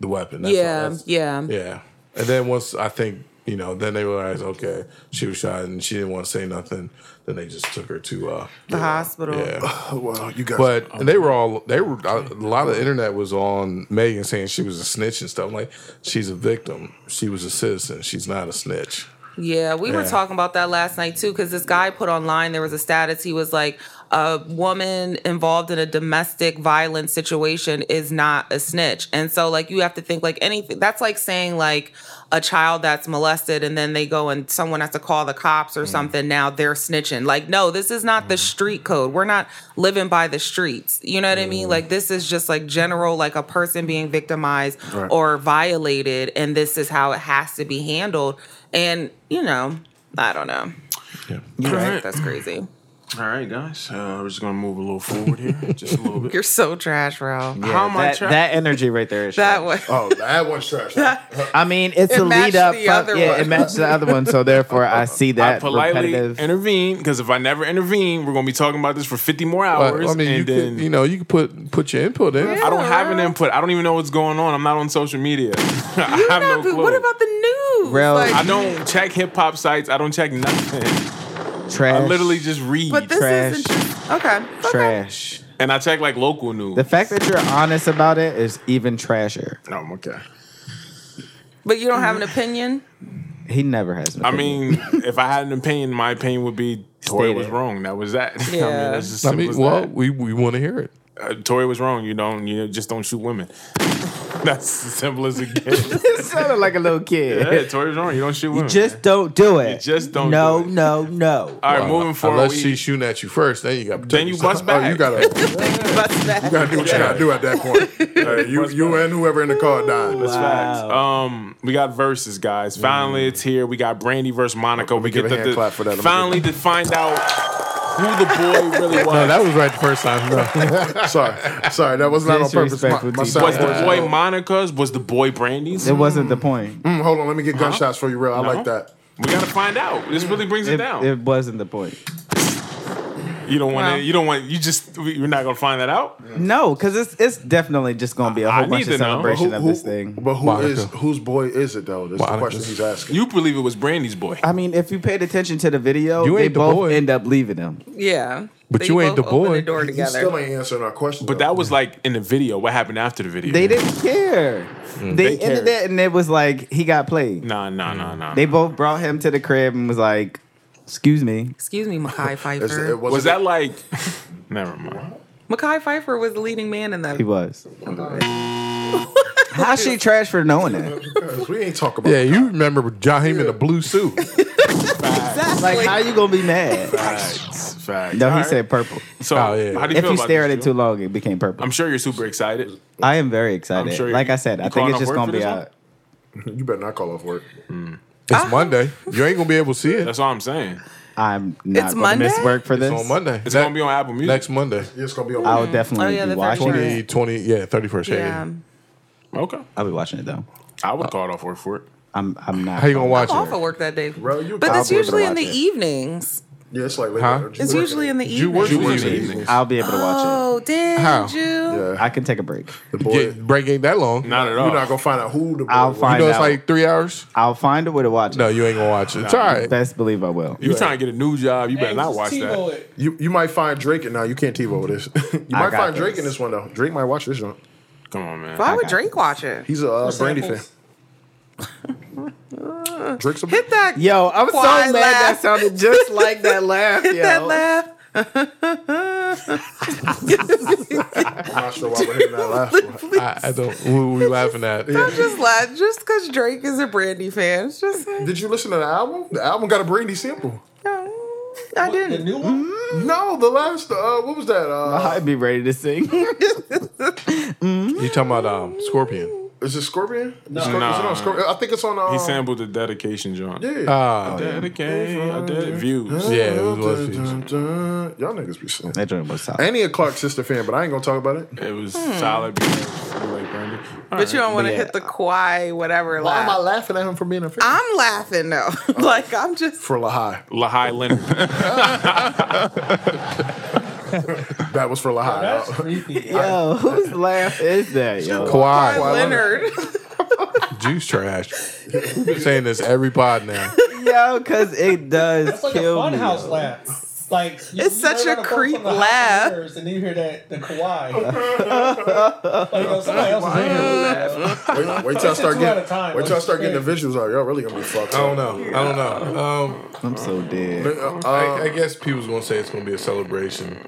the weapon. That's all- Yeah, that's- yeah, Yeah. And then once I think, you know, then they realized, okay, she was shot and she didn't want to say nothing. Then they just took her to uh The hospital. Yeah. Oh, well, you guys, But and they were all they were a lot of the internet was on Megan saying she was a snitch and stuff. I'm like, she's a victim. She was a citizen. She's not a snitch. Yeah, we were Yeah. talking about that last night too, because this guy put online there was a status. He was like, a woman involved in a domestic violence situation is not a snitch. And so, like, you have to think like anything. That's like saying like a child that's molested and then they go and someone has to call the cops or something. Now they're snitching. Like, no, this is not the street code. We're not living by the streets. You know what I mean? Like, this is just like general, like a person being victimized or violated, and this is how it has to be handled. And you know, I don't know. right. That's crazy. All right, guys. Uh, we're just gonna move a little forward here, just a little bit. You're so trash, Ralph. Yeah, How am I that, tra- that energy right there. Is That was oh, that one's trash. I mean, it's It a matched lead up. the fu- other yeah, one. it matched the other one. So therefore, I see that I politely repetitive. intervene because if I never intervene, we're gonna be talking about this for 50 more hours. I mean, and you then could, you know, you could put put your input in. I don't have an input. I don't even know what's going on. I'm not on social media. I have no But clue. What about the news? I Ralph- Like, don't check hip hop sites. I don't check nothing. trash. I literally just read, but this trash. isn't just okay. okay. trash. and I check like local news. The fact that you're honest about it is even trashier. no, I'm okay. But you don't have an opinion. He never has. An I opinion. mean, if I had an opinion, my opinion would be Tori Stated. was wrong. That was that. I mean, Yeah. that's just I simple mean, as well, that. we, we want to hear it. uh, Tori was wrong. You don't. You just don't shoot women. That's as simple as it gets. it sounded like a little kid. yeah, Tori was wrong. You don't shoot women. Just don't do it. just don't No, do it. no, no. all right. moving forward, Unless we- she's shooting at you first, then you got then you bust Oh, back. you gotta, you Bust that. gotta do what you gotta do at that point. Uh, you, you and whoever in the car died. That's facts. Um, we got verses, guys. Finally, it's here. We got Brandy versus Monica. We get give a the, hand the- clap for that. Let me finally give to find out who the boy really was. No, that was right the first time. No. sorry, sorry, that was not on purpose. My, Disrespectful my to sound you. was was- the boy Monica's? Was the boy Brandy's? It wasn't the point. Mm, hold on, let me get Uh-huh. gunshots for you, real. I like that. We gotta find out. This really brings it, It, down. it wasn't the point. you don't want Well. to. You don't want. You just. You're not gonna find that out. No, because it's it's definitely just gonna be a I whole need bunch to of know. celebration But of who- this who- thing. But who Monica. is whose boy is it though? That's the Monica. question he's asking. You believe it was Brandy's boy. I mean, if you paid attention to the video, You they ain't the both boy. end up leaving him. Yeah. But They you ain't both the opened boy. The door He still together. ain't answering our question. But though. that was like in the video. What happened after the video? They didn't care. they they cared. ended it, and it was like he got played. Nah, nah, nah, nah. They both brought him to the crib and was like, "Excuse me." Excuse me, Mackay It's- Pfeiffer. it was wasn't- that like? Never mind. Mackay Pfeiffer was the leading man in that. He was. How she trash for knowing that? Because we ain't talking about. yeah, you remember John Heyman in the blue suit. Like, how you gonna be mad? Facts. Facts. No, All he right. said purple. So Oh, yeah. how do you If feel you about stare at this, it Joe? too long, it became purple. I'm sure you're super excited. I am very excited. sure you- like I said, you I think calling it's off just work gonna for be this a. one? You better not call off work. Ah. It's Monday. You ain't gonna be able to see it. That's all I'm saying. I'm not It's gonna miss Monday? work for this. It's on Monday. It's Ne- gonna be on Apple Music. next Monday. It's gonna be on. I'll definitely Oh, yeah, be the watching. version. it. 20, 20 yeah, thirty first. Yeah. Okay. I'll be watching it though. I would call it off work for it. I'm. I'm not. How you gonna watch I'm off it? of work that day. Bro, you- but I'll it's be able to usually in watch the it. evenings. Yes, like later. Huh? Or just It's work. usually in the You work evenings. in the Work in the evening. evenings. I'll be able to watch Oh, damn, How? you. Yeah. it. I can take a break. The boy. Yeah, break ain't that long. Not at all. You're not gonna find out who the boy. I'll was. find you know, it's out. like three hours. I'll find a way to watch it. No, you ain't gonna watch it. It's all right. Best believe I will. you trying to get a new job? You better Hey, not just watch T-Bow that. it. You you might find Drake and now you can't TiVo this. you I might got find Drake in this. this one though. Drake might watch this one. Come on, man. Why would got Drake watch it? He's a uh, For Brandy fan. samples. Drake's a Hit that. Yo, I'm so quiet mad that laugh. sounded just like that laugh. Hit yo. that laugh. I'm not sure why we're hitting that last one. I, I don't. Who we laughing at? Just laugh. Just because Drake is a Brandy fan. It's just like, Did you listen to the album? The album got a Brandy sample. no, oh, I The didn't. new one? No, the last uh what was that? Uh I'd be ready to sing. You talking about um, Scorpion? is it Scorpion? No. Nah. is it on Scorpion? I think it's on uh He sampled the dedication, John. yeah. Uh, Ah, yeah. Dedicate. I did views. Yeah, it was Lost Dun, dun, Fusion. dun. Y'all niggas be saying. That joint was solid. Ain't he a Clark sister fan, but I ain't gonna talk about it. It was solid because we like Brandy. All But you right. don't want to Yeah. hit the quiet whatever Why am I laugh. laughing at him for being a fan? I'm laughing though. Oh. like I'm just. for Lahai. Lahai Leonard. That was for Lahai. That's Uh, creepy. Yo, whose laugh is that, yo? Kawhi Kawhi, Leonard. juice trash. We're saying this every pod now. Yo, cause it does That's like a kill me. funhouse yo. laugh. Like you- It's you such heard a on the phone creep from the house laugh. years, And then you hear that the Kawhi. like, yo, somebody else is in here with that. wait, wait till I start two at a getting, time. wait till I start getting the visuals out. Y'all really gonna be fucked. I don't up. know. I don't know. Um, I'm so dead. Uh, I, I guess people's gonna say it's gonna be a celebration.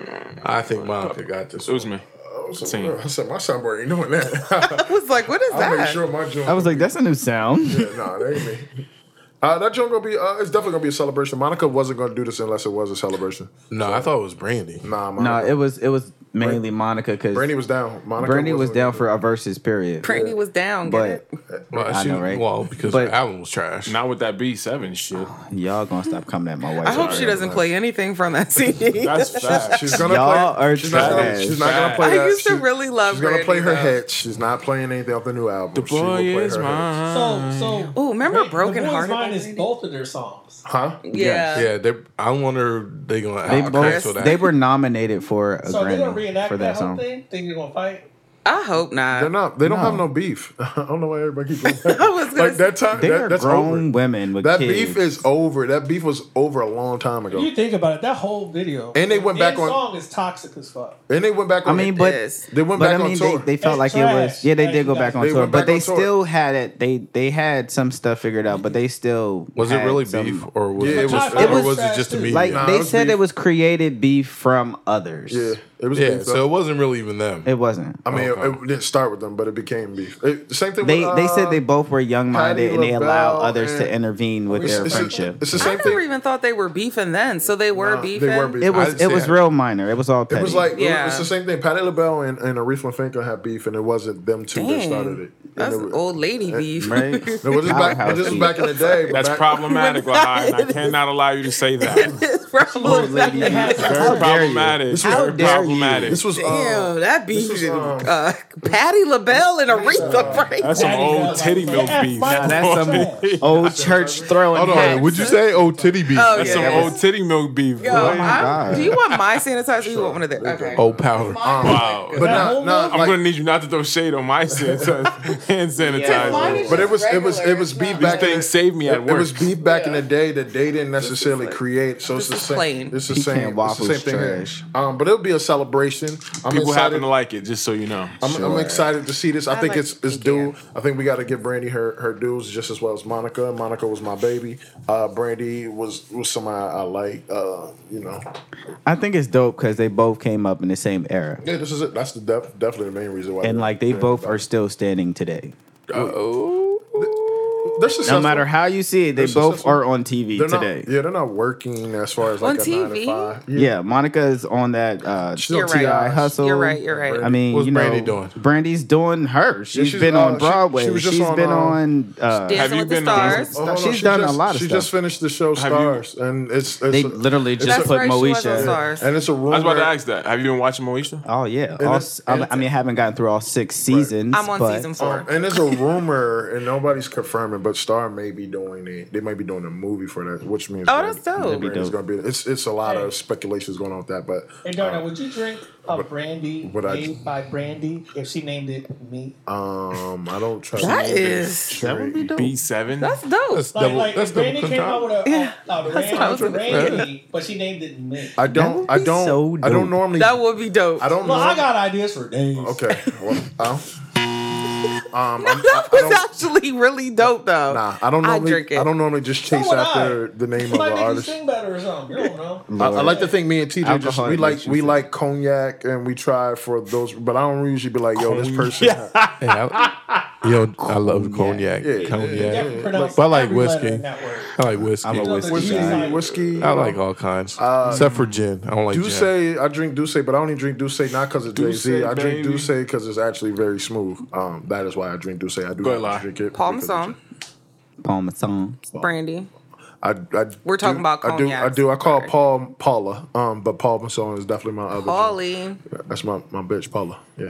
I think Monica got this. it was me. uh, Team. I said my soundboard ain't doing that. I was like, what is I make that? sure my joint. I was like, that's a new sound. nah, that ain't me. Uh, that joint gonna be. Uh, it's definitely gonna be a celebration. Monica wasn't gonna do this unless it was a celebration. No, I thought it was Brandy. Nah, no, Monica. it was it was mainly Monica because Brandy was down. Monica Brandy was wasn't down gonna for a versus period. Brandy was down. Get But it? Well, I she- know, right? Well, because But- the album was trash. Not with that B7 shit. y'all gonna stop coming at my wife. I hope she doesn't play anything from that CD. That's do it. facts. She's gonna Y'all play. are she's, not gonna, trash. she's not gonna play. I that. used to She- really love. She's gonna play her Brandy, though. hits. She's not playing anything off the new album. The Boy is mine. So, so. Ooh, remember Drake- Broken the Hearted Boys Mine by is Lady? both of their songs. Huh? Yeah. yeah, they. I wonder they gonna They I'll both cancel that. they were nominated for a So they're gonna Grammy reenact for that that whole song. thing. Think you're gonna fight? I hope They're not. not. They don't No. have no beef. I don't know why everybody keeps. Going back. I was gonna like that time. They that, are that's grown over. women with That kids. beef is over. That beef was over a long time ago. You think about it. That whole video. And they went that back on- song is toxic as fuck. and they went back. I On, mean, It but is. they went but back I on mean, tour. They, they felt It's like it was. trash. Yeah, they Like, did go you back guys- on They tour, went back but they on tour. still had it. They they had some stuff figured out, but they still was it had really some- beef or was Yeah, it, it just, was- it or was, was- it just the media? Like Nah, they it was said, beef. it was created beef from others. yeah, it was. yeah, beef, so it wasn't really even them. it wasn't. I mean, it didn't start with them, but it became beef. It, same thing. They with, they uh, said they both were young minded and they allow LaBelle others to and- intervene with it's, their it's the- friendship. it's the I same never thing. even thought they were beefing then, so they Nah, were they beefing. were beefing. It I was didn't it see was that. real minor. It was all petty. It was like Yeah. it's the same thing. Patty LaBelle and, and Aretha Franklin had beef, and it wasn't them two that Dang, started it. And that's it was- old lady beef. right? No, but this is back, but this is back in the day. but That's back- problematic, Lahai. and I cannot allow you to say that. It's probably- Old lady. How Very dare you. problematic. This was- Very How dare you. problematic. This was uh, Damn, that beef is, is um, uh, uh, Patty LaBelle and Aretha Franklin. That's some Daddy old Bell, titty like, milk yeah, beef. Nah, that's some old church throwing. Hold on. hats. Would you say old titty beef? Oh, That's yeah. some old titty milk beef. Yo, Oh boy. I'm- God. do you want my sanitizer? or You want one of the okay? Old Oh, powder. Wow. but not, whole not I'm like, gonna need you not to throw shade on my san- hand sanitizer. but it was it was it was beef These back. in the- things saved me It, at it was work. beef back in the day that they didn't necessarily create. So it's this the is same. plain. It's the Pecan same. It's the waffles same thing. here. trash. Um, but it'll be a celebration. I'm People excited. happen to like it, just so you know. I'm, I'm excited to see this. I, I think like it's it's due. pecan. I think we got to give Brandy her her dues just as well as Monica. Monica was my baby. Uh, Brandy was was somebody I like. Uh, you know, I think it's dope because they both came up in the same era, yeah, this is it. That's the def- definitely the main reason why. and they're- like they they're both back. are still standing today. They're successful. No matter how you see it, they They're both successful. are on TV They're not- today. yeah, they're not working as far as On like a nine to TV? five. Yeah, Yeah, Monica's on that uh, She's on You're right. TI. I hustle. You're right. You're right. I mean, What's you know, Brandy doing? Brandy's doing her. she's, she's been uh, on she- Broadway. she was just she's on, been uh, on. Uh, Dancing Have you with the been- Stars. Oh, hold on, She's she done a just, lot of She stuff. just finished the show Have you- Stars, and it's, it's they a- literally it's just That's a, put right, she was on Moesha. Stars. and it's a rumor. I was about to ask that. Have you been watching Moesha? Oh yeah, And all, it's- I, I mean, I haven't gotten through all six seasons. I'm on but season Um, four. and there's a rumor, and nobody's confirming, but Star may be doing it. They might be doing a movie for that, which means Oh, that's dope. be Brandy's dope. gonna be. It's it's a lot of speculations going on with that, but Hey, Darnell, would you drink a brandy would I- made by Brandy if she named it me? um, I don't trust That any of this is- shit. B seven. That's dope. That's Like, double. like That's if Brandy double came out control. with a, Yeah, a, a what I was brand gonna say. brandy, but she named it me. I don't. That I would be don't. so I dope. don't normally. That would be dope. I don't. Well, I norm- got ideas for days. Okay. Well, oh. um, I'm- that I- I was don't- actually really dope though. Nah, I don't normally. I, drink it. don't normally just So chase would after I. the name It of might an make you artist. sing better or something. You don't know. I, I like to think me and TJ just Alcohol we like makes you we sick. like cognac and we try for those, but I don't usually be like, yo, this person. Hey, I- Yo, I Oh, love cognac. Yeah, yeah, You Cognac. have to pronounce But I like every letter whiskey. in that word. I like whiskey. I'm a whiskey Whiskey, guy. whiskey. I like all kinds, except for gin. I don't like gin. Douce, I drink Douce, but I only drink Douce not because of Jay Z. I drink baby. Douce because it's actually very smooth. Um, that is why I drink Douce. I do Go ahead, not lie. drink it. Palm because of song, Palma song. brandy. I, I We're talking do- about I do. I cognacs. do. I call Paul Paula. Um, but Paul Masson is definitely my other. drink. Paulie, That's my my bitch Paula. Yeah.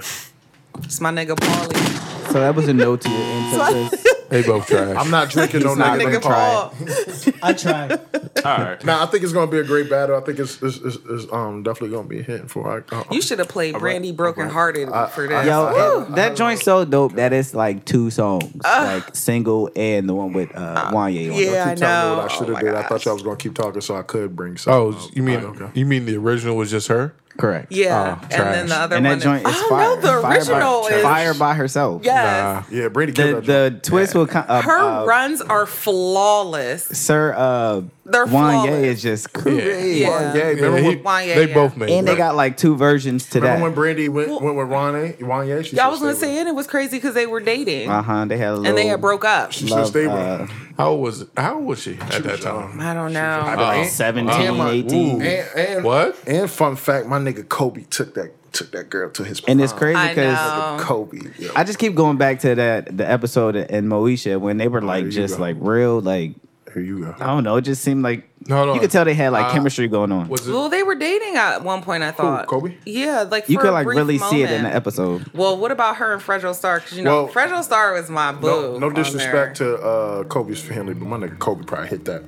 it's my nigga Paulie. So that was a no to your emphasis. They both trash. I'm not drinking no He's not nigga gonna named Nigga Paul. try. Paul. I tried. All right. Now I think it's gonna be a great battle. I think it's, it's, it's, it's um definitely gonna be a hit for. I, uh, You should have played Brandy Broken Hearted for this. Uh, Yo, Woo. it- that joint's so dope that it's like two songs, like single and the one with uh, Wanye on it. yeah, I Keep telling me know. what I should Oh have my did. I gosh. thought y'all was gonna keep talking, so I could bring. Some. Oh, you mean Uh, okay. you mean the original was just her? Correct. Yeah, Oh, and then trash. the other And one. that joint is I don't fire. know. The Fire original by, is fire by herself. Yes, Yeah, Brady killed The that. joint. the twist will come. Uh, her uh, runs are flawless. Sir uh, They're Wanye flawless. is just crazy. yeah, Yeah. Yeah, remember he- when Wanye, they yeah. both made. And they got like two versions to Remember when that. Brandy went, went with Wanye? Wanye? She Yeah, I should've was gonna stayed with say, him. and it was crazy because they were dating Uh huh. They had a little. and they had broke up. She should've love, stayed with uh, him. How old was how old was she at that time? Oh. I don't know. Uh, 17, my- And, 18. and What? And fun fact, my nigga Kobe took that took that girl to his. And it's prom. crazy I because know. Um, Kobe. yo. I just keep going back to that the episode in Moesha when they were like you just go. like real like Here you go. I don't know it just seemed like No, no. you could tell they had like Uh, chemistry going on. Was it Well, they were dating at one point. I thought Kobe? Yeah, like You for could a like brief really see it in the moment. episode. Well, what about her and Fredro Star? Because you know, Well, Fredro Star was my boo. No, no Oh, on disrespect there. to uh, Kobe's family, but my nigga Kobe probably hit that.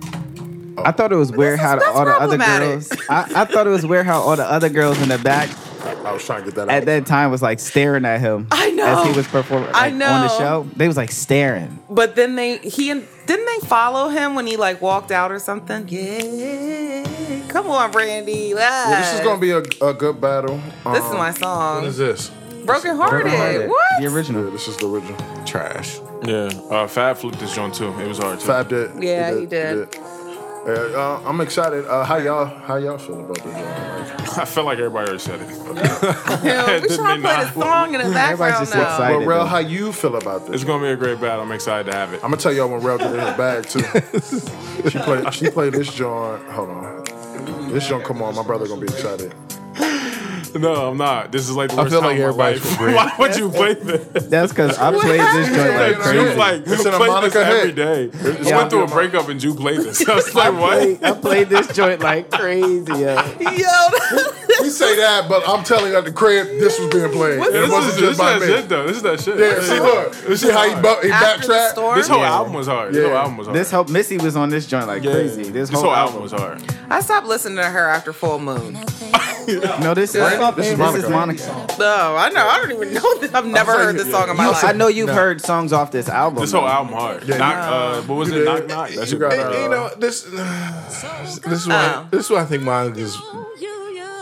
I thought it was weird This is- how that's all the other problematic. girls. I, I thought it was weird how all the other girls in the back I was trying to get that out. at that time was like staring at him. I know. as he was performing. I like, on the know. show. They was like staring. But then they he and didn't they follow him when he like walked out or something? Yeah, come on, Brandy. well, this is gonna be a, a good battle. Um, This is my song. what is this? Broken hearted. What? The yeah, original. this is the original. Trash. Yeah. Uh, Fab flipped this joint too. It was hard too. Fab did. Yeah, he did. Uh, uh, I'm excited. Uh, how y'all? How y'all feel about this? One? Like, I feel like everybody already said it. Ew, we Did should play they the not? song in the Everybody's background just now. excited. well, Rel, how you feel about this? It's gonna be a great battle. I'm excited to have it. I'm gonna tell y'all when Rel get in his bag too. she played. She played this joint. Hold on. This joint. Come on, my brother gonna be excited. No, I'm not. This is like the worst feel time like of my everybody's life. great. Why would you play this? That's because I played this joint like It's crazy. Juke like It's in a play this Monica every hit. day. Yeah. I went through a breakup and you played this. I was like, I what? played, I played this joint like crazy. Yo. Yo, We say that, but I'm telling you at the crib, this was being played. What- It This is, this wasn't is just my that bitch. shit though. This is that shit. Yeah, see, look. This See is how he, hard. bu- he after the backtracked. storm, This whole Yeah. album was hard. This Yeah. whole album was hard. This whole Missy was on this joint like Yeah. crazy. This whole, album. was hard. I stopped listening to her after Full Moon. No, this is Right? this is Monica. No, I know. I don't even know. This. I've never sorry, heard this yeah. song in my You- life. I know you've heard songs off this album. This whole though. album hard. knock, uh, what was You it? did. Knock knock. That You shit got was uh, it. hard. you know this. this is why. Oh. This is why I think Monica's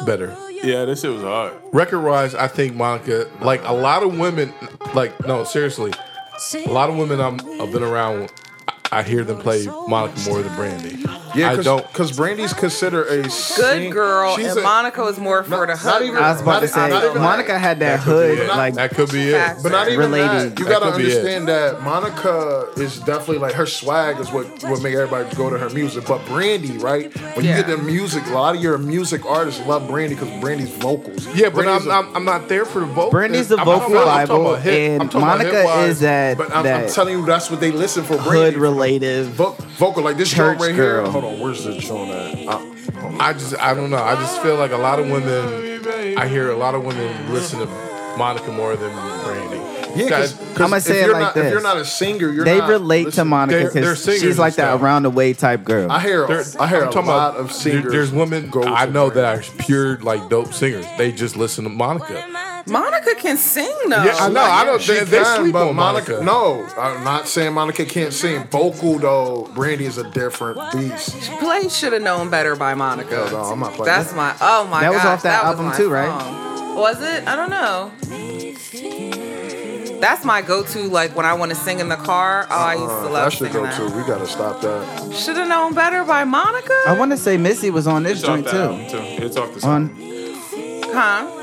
better. Yeah, this shit was hard. Record wise, I think Monica, like a lot of women, like no, seriously, a lot of women I'm, I've been around. I I hear them play Monica more than Brandy. Yeah, I cause, don't. Cause Brandy's considered a Good girl, She's and a- Monica is more for the not hood. even- I was about Not to even- not say even Monica like- had that That could hood be it. like that could be it. Facts. But not even Relating. that. You That gotta could be it. understand that Monica is definitely like her swag is what what make everybody go to her music. But Brandy, right? When you Yeah. get the music, a lot of your music artists love Brandy because Brandy's vocals. Yeah, but Brandy's I'm, a- I'm, I'm not there for the vocal. Brandy's the I'm talking vocal about- I'm talking rival, about hit- I'm and talking about Monica hit-wise. is that but I'm, I'm that telling you, that's what they listen for. hood Brandy relative. Vo- vocal like this Church joint right girl. here. Hold on, where's this joint at? I- I just, I don't know. I just feel like a lot of women. I hear a lot of women listen to Monica more than Brandy. yeah, Guys, because I'ma say it like not, If this. you're not a singer, you're They not relate to listening. Monica they're- they're because singers she's like and that stuff. around the way type girl. I hear, There- I hear a lot about- of there- singers. There's women go I to know Brandy. that are pure like dope singers. They just listen to Monica. Monica can sing though. Yeah, I know. I don't. She They, they can, sleep but on Monica. No, I'm not saying Monica can't sing. Vocal though, Brandy is a different beast. Play should have known better by Monica. Yeah, no, I'm not playing That's that. my. Oh my That was gosh, off that was album my too, right? song. Was it? I don't know. That's my go-to. Like when I want to sing in the car. Oh, I used to Uh, love that should singing go too. We gotta stop that. that. Should have known better by Monica. I want to say Missy was on this It's off joint the too. album, too. It's off the song. On huh?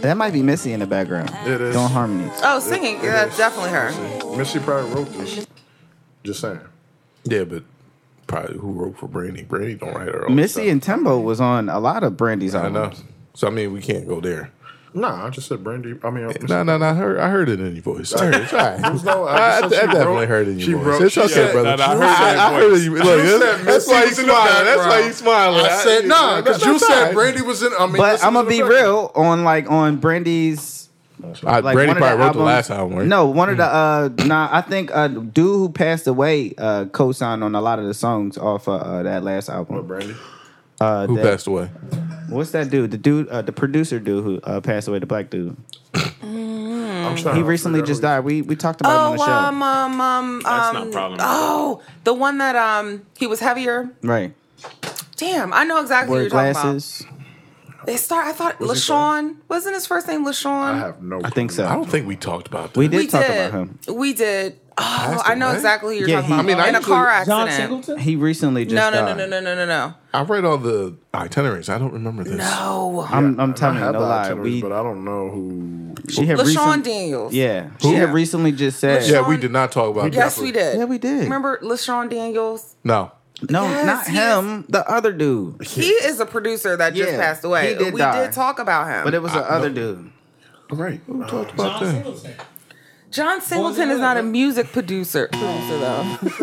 that might be Missy in the background It is. doing harmonies. Oh, singing. It- it yeah, is. that's definitely her. Missy probably wrote this. Just saying. Yeah, but probably who wrote for Brandy? Brandy don't write her own. Missy stuff. and Timbo was on a lot of Brandy's I albums. know. So I mean, we can't go there. Nah, I just said Brandy. I mean, Missy- No, no, no. I heard, I heard it in your voice. I heard it. It's all right. no, I, I, I just said she definitely wrote- heard it in your she voice. wrote- it's she okay, said- no, brother. no, I heard it in your I, I heard voice. it. you- Look, that's, that's Missy why you was in the smiling. That's why you background. smiling. I said nah, because you That's all said right. Brandy was in. I mean, But listen I'm to gonna the be background. real on like on Brandy's Uh, like Brandy one probably of the wrote albums, the last album. Right? Hmm. No, one of the uh nah, I think uh dude who passed away uh co-signed on a lot of the songs off uh, uh that last album. Brandy. Uh, who that- passed away? What's that dude? The dude, uh, the producer dude who uh, passed away, the black dude. I'm trying He to recently figure out just who- died. We we talked about Oh, him on um, um, um, That's um, not problematic. Oh, the one that um he was heavier. the show, right? Damn, I know exactly Wear what you're glasses. talking about. They start. I thought Was he Lashawn wasn't his first name. I Lashawn. have no. I think so. I don't think we talked about that. we Uh, did We talk did. about him. We did. Oh, Passed I know away? exactly who you're Yeah, talking he- about. I mean, I in a usually- car John accident. Singleton? He recently just No, no, no, died. no, no, no, no, no. I read all the itineraries. I don't remember this. No. I'm I'm telling I you, have no the lie. itineraries, We but I don't know who. she had Lashawn recent, Daniels. yeah. She had Yeah. recently just said Yeah, we did not talk about Yes, that. we did. Yeah, we did. Remember Lashawn Daniels? No. no, Yes, not yes. him, the other dude. He is a producer that just Yeah, passed away. he did we die. did talk about him. But it was the other dude. Right. Who talked John about that? Singleton. John Singleton is not a music producer. Producer though. That's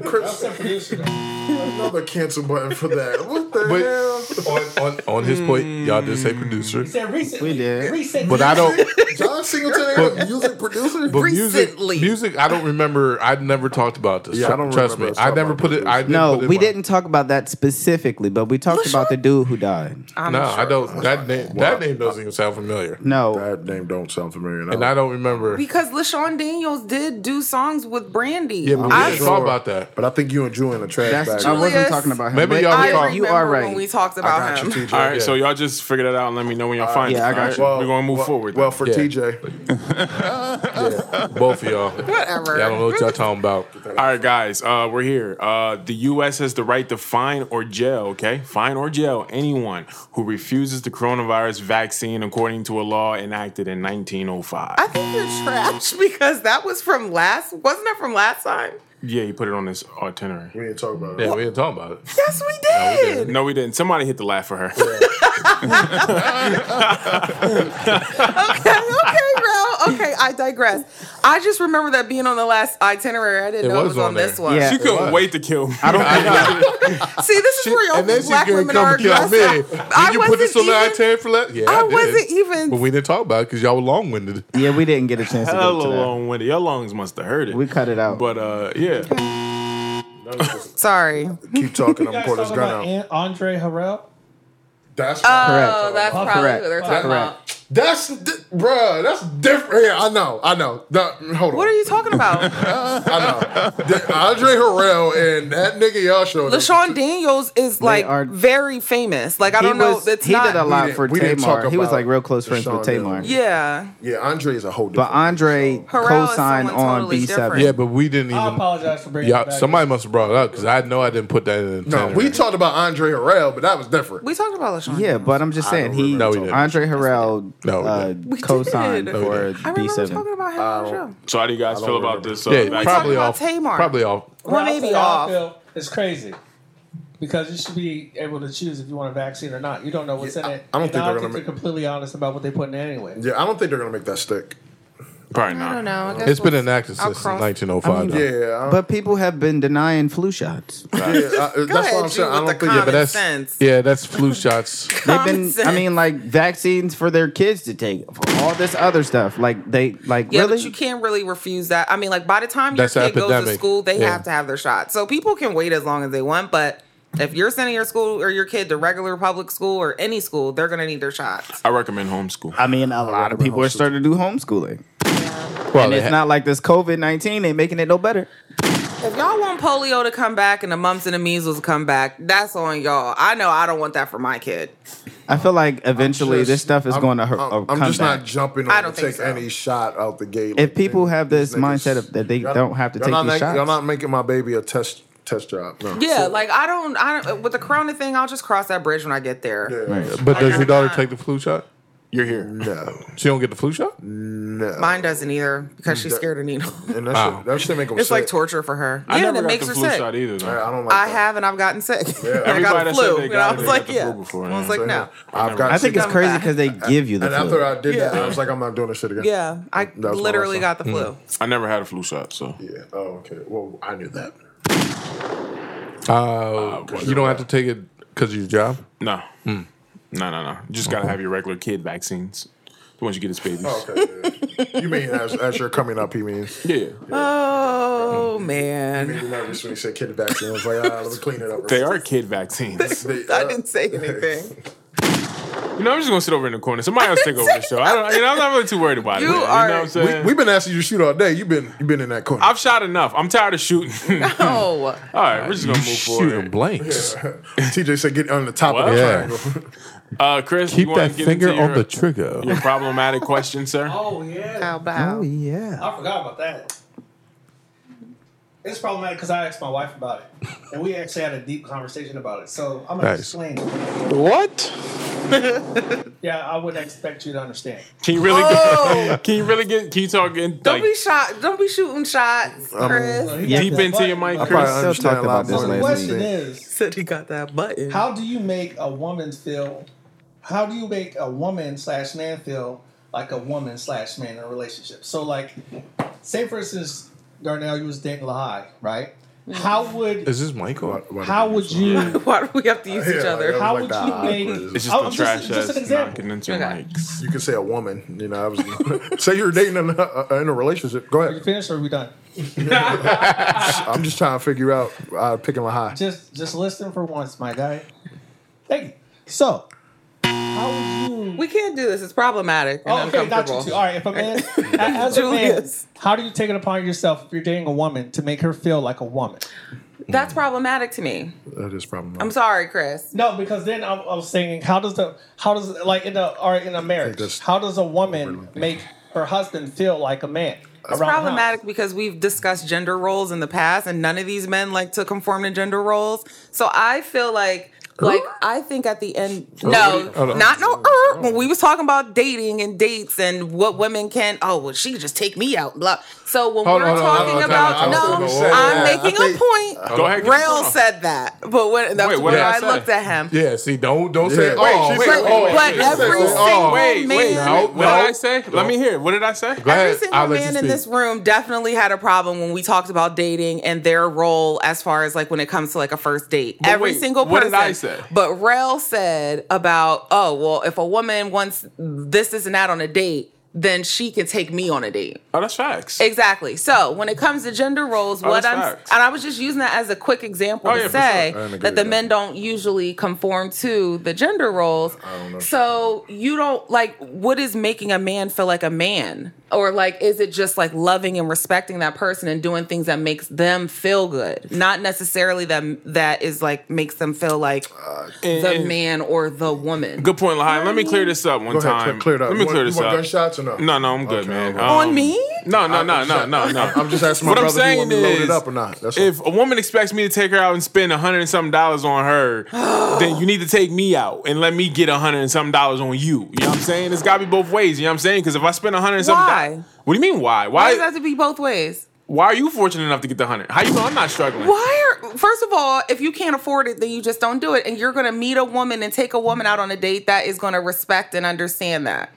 Chris, a producer. another cancel button for that. What the But hell? on, on, on his point, y'all did say producer. He said recently. We did. Recently. But I don't. John Singleton ain't a music producer. But music, Recently. music, I don't remember. I never talked about this. Yeah, I don't Trust me, remember us I talking never about put it. I didn't No, put it we in my- didn't talk about that specifically, but we talked about the dude who died. I'm no, sure. I don't. That name, that name doesn't even sound familiar, No, That name don't sound familiar. and I don't remember. Because LaShawn Daniels did do songs with Brandy. Yeah, but we I, didn't talk about that. But I think you and Drew in the trash That's bag. true. wasn't Julius. talking about him. Maybe but y'all yeah, I was talking- you are remember right. when we talked about him. TJ. All Oh, right, so Yeah. y'all just figure that out and let me know when y'all find it. Yeah, I got all right? you. We're gonna move well, forward. Well, then. for Yeah. TJ, both of y'all. Whatever. Y'all don't know what y'all talking about. all right, guys, uh, we're here. Uh, the U.S. has the right to fine or jail. Okay, fine or jail anyone who refuses the coronavirus vaccine according to a law enacted in 1905. I think you're trash because that was from last. Wasn't that from last time? yeah, you put it on this itinerary. we didn't talk about it. Yeah, we ain't talking about it. Yes, we did. No, we didn't. Somebody hit the laugh for her. okay, okay, bro. Okay, I digress. I just remember that being on the last itinerary. I didn't It know was it was on, on there. this one. Yeah. She couldn't wait to kill me. I don't. See, this is where y'all and then she's black gonna women come are kill me. aggressive. Did I you put wasn't this on the even- itinerary for that? Yeah, I did. wasn't even- But we didn't talk about it because y'all were long winded. yeah, we didn't get a chance to go Hella to that. long winded. Your lungs must have heard it. We cut it out. But uh, yeah. Sorry. Keep talking. You I'm gonna guys pull this talking gun about out. An- Andre Harrell? That's Oh, that's Oh, probably correct. who they're talking Correct. about. that's di- bruh. That's different. Yeah, I know. I know. That- hold on. What are you talking about? I know. The- Andre Harrell and that nigga y'all showed. us. LaShawn Daniels is like are- very famous. Like I he don't know. was, It's he not. did a We lot didn't- for we didn't Tamar. talk He was about like real close friends Sean with Tamar. Dillon. yeah. Yeah, Andre is a whole But different. Andre Harrell is co-signed someone on totally B seven. different. Yeah, but we didn't I even. apologize for bringing it Y'all, back. somebody must have brought it up because I know I didn't put that in. no, The we itinerary. talked about Andre Harrell, but that was different. We talked about LaShawn. Yeah, but I'm just saying he, remember No, we talking Andre Harrell No, we uh, didn't. co-signed did. No, we for didn't. I B remember talking seven. about him on the show. So how do you guys feel about this? Uh, Yeah, vaccine? probably talking about off. Tamar. Probably off. Or I'll tell maybe you how I off. feel. It's crazy because you should be able to choose if you want a vaccine or not. You don't know what's Yeah, in I- it. I don't And think I they're don't gonna think they're completely honest about what they put in it anyway. yeah, I don't think they're gonna make that stick. probably I not. don't know. I guess It's been we'll- enacted I'll since cross- 1905. though. Yeah, I, But people have been denying flu shots. yeah, I- that's ahead, what I'm you saying. I with don't the think. com- yeah, but that's sense. yeah, that's flu shots. They've been, I Nonsense. mean, like vaccines for their kids to take, for all this other stuff. Like they, like Yeah, really, but you can't really refuse that. I mean, like by the time That's your kid goes to epidemic. school, they Yeah. have to have their shot. So people can wait as long as they want, but if you're sending your school or your kid to regular public school or any school, they're gonna need their shots. I recommend homeschool. I mean, a lot of people are starting to do homeschooling, Well, and they it's ha- not like this COVID nineteen ain't making it no better. If y'all want polio to come back and the mumps and the measles to come back, that's on y'all. I know I don't want that for my kid. I feel like eventually just- this stuff is I'm- going to hurt. uh, I'm, I'm come just back. not jumping I on to don't think take so. any shot out the gate. If people have this These niggas- mindset of that they Y'all- don't have to y'all take not these make- shots. Y'all not making my baby a test test job. No. Yeah, like I don't I don't with the corona thing, I'll just cross that bridge when I get there. But does your daughter not. take the flu shot? You're here. No, She don't get the flu shot. no. Mine doesn't either Mm, because she's scared of needles. and that, shit, that shit make them It's sick. like torture for her. I yeah, and never it got makes the her flu sick. shot either. Though. Yeah, I don't like. I that. have, and I've gotten sick. I Everybody got a that flu. said they and got I it, was they got like, the yeah. flu before, I was yeah. like, Same no. here. I've got. I think sick. it's come crazy back. because they give you the And flu. after I did that, I Yeah. was like, I'm not doing this shit again. Yeah, I was my literally lesson. got the flu. I never had a flu shot, so Yeah. Oh, okay. Well, I knew that. Uh, you don't have to take it because of your job. no, Hmm. no, no, no. You just gotta have your regular kid vaccines. The ones you get as babies. Oh, Okay. yeah. you mean as, as you're coming up? He means. Yeah, Mm. Oh man, You know, just when you said kid vaccine, I was like, ah, let me clean it up. they are kid vaccines. They- I uh, didn't say anything. you know, I'm just gonna sit over in the corner. Somebody else take over the show. I don't. You know, I'm not really too worried about it. You know are- what I'm saying? We've been asking you to shoot all day. You've been you've been in that corner. I've shot enough. I'm tired of shooting. Oh, All right, we're just gonna move Shooting forward. blanks. TJ said, get on the top Well, of the yeah. triangle. Uh, Chris, Keep you wanna that get finger into your, on the trigger. your problematic question, sir. Oh yeah, bow bow. Oh yeah. I forgot about that. It's problematic because I asked my wife about it, and we actually had a deep conversation about it. So I'm gonna Nice. explain. What? Yeah, I wouldn't expect you to understand. Can you really? Oh. Can you really get? Can you talk in? Don't Like, be shot. Don't be shooting shots, So Chris. he Yeah. got Deep that into your button. mic, I Chris. probably still understand talked a lot about this The more. than last you question week. think. is, Said he got that button. how do you make a woman feel? How do you make a woman slash man feel like a woman slash man in a relationship? So, like, say for instance, Darnell, you was dating Lahai, right? How would Is this Michael? Why- why how did would you? Why do we have to use Yeah, each like, other? that How was would like you the make- awkward- It's just Oh, the just- trash just an ass example. knocking into Okay. mics. You can say a woman, you know. I was say you're dating in a, uh, in a relationship. Go Are you ahead. finished or are we done? I'm just trying to figure out uh, picking my high. Just just listen for once, my guy. Thank you. So, how would you? We can't do this. It's problematic and Oh, okay, not uncomfortable. you two. All right, if a man, as a man, Julius. how do you take it upon yourself if you're dating a woman to make her feel like a woman? That's problematic to me. That is uh, problematic. I'm sorry, Chris. No, because then I, I was thinking, how does the how does like in a or in a marriage, that's- how does a woman make her husband feel like a man? around It's the house? problematic because we've discussed gender roles in the past, and none of these men like to conform to gender roles. So I feel like, like I think at the end, no, not no. er, when we was talking about dating and dates and what women can, oh, well, she could just take me out. Blah. So when Hold we're on, hold on, talking hold on, about time out, time out. I no, was gonna say I'm that. making I a Oh. point. Go ahead. get- Rail said that, but when that's Wait, what where did I I, say? looked at him. Yeah, see, don't don't say. Yeah. Oh, Wait, she wait, said- But, wait, wait, but wait, every wait, single oh, Wait, wait. man, no, What did I say? Let me hear. What did I say? Go ahead. Every single I'll let you man in speak. this room definitely had a problem when we talked about dating and their role as far as like when it comes to like a first date. Every wait, single person. what did I say? But Rail said about, oh, well, if a woman wants this, this, and that on a date, then she can take me on a date. Oh, that's facts. Exactly. So when it comes to gender roles, Oh, what that's I'm facts. and I was just using that as a quick example Oh, to yeah, for sure. say I didn't agree that the with men that. don't usually conform to the gender roles. So you don't like what is making a man feel like a man, or like is it just like loving and respecting that person and doing things that makes them feel good, not necessarily them that is like makes them feel like And- the and- man or the woman. Uh, Good point, Lahai. Let me clear this up one Go ahead, time. clear- clear it up. Let me You clear want- this you want up. gunshots or no? No, no, I'm good, Okay, man. Um, all right. On me? No, no, no, no, I'm no, just- no. I'm just asking my What I'm brother if he saying want me to load is, it up or not. That's all. if a woman expects me to take her out and spend a hundred and something dollars on her, then you need to take me out and let me get a hundred and something dollars on you. You know what I'm saying? It's got to be both ways. You know what I'm saying? Because if I spend a hundred and something, Why? dollars- what do you mean why? Why Why? does it have to be both ways? why are you fortunate enough to get the hundred? How you know I'm not struggling? Why are first of all, if you can't afford it, then you just don't do it. And you're gonna meet a woman and take a woman out on a date that is gonna respect and understand that.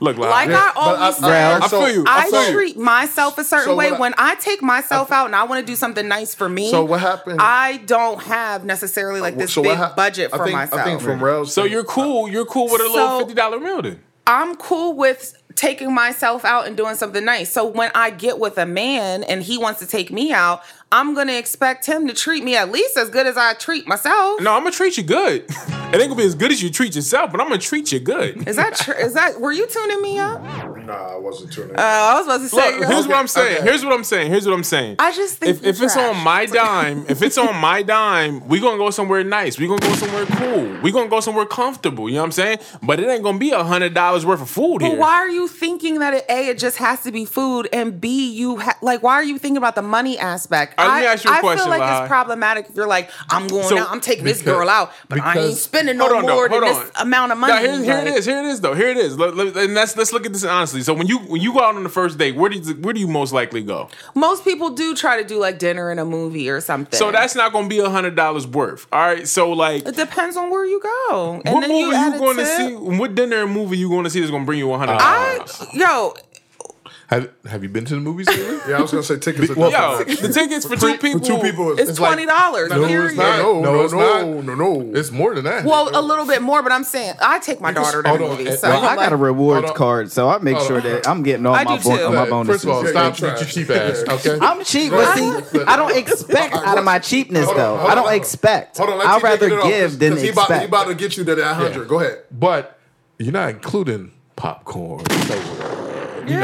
Look, Like Lahai. I always Uh, but say, I- I feel you. I I, feel you. treat myself a certain So way. what I- when I take myself out and I want to do something nice for me, So what happened- Uh, I don't have necessarily like this big hap- budget I for think- myself. I think from Rel's So thing- you're cool. You're cool with a little So- fifty dollar meal then. I'm cool with taking myself out and doing something nice. So when I get with a man and he wants to take me out, I'm gonna expect him to treat me at least as good as I treat myself. No, I'm gonna treat you good. It ain't gonna be as good as you treat yourself, but I'm gonna treat you good. Is that tr- is that were you tuning me up? Uh, Nah, I wasn't tuning in. I was about to say. Look, here's what I'm saying. okay. Here's what I'm saying. Here's what I'm saying. I just think if, if you're it's trash. on my dime, if it's on my dime, we gonna go somewhere nice. We gonna go somewhere cool. We gonna go somewhere comfortable. You know what I'm saying? But it ain't gonna be a hundred dollars worth of food But here. why are you thinking that it, a it just has to be food and b you ha- like why are you thinking about the money aspect? All right, let me ask you a I question, feel like Lahai. it's problematic if you're like I'm going So- out, I'm taking this because- girl out, but I ain't because- spending no more than this amount of money. Now, here, here Like, it is. Here it is, though. Here it is. Let- let- and let's let's look at this honestly. So when you when you go out on the first date, where do you, where do you most likely go? Most people do try to do like dinner and a movie or something. So that's not gonna be a hundred dollars worth. All right. So like, it depends on where you go. And what then movie you, you, add a going to tip. see? What dinner and movie you going to see that's gonna bring you one hundred I dollars? yo, Have Have you been to the movies lately? yeah, I was gonna say tickets. Are Well, Yo, the tickets for two people. for two people, it's, like- twenty dollars. No, it's not. No, No, no, no, it's no, not. no, no. It's more than that. Well, a little bit more, but I'm saying I take my daughter to the hold on, eh, movies. and- So well, I I'm got a like, rewards Hold on. card, so I make sure that I'm getting all I my, do bon- too. all my Hey, bonuses. First of all, Yeah, stop you're with your trash. cheap ass. Okay. I'm cheap, but see, I don't expect out of my cheapness Hold on, though. hold I on, don't hold on. expect. Hold on, let I'd T take rather it off, 'cause- give than 'cause he about, he expect. about to get you to that hundred. Yeah. Go ahead. But you're not including popcorn, soda, you Yeah.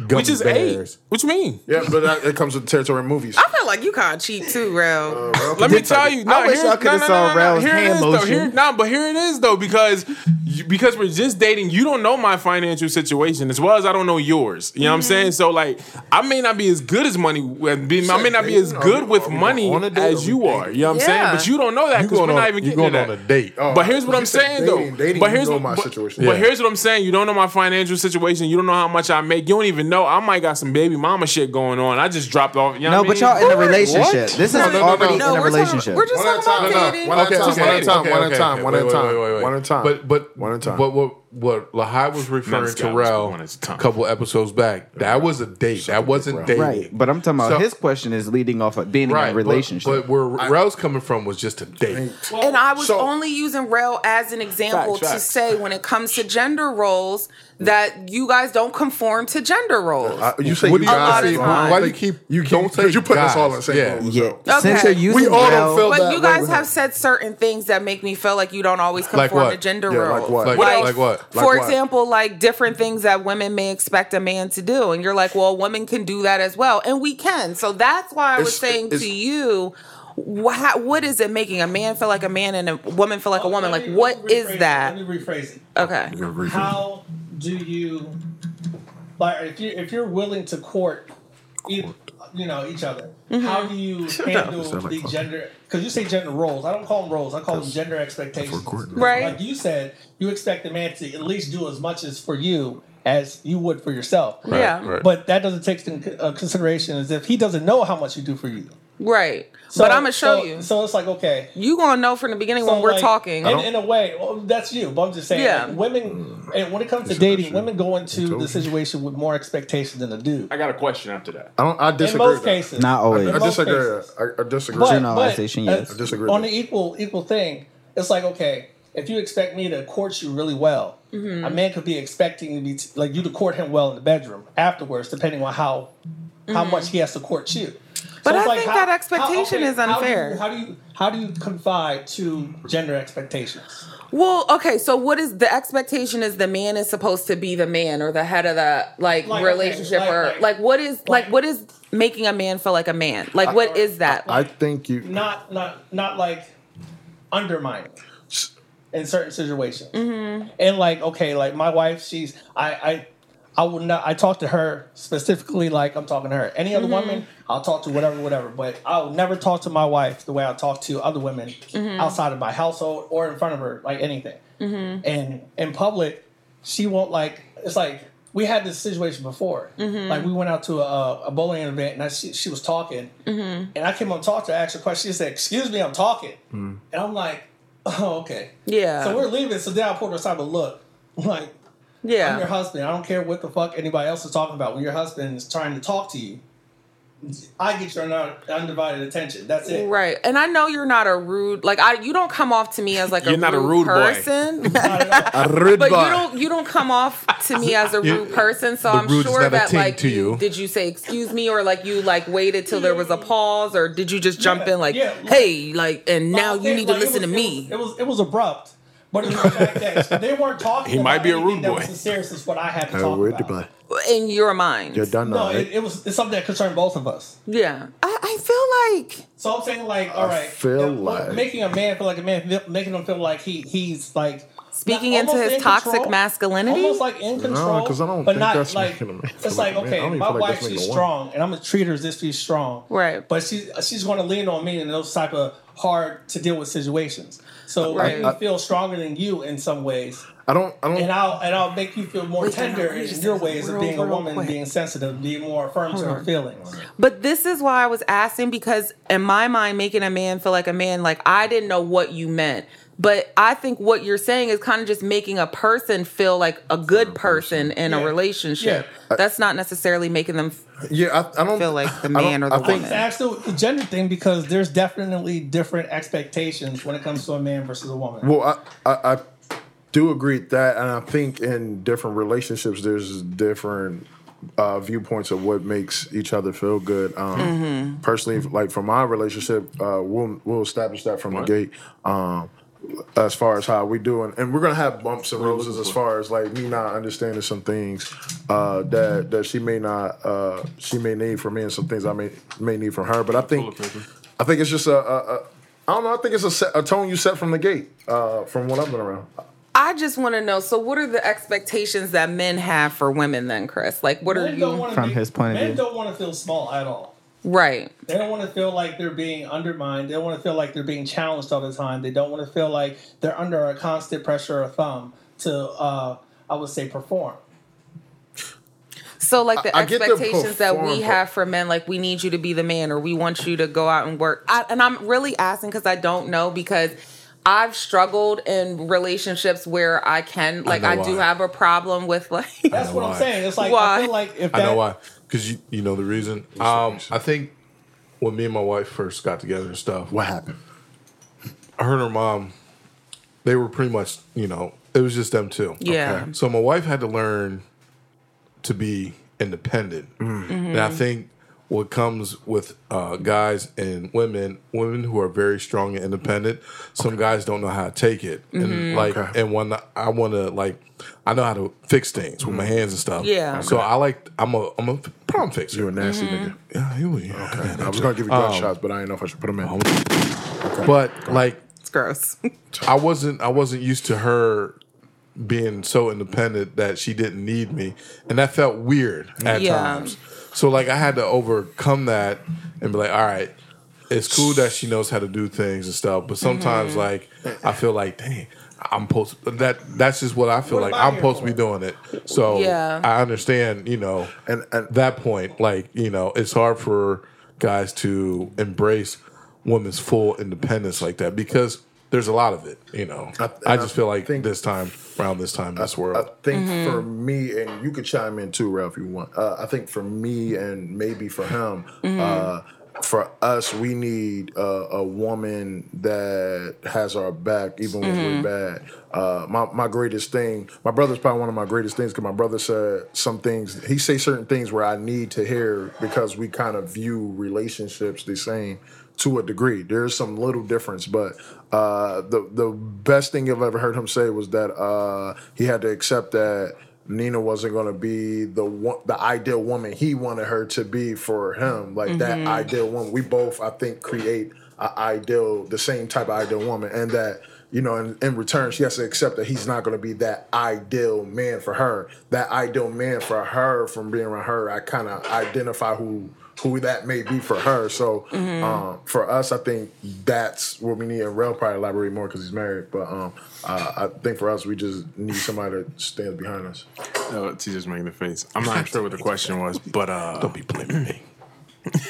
know, gummy Which is eight. bears. What you mean? Yeah, but that, it comes with the territory of movies. Uh, I feel like you kind of cheap too, real. Let me tell you. No, I wish here- I could no, have no, saw no, no, no. Raoul's Here it hand is, though. motion. Here- nah, but here it is though because you- because we're just dating. You don't know my financial situation as well as I don't know yours. You know what I'm saying? Mm-hmm. So like, I may not be as good as money. uh, I be- I may not be as dating? Are good we- with are we money on a date? as Are we you are. You know what I'm saying? Yeah. But you don't know that You because we're going not on, even you getting going to on that. a date. Oh, But here's what you I'm said saying dating, though. dating, but you here's know what, my but- situation. But Yeah. here's what I'm saying. You don't know my financial situation. You don't know how much I make. You don't even know. I might got some baby mama shit going on. I just dropped off. You know No, what I but mean? y'all in a What? relationship. This is No, no, no, already no, in a we're talking- relationship. we're just One at a talking time. about No, no. dating. One at a time. One at a time. One at a time. One at a Wait, wait, time. wait, One at a time. But but one at a time. But what what Lahai was Men's referring to guys, Rel one at a a time. couple episodes back. That was a date. That wasn't dating. Right, but I'm talking about So- his question is leading off of being in right. a but- relationship. But, where Rel's coming from was just a date. And I was Uh, So- only using rail as an example Facts, to facts. say when it comes to gender roles that you guys don't conform to gender roles. I- you say What you do guys. you- A lot of see, times. Why do you keep- You don't keep- say you put us guys. all in the same Yeah. room, yeah, so. since you're Okay. using We all don't Raoul- feel- but that you way guys with have her. said certain things that make me feel like you don't always Like conform what? to gender Yeah, like roles. what? Like what else? Like what? Like for what? example, like different things that women may expect a man to do, and you're like, well, a woman can do that as well, and we can. So that's why I was It's- saying it's- to you. wh- how, what is it making a man feel like a man and a woman feel like a woman? Like, what is that? Let me rephrase it. Okay. How do you like if you if you're willing to court, each- you know each other? Mm-hmm. How do you handle Sound like the fuck. gender? Because you say gender roles. I don't call them roles. I call them gender expectations. court. Right. Like you said, you expect the man to at least do as much as for you as you would for yourself. yeah. right. But that doesn't take into uh, consideration as if he doesn't know how much you do for you. Right. So- but I'm gonna show so- you. So it's like okay, you gonna know from the beginning so, when we're like, talking. In, in a way, well, that's you. But I'm just saying, Yeah. like, women. And when it comes to dating, women go into the situation with more expectations than a dude. I got a question after that. I don't. I In disagree. most with that. cases, Not always. I most disagree. cases. I, I disagree. But- Generalization, but, yes. uh, I disagree On with the equal equal thing, it's like okay, if you expect me to court you really well, Mm-hmm. a man could be expecting to be t- like you to court him well in the bedroom afterwards, depending on how how much he has to court you. Mm-hmm. But it's I think that expectation is how do you- unfair. How do, you, how do you confide to gender expectations? well, okay. So what is the expectation? Is the man is supposed to be the man or the head of the like, Like, okay, relationship like, or like- like, what is like, like- what is making a man feel like a man? Like what is that? I think you. not not not like undermining in certain situations. And like okay, like my wife, she's I I I will not. I talk to her specifically like I'm talking to her. Any other woman, I'll talk to whatever, whatever. But I'll never talk to my wife the way I talk to other women outside of my household or in front of her, like anything. And in public, she won't like. It's like we had this situation before. Like we went out to a, a bowling event, and I, she, she was talking, and I came on talk to her, asked her a question. She said, "Excuse me, I'm talking," and I'm like, "Oh, okay." yeah. So we're leaving. So then I pulled her aside, but look, like I'm your yeah. husband. I don't care what the fuck anybody else is talking about. When your husband is trying to talk to you, I get your un- undivided attention. That's it. Right. And I know you're not a rude like I you don't come off to me as like a You're rude, not a rude boy. person. But you don't you don't come off to me as a rude person, so I'm rude is not sure a that ting like to you. did you say excuse me or like you like waited till there was a pause or did you just jump Yeah, in like yeah. hey like and now Like, you need to like, it listen to was- me It was, it was it was abrupt, but it was the fact that they weren't talking. He about might be a rude anything that boy. was As serious as what I had to Uh, talk we're about. Dubai. in your mind. You're done No, now. it, Right? it was it's something that concerned both of us. Yeah, I, I feel like So I'm saying like, all right, feel yeah, like- making a man feel like a man, feel- making him feel like he he's like Speaking not- into almost his in toxic control, masculinity? almost like in control, 'cause I don't but think not that's like making a man feel it's like like a man. I okay, don't even my feel like that's wife she's making a woman. strong, and I'm gonna treat her as if she's strong, Right. But she's she's going to lean on me in those type of hard to deal with situations. So Right. I, feel stronger than you in some ways, I don't. I don't. and I'll and I'll make you feel more Wait, tender let me in just your say ways of real, being a real woman, quick. being sensitive, being more affirm to her on. feelings. But this is why I was asking because in my mind, making a man feel like a man, like I didn't know what you meant. But I think what you're saying is kind of just making a person feel like a good person in Yeah. a relationship. That's not necessarily making them. yeah, I, I don't feel like the I don't- man or the I think- woman. It's actually the gender thing because there's definitely different expectations when it comes to a man versus a woman. Well, I, I, I do agree with that, and I think in different relationships, there's different uh, viewpoints of what makes each other feel good. Um, Personally, like for my relationship, uh, we'll we'll establish that from the gate. Um, as far as how we doing, and we're gonna have bumps and roses as far as like me not understanding some things uh, that that she may not uh, she may need from me, and some things I may may need from her. But I think I think it's just a, a, a I don't know. I think it's a, set, a tone you set from the gate, uh, from what I've been around. I just want to know. So, what are the expectations that men have for women then, Chris? Like, what are Men don't you. wanna From be- his point of men view. don't want to feel small at all. Right. They don't want to feel like they're being undermined. They don't want to feel like they're being challenged all the time. They don't want to feel like they're under a constant pressure or thumb to, uh, I would say, perform. So, like the I- I get the expectations that perform we part. have for men, like we need you to be the man, or we want you to go out and work. I, and I'm really asking because I don't know because I've struggled in relationships where I can, like, know I, do why. have a problem with like. That's what I'm why. saying. It's like I Why? feel like if I that, know why. Because you, you know the reason. Um, I think when me and my wife first got together and stuff, What happened? her and her mom, they were pretty much, you know, it was just them two. Yeah. So Mm. Mm-hmm. my wife had to learn to be independent. And I think what comes with uh, guys and women, women who are very strong and independent. Some guys don't know how to take it, Mm-hmm. and like, and when I want to, like, I know how to fix things with my hands and stuff. Yeah. So I like, I'm a, I'm a problem fixer. You're a nasty nigga. yeah, here we are. Okay. I was gonna give you gunshots, but I didn't know if I should put them in. But like, It's gross. I wasn't I wasn't used to her being so independent that she didn't need me, and that felt weird at Yeah. times. So like I had to overcome that and be like, all right, it's cool that she knows how to do things and stuff, but sometimes Mm-hmm. like I feel like, dang. I'm supposed that. That's just what I feel like. am I I'm here supposed to for? be doing it, so Yeah. I understand. You know, And- and- that point, like you know, it's hard for guys to embrace women's full independence like that because there's a lot of it. You know, I, I just feel like think- this time around this time this I world. think for me, and you could chime in too, Ralph, if you want. Uh, I think for me, and maybe for him, uh, for us, we need uh, a woman that has our back, even when we're bad. Uh, my my greatest thing, my brother's probably one of my greatest things because my brother said some things. He say certain things where I need to hear because we kind of view relationships the same to a degree. There's some little difference, but uh, the the best thing you've ever heard him say was that uh, he had to accept that Nina wasn't going to be the one, the ideal woman he wanted her to be for him. Like that ideal woman, we both I think create a ideal, the same type of ideal woman, and that. You know, in, in return, she has to accept that he's not going to be that ideal man for her. That ideal man for her, from being around her, I kind of identify who who that may be for her. So Mm-hmm. um, for us, I think that's what we need. And Rel probably elaborate more because he's married. But um, uh, I think for us, we just need somebody that stands behind us. No, she's just making the face. I'm not sure what the question was, but uh, don't be blaming me.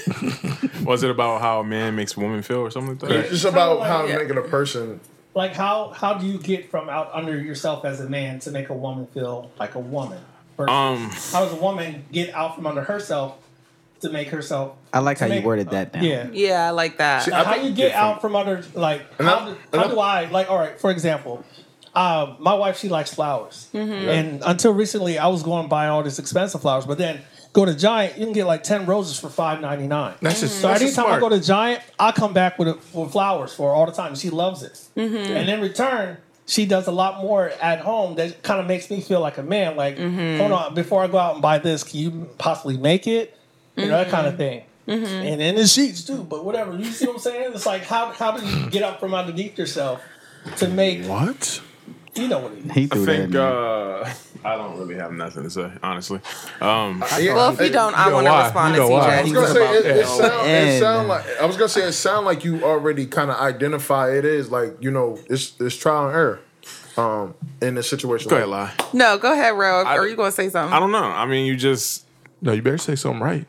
was it about how a man makes a woman feel or something like that? It's just about like- how to make it a person. Like how how do you get from out under yourself as a man to make a woman feel like a woman? Versus Um, how does a woman get out from under herself to make herself? I like to how you make- worded that down. Yeah. yeah, I like that. I how think you get different- out from under like how, do- how do I like all right for example uh, my wife she likes flowers and until recently I was going to buy all this expensive flowers but then go to Giant you can get like 10 roses for five ninety nine. That's just so that's anytime just I smart. go to Giant I come back with, a, with flowers for her all the time she loves it and in return she does a lot more at home that kind of makes me feel like a man like hold on before I go out and buy this can you possibly make it you know that kind of thing and in the sheets too. But whatever, you see what I'm saying? It's like how how do you get up from underneath yourself to make What? you know what it is? He threw I think that. in uh, I don't really have nothing to say, honestly. Um, well, if you don't, I know want to why. respond You to know why. I I was CJ. was gonna say it, it, sound, it And- sound like I was gonna say it sound like you already kind of identify it is like you know it's it's trial and error um, in a situation. go ahead, like, lie. no, go ahead, Ro. I- Are you going to say something? I don't know. I mean, you just No, you better say something right.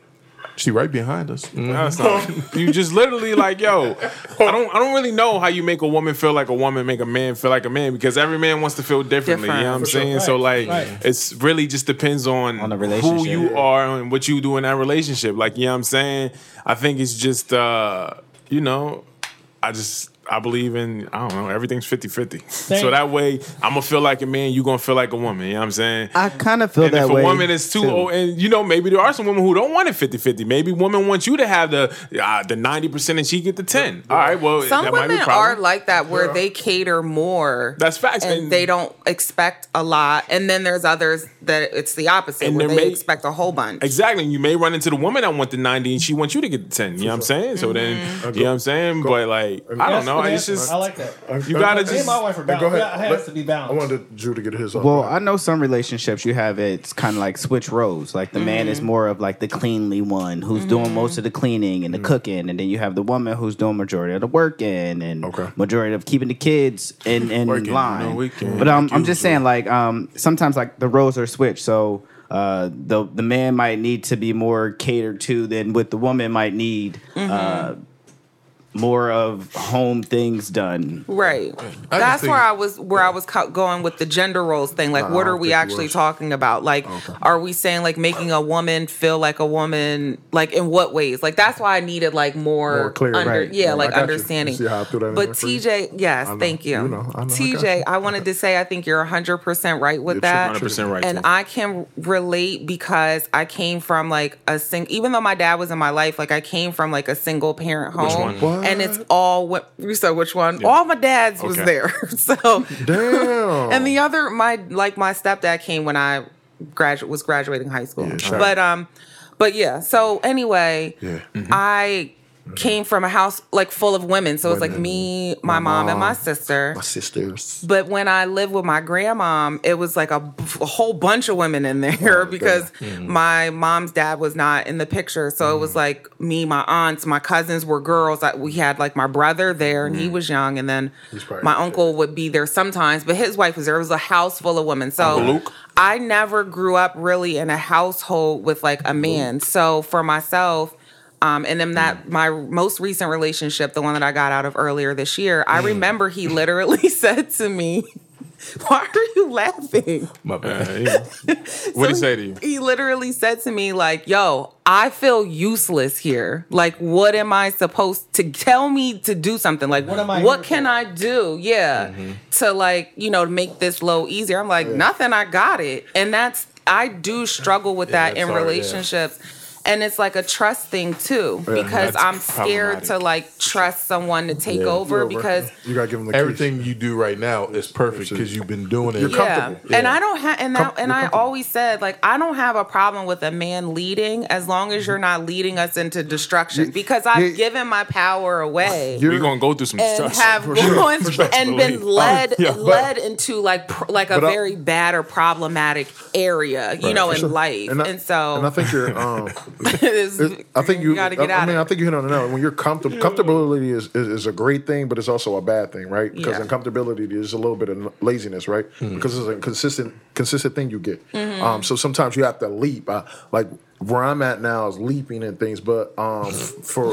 She right behind us. Mm. No, it's not. you just literally like, yo, I don't I don't really know how you make a woman feel like a woman, make a man feel like a man, because every man wants to feel differently. You know what I'm Different. saying? So like Right, right. it's really just depends on, On the who relationship. you are and what you do in that relationship. Like, you know what I'm saying? I think it's just uh, you know, I just I believe in I don't know, everything's 50-50. So that way I'm gonna feel like a man, you gonna feel like a woman. You know what I'm saying? I kind of feel and that if way. a woman is too, old and you know maybe there are some women who don't want it 50-50 maybe women want you to have the uh, the 90% and she get the 10 all right well Some that might women be a are problem. like that where they cater more. That's facts, And, and- they don't expect a lot. And then there's others that it's the opposite And where there they may- expect a whole bunch. Exactly. You may run into the woman that want the 90 and she wants you to get the 10. You know what I'm saying? So Mm-hmm. then, you know what I'm saying? But like, I don't That's know. good It's answer. just, I like that. you gotta Me and just, my wife are Hey, balanced. go ahead. Yeah, it has to be I balanced. wanted Drew to get his. off. Well, I know some relationships you have it's kind of like switch roles. Like the man is more of like the cleanly one who's doing most of the cleaning and the cooking, and then you have the woman who's doing majority of the working and Okay. majority of keeping the kids in in Working on the line. weekend. but um, I'm just saying, like um, sometimes like the roles are switched, so. Uh, the the man might need to be more catered to than what the woman might need. Uh, more of home things done. Right. That's where I was where I was co- going with the gender roles thing. Like, Nah, I what are don't we think it actually was. talking about? Like, are we saying like making a woman feel like a woman? Like, in what ways? Like, that's why I needed like more, More clear, Under, right. Yeah, I like got you. understanding. You see how I threw that in but there for you? TJ, yes, I know. thank you. You know, I know, I got TJ, you. I wanted to say I think you're 100 percent right with that 100% right. and too. I can relate because I came from like a sing. Even though my dad was in my life, like I came from like a single parent home, Which one? and it's all what you said. Which one? All my dad's was Okay. Oh. there. so Damn. and the other, my like my stepdad came when I gradu- was graduating high school. sure. But um, but yeah. So anyway, Mm-hmm. I came from a house like full of women. So it's like me, my, mom, and my sister. My sisters. But when I lived with my grandmom, it was like a, b- a whole bunch of women in Oh there because Mm. my mom's dad was not in the picture. So it was like me, my aunts, my cousins were girls. I, we had like my brother there and he was young. And then Mm. probably my not uncle would be there sometimes, but his wife was there. It was a house full of women. So I never grew up really in a household with like a man. So for myself, um, and then that my most recent relationship, the one that I got out of earlier this year, I remember he literally said to me, "Why are you laughing?" My bad. what did he say to you? He literally said to me, "Like, yo, I feel useless here. Like, what am I supposed to tell me to do something? Like, what, am I here can for?" I do? Yeah, to like you know to make this low easier. I'm like, nothing. I got it, and that's I do struggle with that that's in hard, yeah. relationships." And it's like a trust thing too, because that's I'm scared to problematic. like trust someone to take Yeah. over because you gotta give them the keys. Everything you do right now is perfect because you've been doing it. Yeah. And I don't have and that, and I always said like I don't have a problem with a man leading as long as you're not leading us into destruction because I've Mm-hmm. you- given my power away. We're gonna go through some and stuff. have gone For sure. and been Believe. led Yeah. led into like pr- like a But I- very bad or problematic area, you know, in life. And, I- so and I think you're. Um, it's- It- I think you. I, gotta get Mm-hmm. I out. mean, of I think you hit on it now. When you're comfortable, comfortability is, is is a great thing, but it's also a bad thing, right? Because Yeah. in comfortability, there's a little bit of laziness, right? Because it's a consistent consistent thing you get. Mm-hmm. Um, so sometimes you have to leap. I, like where I'm at now is leaping and things, but um, for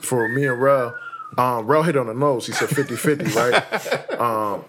for me and Rel. Um, Rel hit on the nose. He said 50 50, right? um,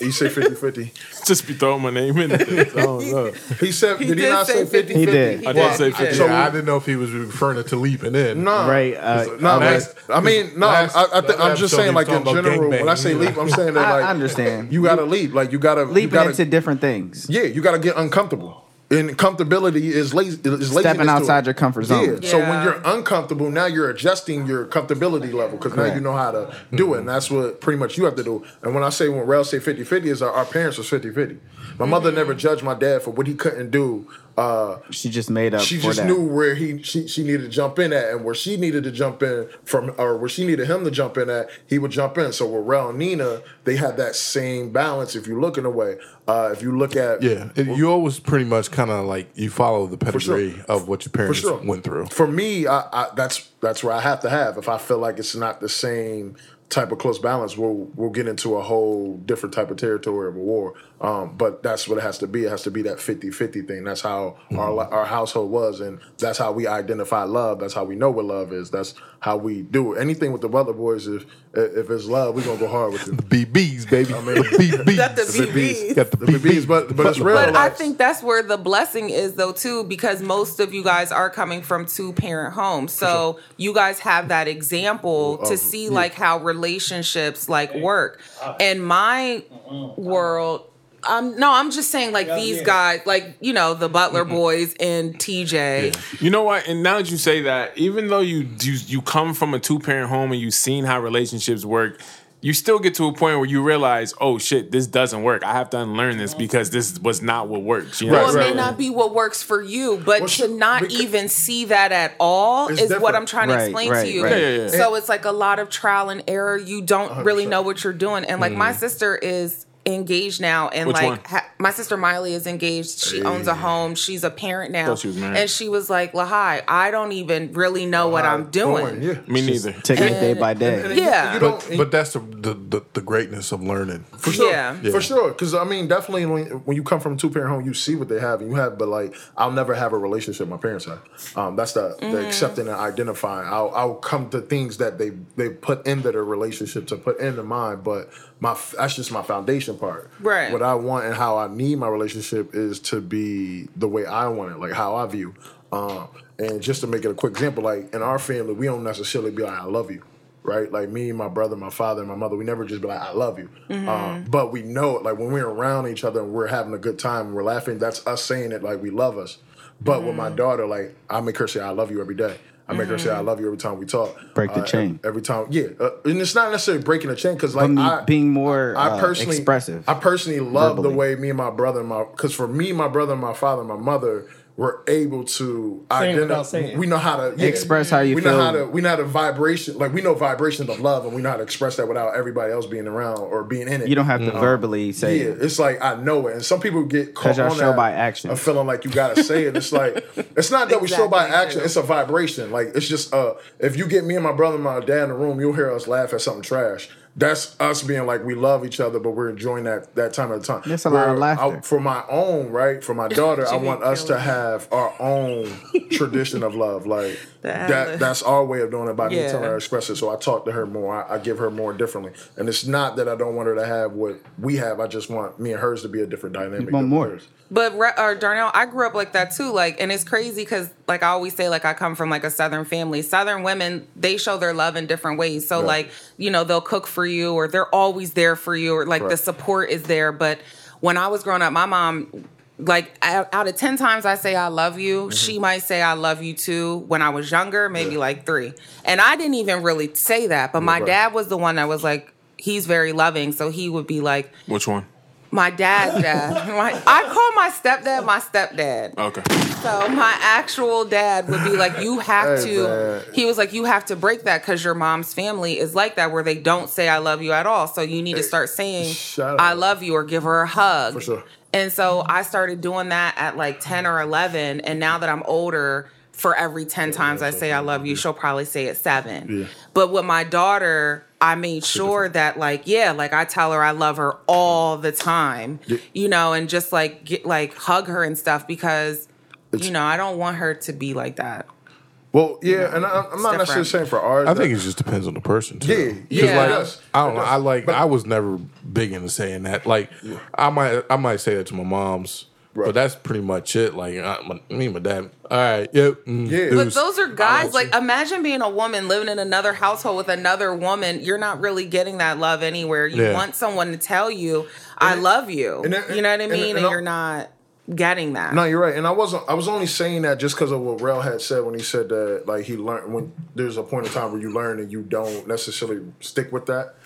he said 50 50. Just be throwing my name in there. He said, did, he did not say say 50 50? He did. I didn't say Yeah. 50. So I didn't know if he was referring to leaping in. No. Right. Uh, No, I, Last- but- I mean, no, last- I, I th- I'm last just episode saying, he like was in talking about general. When I gangbang. say leap, I'm saying that uh, I like understand. You gotta leap, like you gotta Leaping you gotta, into different things. yeah, you gotta get uncomfortable. And comfortability is lazy. Is laziness Stepping to outside it. your comfort zone. Yeah. So when Yeah. you're uncomfortable, now you're adjusting your comfortability level because now Correct. you know how to do it. And that's what pretty much you have to do. And when I say when Rel say 50 50 is our, our parents was 50 50. My mother never judged my dad for what he couldn't do. Uh, She just made up. she for just that. knew where he she, she needed to jump in at and where she needed to jump in from or where she needed him to jump in at he would jump in so with Rel and Nina they had that same balance if you look in a way uh, if you look at Yeah, it- you always pretty much kind of like you follow the sure. pedigree of what your parents sure. went through. for me I, I, that's that's where I have to have if I feel like it's not the same type of close balance we'll we'll get into a whole different type of territory of a war um, but that's what it has to be it has to be that 50-50 thing that's how our Mm-hmm. li our household was and that's how we identify love that's how we know what love is that's how we do it. anything with the brother boys if if it's love we're gonna go hard with it BBs, baby. BBs. Got the BBs. Got the The BBs, BBs, but- but it's real. But I lives. think that's where the blessing is, though, too, because most of you guys are coming from two parent homes, so you guys have that example oh, to see like how relationships like work. Uh, In my world, um, no, I'm just saying like these yeah. guys, like you know the Butler boys and TJ. You know what? And now that you say that, even though you you, you come from a two parent home and you've seen how relationships work, you still get to a point where you realize, oh shit, this doesn't work. I have to unlearn this because this was not what works. You know Right, what Well, I'm it right, may not be what works for you, but Well, to sh- not because- even see that at all is It's what different. I'm trying to Right, explain right, to you. right. Yeah, yeah, yeah. So it's like a lot of trial and Mm. error. You don't really know what you're doing. And like my sister is engaged now, and Which like one? ha- My sister Miley is engaged. She owns a home. She's a parent now. Thought she was married. And she was like, Lahai, I don't even really know what I'm doing. Yeah. Me neither. Taking it day by day. Yeah. You don't- But but that's the the, the, the greatness of learning. For sure. Yeah. Yeah. For sure. Because, I mean, definitely when, when you come from a two parent home, you see what they have and you have, but like, I'll never have a relationship my parents have. Um, that's the, Mm-hmm. the accepting and identifying. I'll, I'll come to things that they, they put into their relationship to put into mine, but my f- that's just my foundation part. Right. What I want and how I need my relationship is to be the way I want it, like how I view. Um, and just to make it a quick example, like in our family, we don't necessarily be like, I love you right? Like me, my brother, my father, and my mother, we never just be like, I love you. Um, but we know it. Like when we're around each other and we're having a good time and we're laughing, that's us saying it like we love us. But with my daughter, like I make her say, I love you every day. I make her say, I love you every time we talk. Break the Uh, chain. Every time, yeah. Uh, and it's not necessarily breaking the chain because like me- I, being more, uh, expressive. I personally love the Verbally. way me and my brother and my because for me, my brother, and my father, and my mother were able to without saying. identify. We know how to yeah. Express how you we feel. know how to we know how to vibration like we know vibrations of love and we know how to express that without everybody else being around or being in it You don't have to verbally say yeah, it. it's like I know it, and some people get caught 'Cause y'all on show that by action. of feeling like you gotta say it. It's like it's not that we show by Exactly. action; it's a vibration. Like it's just uh, if you get me and my brother and my dad in the room, you'll hear us laugh at something trash. That's us being like we love each other, but we're enjoying that that time at a time. That's a lot of Where I- laughter. for my own right, for my daughter, I want us to have our own tradition of love. Like that, Alice. that's our way of doing it by me Yeah. telling her express it. So I talk to her more. I, I give her more differently. And it's not that I don't want her to have what we have. I just want me and hers to be a different dynamic. want than more. hers. But Re- or Darnell, I grew up like that too. Like, and it's crazy because, like, I always say, like, I come from like a Southern family. Southern women, they show their love in different ways. So, like, you know, they'll cook for you, or they're always there for you, or like the Right. support is there. But when I was growing up, my mom, like, out out of ten times I say I love you, she might say I love you too. When I was younger, maybe like three, and I didn't even really say that. But my Right. dad was the one that was like, he's very loving, so he would be like. Which one? My dad's dad. My, I call my stepdad my stepdad. Okay. So my actual dad would be like, you have Hey, to. man. He was like, you have to break that because your mom's family is like that, where they don't say I love you at all. So you need to start saying shout out. I love you or give her a hug. For sure. And so I started doing that at like ten or eleven, and now that I'm older. For every 10 times I say I love you, she'll probably say it seven. But with my daughter, I made sure that, like, yeah, like I tell her I love her all the time, you know, and just like, get, like, hug her and stuff because you know, I don't want her to be like that. Well, yeah, and I, I'm not different. necessarily saying for ours. I think that- it just depends on the person too. Yeah, 'Cause, yeah, it like, does. I don't It know. does. I like. But- I was never big into saying that. Like, I might. I might say that to my mom's. Right. But that's pretty much it. Like I, my, me and my dad. All right. Yep. mm, Yeah. But deuce. those are guys. Like, imagine being a woman living in another household with another woman. You're not really getting that love anywhere. You Yeah. want someone to tell you, "I love you." and it- you know what I and- mean? And, and I'll- you're not getting that. No, you're right. And I wasn't. I was only saying that just because of what Rel had said when he said that, like he learned when there's a point in time where you learn and you don't necessarily stick with that.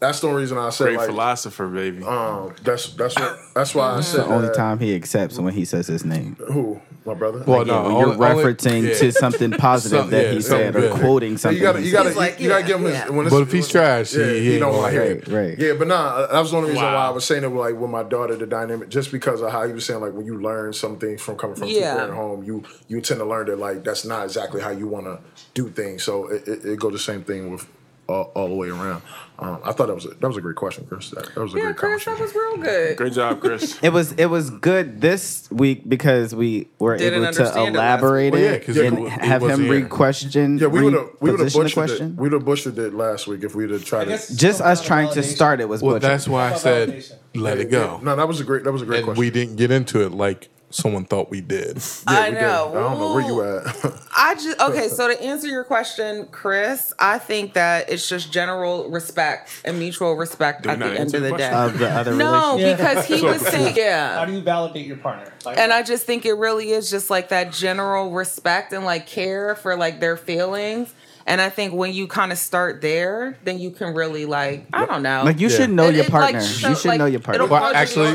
That's the only reason I said Great like philosopher, baby. um, that's that's what that's why I said The only that. time he accepts when he says his name. who my brother. Well, Yeah, no. when you're only- only- referencing yeah. to something positive Some- that yeah, he said something or good. quoting something. you gotta, he you gotta, said. you, gotta like, yeah, give him. yeah. His, when it's- But if he's trash, he- yeah, he he ain't don't gonna want to like hear it. it. Right. Yeah, but nah, that was the only reason Wow. why I was saying it. Like with my daughter, the dynamic, just because of how you was saying, like when you learn something from coming from Yeah. two parent home, you you tend to learn that like that's not exactly how you want to do things. So it, it, it go the same thing with all, all the way around. Um, I thought that was a, that was a great question, Chris. That, that was a yeah, great Chris, conversation. that was real good. Great job, Chris. It was it was good this week because we were Didn't able to understand it last elaborate week. Well, yeah, it, 'cause it and wa- it have him wasn't here. re-question. yeah, we would have we would have reposition the butchered it. question. We would have butchered it last week if we'd have tried to. Just us trying to start it was Well, butchered. that's why I said Validation. let it go. No, that was a great that was a great and question. we didn't get into it like someone thought we did. I We did. know. I don't know where Ooh. you at. I just okay. So to answer your question, Chris, I think that it's just general respect and mutual respect Did we at not the end answer of the the question? day. of the other No, Uh, relationship. because he was saying, yeah. How do you validate your partner? Like, And I just think it really is just like that general respect and like care for like their feelings. And I think when you kind of start there, then you can really like I don't know. Like you Yeah. should know It- your it, partner. like, show- you should like, know your partner. it'll- Well, treat them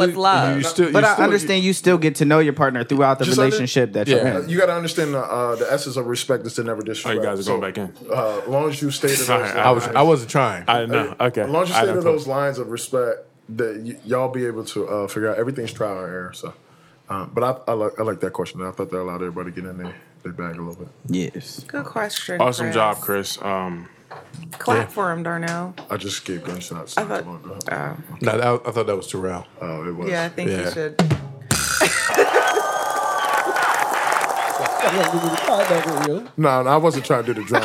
with love. you still. But you I still- understand you still get to know your partner throughout the Just like relationship that Yeah. you're in. You got to understand the, uh, the essence of respect is to never Oh, disrespect. you guys are So, going back in. Uh, as long as you stay to those, Sorry, lines, I was. I wasn't trying. I know. Okay. as long as you I stay done to told- those lines of respect, that y- y'all be able to uh, figure out. Everything's trial and error. So, um, but I, I like I like that question. I thought that allowed everybody to get in there. They bag a little bit. Yes. Good question. Awesome Chris. job, Chris. Um, Clap for him, Darnell. I just gave gunshots. I thought. Oh. No, that, I thought that was Terrell. Oh, it was. yeah, I think you Yeah. should. No, no, I wasn't trying to do the drum.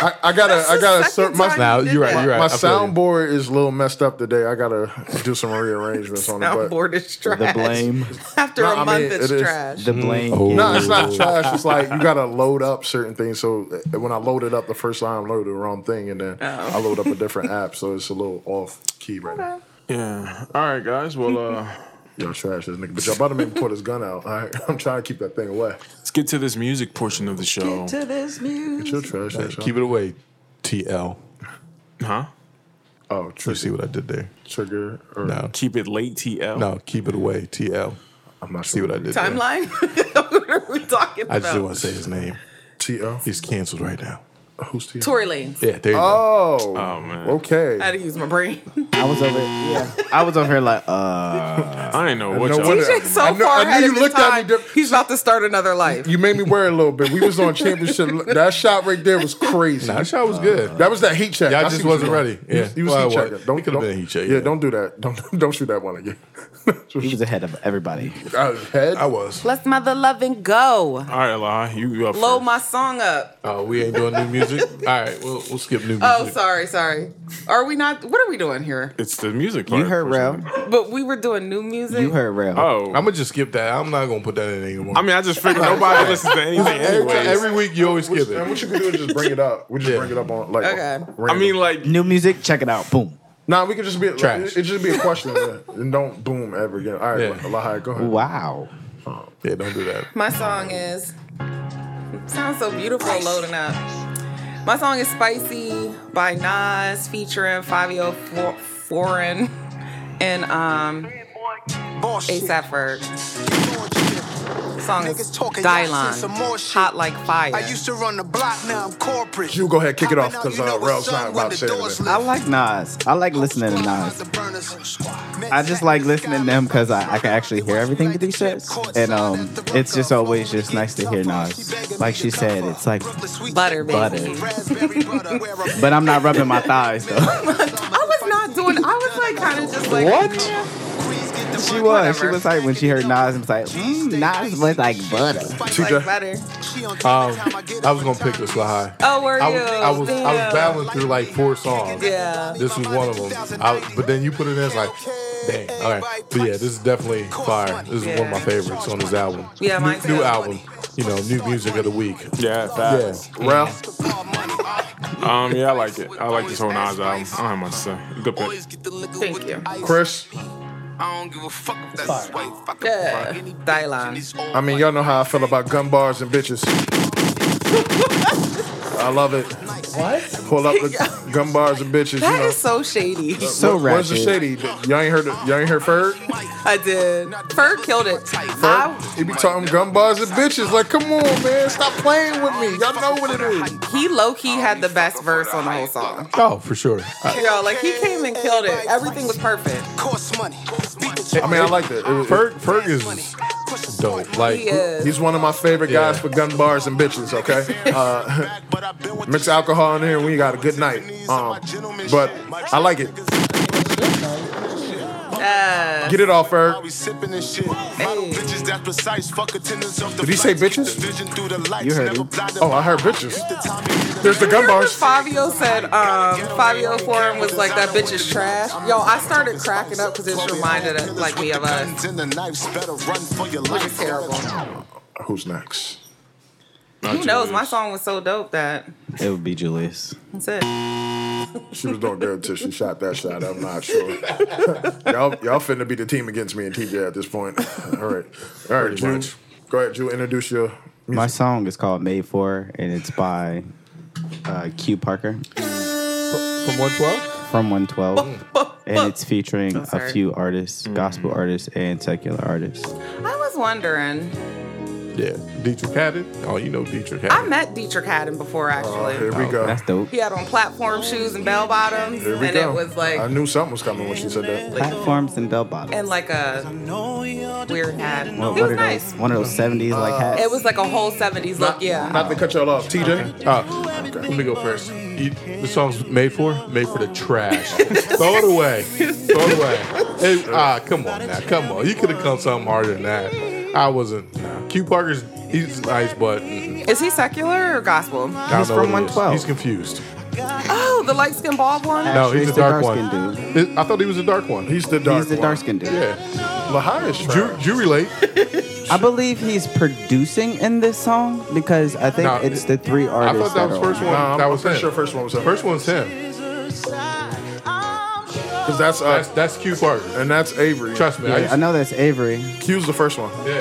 I, I gotta, I gotta. That's the Ser- my second time Now you did you're right. that. You're right. my I feel you. soundboard is a little messed up today. I gotta do some rearrangements on it. Now But board is trash. The blame. After No, a I mean, month, it's it is- trash. The blame. No, it's not trash. It's like you gotta load up certain things. So uh, when I loaded up the first time, I loaded the wrong thing, and then I load up a different app, so it's a little off key right now. yeah. All right, guys. Well, uh, Y'all trash this nigga, but y'all about to make me pull this gun out. All right, I'm trying to keep that thing away. let's get to this music portion of the show. To this music. Chill, trash. ass, y'all. Keep it away, TL. Huh? Oh, You see trigger, what I did there? trigger or No, Keep it late, TL. no. Keep it away, TL. I'm not See sure what I did? there? Timeline? what are we talking I about? just didn't want to say his name. TL. He's canceled right now. Who's TL? Tory Lanez. Yeah, there you go. Oh, man. okay. I had to use my brain. I was over. Yeah. I was over here like, uh, I didn't know what No y'all. wonder- Jake's so I knew- far I knew ahead you of his looked at me time. diff- He's about to start another life. You made me worry a little bit. We was on championship. that shot right there was crazy. That shot was good. That was that heat check. Y'all I just see what wasn't you doing. ready. Yeah. You, you was Well, heat well, checker. it Don't, could've don't- been heat check, Yeah, yeah. don't do that. Don't don't shoot that one again. he was ahead of everybody. Uh, head. I was. Let's mother loving go. All right, La, you, you up Blow first. my song up. Oh, we ain't doing new music. All right, we'll we'll skip new music. Oh, sorry, sorry. Are we not? What are we doing here? It's the music part. You heard Rel. But we were doing new music. You heard Rel. Oh, I'm gonna just skip that. I'm not gonna put that in anymore. I mean, I just figured nobody listens to anything every, anyways. every week you always skip And it. what you can do is just bring it up. We just bring it up on like. Okay. random. I mean, like, New music. Check it out. Boom. nah. We could just be Trash. It, it just be a question, man. and don't boom ever again. All right, Yeah. Lahai, go ahead. Wow. Yeah, don't do that. My song is sounds so beautiful loading up. My song is "Spicy" by Nas featuring Fabio Flo- Foreign and um ASAP Ferg. Song is Dylon, hot like fire. I used to run the block, now I'm corporate. You go ahead, kick it off Popping out, because you know uh, what's Rel's up not when about the to say doors anything. I like Nas. I like listening to Nas. I just like listening to him because I, I can actually hear everything that he says, and um, it's just always just nice to hear Nas. Like she said, it's like, Butter, baby. Butter. but I'm not rubbing my thighs though. I was not doing. I was like kind of just like What? yeah. she was, she was like when she heard Nas, and was like, mm, Nas was like butter. Like butter. Um, I was gonna pick this Lahai. Oh, were you? I, was- I was I was Damn. battling through like four songs. Yeah. This was one of them. I, but then you put it in, it's like, dang. All right. But yeah, this is definitely fire. This is one of my Yeah. favorites on this album. Yeah, mine new, new too. album. You know, new music of the week. yeah, Yeah. facts. Rel, Um, yeah, I like it. I like this whole Nas album. I don't have much to say. Good pick. Thank you. Chris. I don't give a fuck if that's Fire. white. Fuck Yeah. Dylon. Dylon. I mean, y'all know how I feel about gun bars and bitches. I love it. What? Pull up the gun bars and bitches. you That know. is so shady. So What- Where's the ratchet. shady? Y'all ain't heard. the- Y'all ain't heard Ferg. I did. Ferg killed it. I, He be talking gun bars and bitches. Like, come on, man, stop playing with me. Y'all know what it is. he low key had the best verse on the whole song. Oh, for sure. I, Yo, like he came and killed it. Everything was perfect. Cost money. Beat the I mean, I like that. It was- Ferg, Ferg is dope. Like, He is. he's one of my favorite guys Yeah. for gun bars and bitches. Okay, uh, mix alcohol in here, and we got a good night. Um, but I like it. Uh, Get it off, Ferg. sipping this shit. Model bitches that's precise. Fuck attendance off the Did he say flights. Keep bitches? the vision through the lights. You heard Never him. blinded Oh, by I heard bitches. There's the gun bars. Fabio said, um, Fabio Foreign was like, that bitch is trash. Yo, I started cracking up because it just reminded of, like me of us. guns and the knives. Better run for your Which life. is terrible. Who's next? Who knows? My song was so dope that It would be Julius. that's it. She was doing good until she shot that shot. I'm not sure. y'all, y'all finna be the team against me and TJ at this point. All right, all right, Drew. much. Go ahead, Drew. Introduce your. My song is called "Made For" and it's by uh, Q Parker from 112? from 112, and it's featuring Oh, a sorry. few artists, gospel artists and secular artists. I was wondering. Yeah, Dietrich Haddon. Oh, you know Dietrich I Haddon. met Dietrich Haddon before, actually. Oh, here we go. That's dope. He had on platform shoes and bell bottoms, Here we and go. it was like I knew something was coming when she said that. Platforms and bell bottoms. and like a weird hat. It One, was one of nice. those, one of those 70s like hats. It was like a whole '70s look. Yeah. Not to cut y'all off, TJ. Uh, Let me go first. You, the song's made for made for the trash. Throw it away. Throw it away. Hey, ah, come on now, come on. You could have come something harder than that. I wasn't. Nah. Q Parker's he's nice, but mm, Is he secular or gospel? I don't He's know from what it is. 112. He's confused. Oh, the light skinned bald one. No, he's Actually, a it's the dark one. dark-skinned I thought he was a dark one. He's the dark. He's the one. dark skinned dude. Yeah, Lahai is do, trash. do you relate? I believe he's producing in this song because I think No, it's the three I artists. thought that was are first on one. Nah, I'm that was pretty him. sure first one was him. First one's him. Because that's us. That's that's Q Parker. and that's Avery. Trust me. it. I Yeah, used I know that's Avery. Q's the first one. Yeah,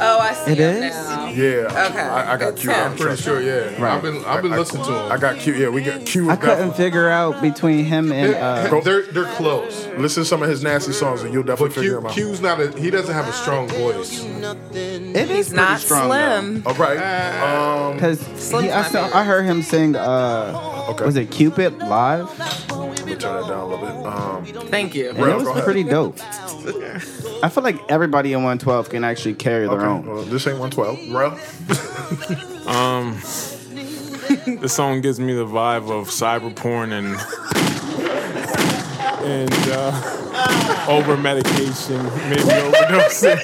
Oh, I see It him is? now. Yeah. Okay, I, I got it's Q. him. I'm pretty sure. Yeah, Right. I've been I've been listening to him. I got Q. Yeah, we got Q. I couldn't figure out between him and uh, They're- they're they're close, Listen to some of his nasty songs, and you'll but definitely figure Q, him out. Q's not a he doesn't have a strong voice. it is He's not strong, Oh. slim. All Uh, right. Um, because Slim's I my saw favorite. I heard him sing. Uh, okay. Was it Cupid live? Let me turn that down a little bit. Um, Thank you. And Bro, it go was ahead. pretty dope. I feel like everybody in 112 can actually carry their okay. own. Well, this ain't 112. Bro. The song gives me the vibe of cyber porn and and uh, over medication, maybe overdosing.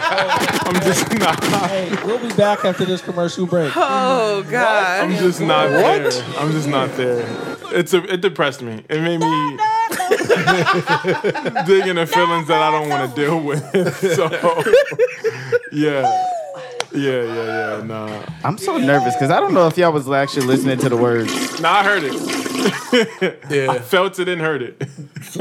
I'm just not. Hey, we'll be back after this commercial break. Oh God. I'm just not there. I'm just not there. It's a, it depressed me. It made me Oh, dig into feelings that I don't want to deal with. So yeah. Yeah, yeah, yeah. Nah. I'm so nervous because I don't know if y'all was actually listening to the words. Nah, I heard it. Yeah, Felt it and heard it. it's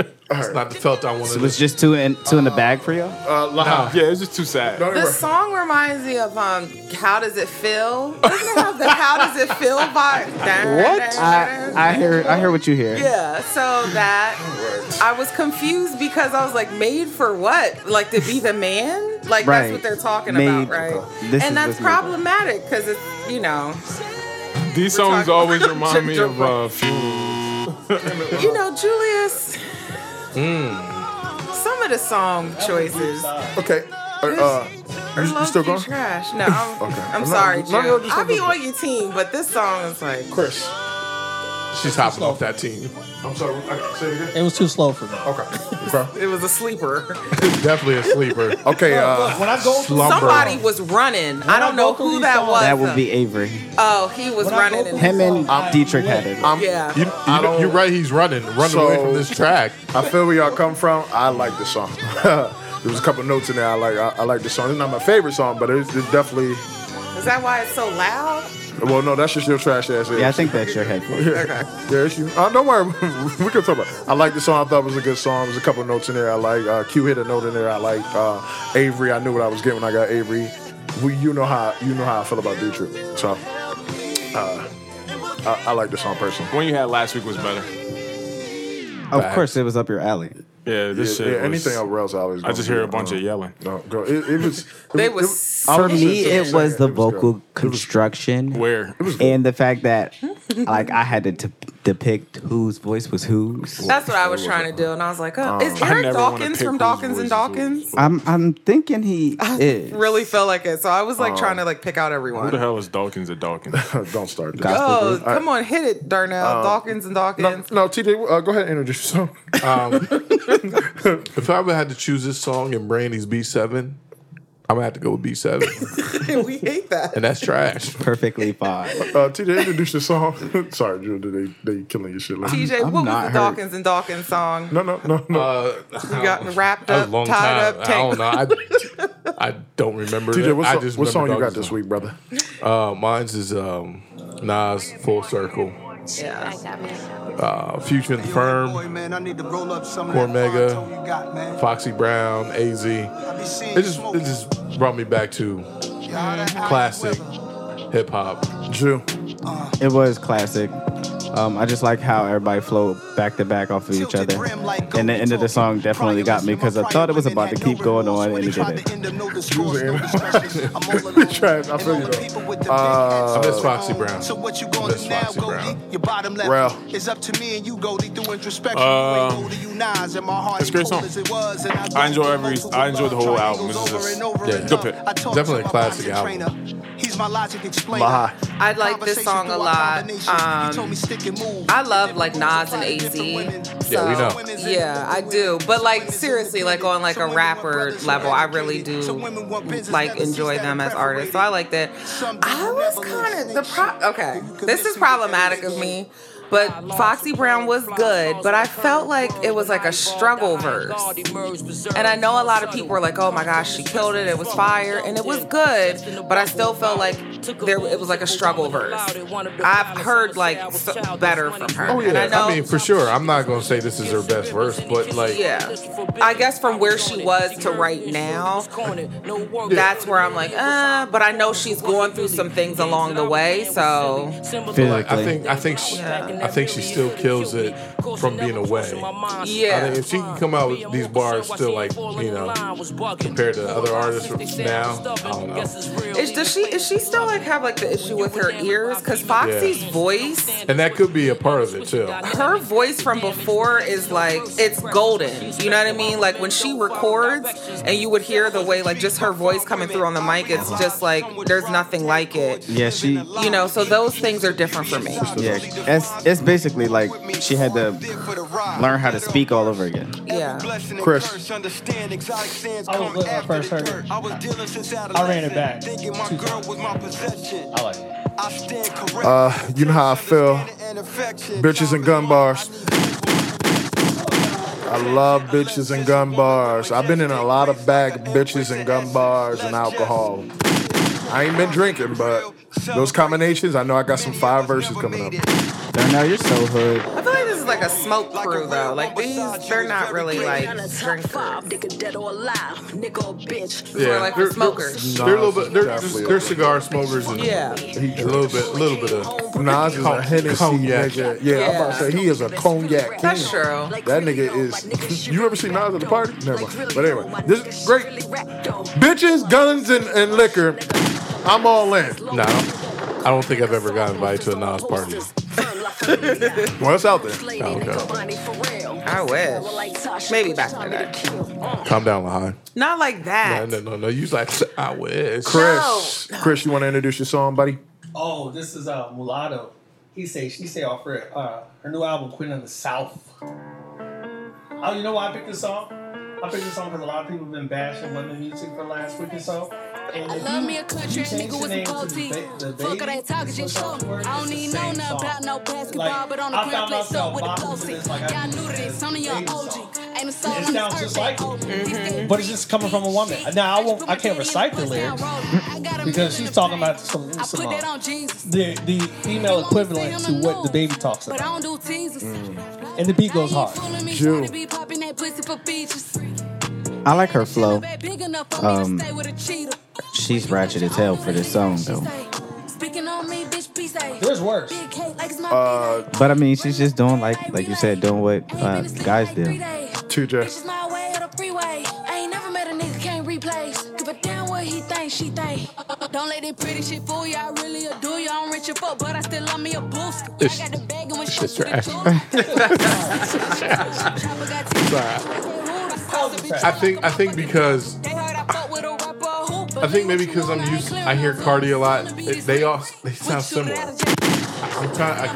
not the felt I wanted. It was just two in two in the bag for y'all. Uh, Lahai. Yeah, it's just too sad. Don't The worry. song reminds me of um, "How Does It Feel?" Doesn't it have the "How Does It Feel" vibe? What? I, I hear I hear what you hear. yeah. So that I was confused because I was like, "Made for what? Like to be the man? Like Right. that's what they're talking Made- about, right?" This is and what's that's made for. problematic because it's you know, These We're songs talking always about remind me of gingerbread. uh, funerals. you know, Julius. Some of the song choices are Okay. Uh, uh, you, you still low going? key trash. No, I'm, Okay. I'm No, sorry, no, no, Jim. just I'll be let on your team, but this song is like. Chris. she's hopping off that team. I'm sorry. I, say it again. It was too slow for me. Okay. Bro. It was a sleeper. Definitely a sleeper. Okay. Uh, When I go through, Slumber. Somebody was running. I don't I know go through who these that songs- was. That would be Avery. Oh, he was When I go running. through- And, Him and Dietrich had it. I'm, yeah. You, you, I don't- you're right. He's running, running away So- from this track. I feel where y'all come from. I like the song. there was a couple notes in there. I like. I, I like the song. It's not my favorite song, but it's, it's definitely. Is that why it's so loud? Well, no, that's just your trash ass. Yeah, I think that's your headphones. Yeah, it's you. Uh, don't worry. we can talk about. It. I like the song. I thought it was a good song. There's a couple notes in there. I like. Uh, Q hit a note in there. I like. Uh, Avery. I knew what I was getting when I got Avery. We, you know how you know how I feel about Dietrich. So, uh, I, I like the song personally. The one you had last week was better. Of course, it was up your alley. Yeah, this Yeah, shit. yeah, was- anything else, Rails always. I just gonna hear be, a bunch uh, of yelling. No, girl, it, it was. It They was- was it I For listening me, to it was the it was good. vocal construction. Where? and the fact that like I had to t- depict whose voice was whose. That's what I was trying to do, and I was like, oh, is I Eric never wanna Dawkins pick from whose Dawkins and voices Dawkins? I'm I'm thinking he is Really feel like it, so I was like trying to like pick out Who the everyone. hell is Dawkins at Dawkins? uh, Don't start this. Gospel Oh, group. come on, hit it, Darnell. Um, Dawkins and Dawkins. No, TJ, uh, go ahead and introduce yourself. If I ever had to choose this song and Brandy's B7, I'm gonna have to go with B7, we hate that. and that's trash. perfectly fine. Uh, TJ, introduce your song. Sorry, Drew, they they killing your shit. Like, TJ, I'm what not was the hurt. Dawkins and Dawkins song? no, no, no, no. Uh, You got wrapped that was up, a long tied time. up, I don't tangled. know. I, I don't remember. TJ, that. what I song, just what song remember you got this Dawkins' song. week, brother? Uh, mine's is um, Nas Full Circle, Yeah. uh, Future and the Firm, man, I need to roll up some Core Mega. you got, man. Foxy Brown, AZ. It Be seeing just it just brought me back to classic hip hop. Drew, It was classic. Um, I just like how everybody flowed back to back off of each other. And the end of the song definitely got me because I thought it was about to keep going on and it didn't. Trash, I feel you though. Uh, I miss Foxy Brown. So what you gonna do now, Foxy Brown. Goldie? Your bottom left Ralph. is up to me and you, Goldie, through introspection. Uh, Wait, Goldie, you nines and my heart it's a is great cold song. as it was, and I I enjoy every. I enjoy the whole album. It's just yeah. good pick. Definitely a classic album. He's my logic explainer. Baha. I like this song a lot. Um, I love like Nas and AZ. Yeah, we so- know. Yeah, I do. But like seriously, like on like a rapper level, I really do like enjoy them as artists. So I like that. I was kind of the pro. Okay, this is problematic of me. But Foxy Brown was good, but I felt like it was like a struggle verse. And I know a lot of people were like, "Oh my gosh, she killed it! It was fire, and it was good." But I still felt like there it was like a struggle verse. I've heard like so, better from her. Oh and yeah, I know, I mean for sure. I'm not gonna say this is her best verse, but like yeah. I guess from where she was to right now, that's where I'm like, uh, but I know she's going through some things along the way, so Like, I think I think she, I think she still kills it from being away. Yeah. I think if she can come out with these bars still like you know compared to other artists now, I don't know. Is, does she is she still like have like the issue with her ears? Because Foxy's voice, And that could be a part of it too. her voice from before is like it's golden. You know what I mean? Like when she records, and you would hear the way like just her voice coming through on the mic. It's just like there's nothing like it. Yeah, she. You know, so those things are different for me. Yeah, it's, it's basically like she had to learn how to speak all over again. Yeah. Chris. I was little when I first heard it. I ran it back. two times. I like it. uh, you know how I feel. Bitches and gun bars. I love bitches and gun bars. I've been in a lot of bag bitches and gun bars and alcohol. I ain't been drinking, but those combinations, I know I got some five verses coming up. Darnell, you're so hood. I feel like this is like a smoke crew though. Like these, they're not really like drinkers. Yeah, We're like they're, smokers. They're, they're a little bit. They're, Definitely. they're cigar smokers and Yeah. a little bit, a little bit of Nas is a Hennessy Cognac. nigga. Yeah, I'm about to say he is a cognac king. That's true. That nigga is. You ever see Nas at the party? Never. But anyway, this is great. Bitches, guns, and, and liquor. I'm all in. No, I don't think I've ever gotten invited to a Nas party. Well, it's out there. Oh, okay. I wish. Maybe back in the day. Calm down, Lahai. Not like No, that. no, no, no. You like I wish. Chris, Chris, you want to introduce your song, buddy? Oh, this is uh, Mulatto. He say she say off her uh, her new album Queen of the South. Oh, you know why I picked this song? I picked this song because a lot of people have been bashing women music for the last week or so. And I if love you- me a country you change nigga the with some name to cold the teeth. ba- the Fuck it, I ain't baby, talking shit it's short. the I don't same even know nothing song. about no basketball, Like, but on I the gram found play so myself with a bopping glow to stick. this, like, I Y'all knew new to this this, only y'all baby OG. song. Ain't a soul It on sounds this earth just like that it. old. But it's just coming from a woman. Now I won't, I can't recite the lyrics because she's talking about some, I some put that uh, on Jesus, the the female equivalent to what the baby talks but I about, don't do teasers. and the beat goes hard. Jew. Be popping that pussy for features. I like her flow. Big enough for me Um, to stay with a cheetah. She's ratchet as hell for this song, though. Speaking on me, bitch, be safe. There's worse. Big cake like it's my Uh, But I mean, she's just doing like, like you said, doing what uh, guys do. two This Jess. is my way or the freeway. I ain't never met a nigga can't replace. Give a damn what he think, she think. Don't let that pretty shit fool you. I really adore you. I'm rich as fuck, but I still love me a boost. This- I got the bag and when this she shit's trash. I think I think because I think maybe because I'm used. I hear Cardi a lot. It- they all they sound similar. I'm trying. I,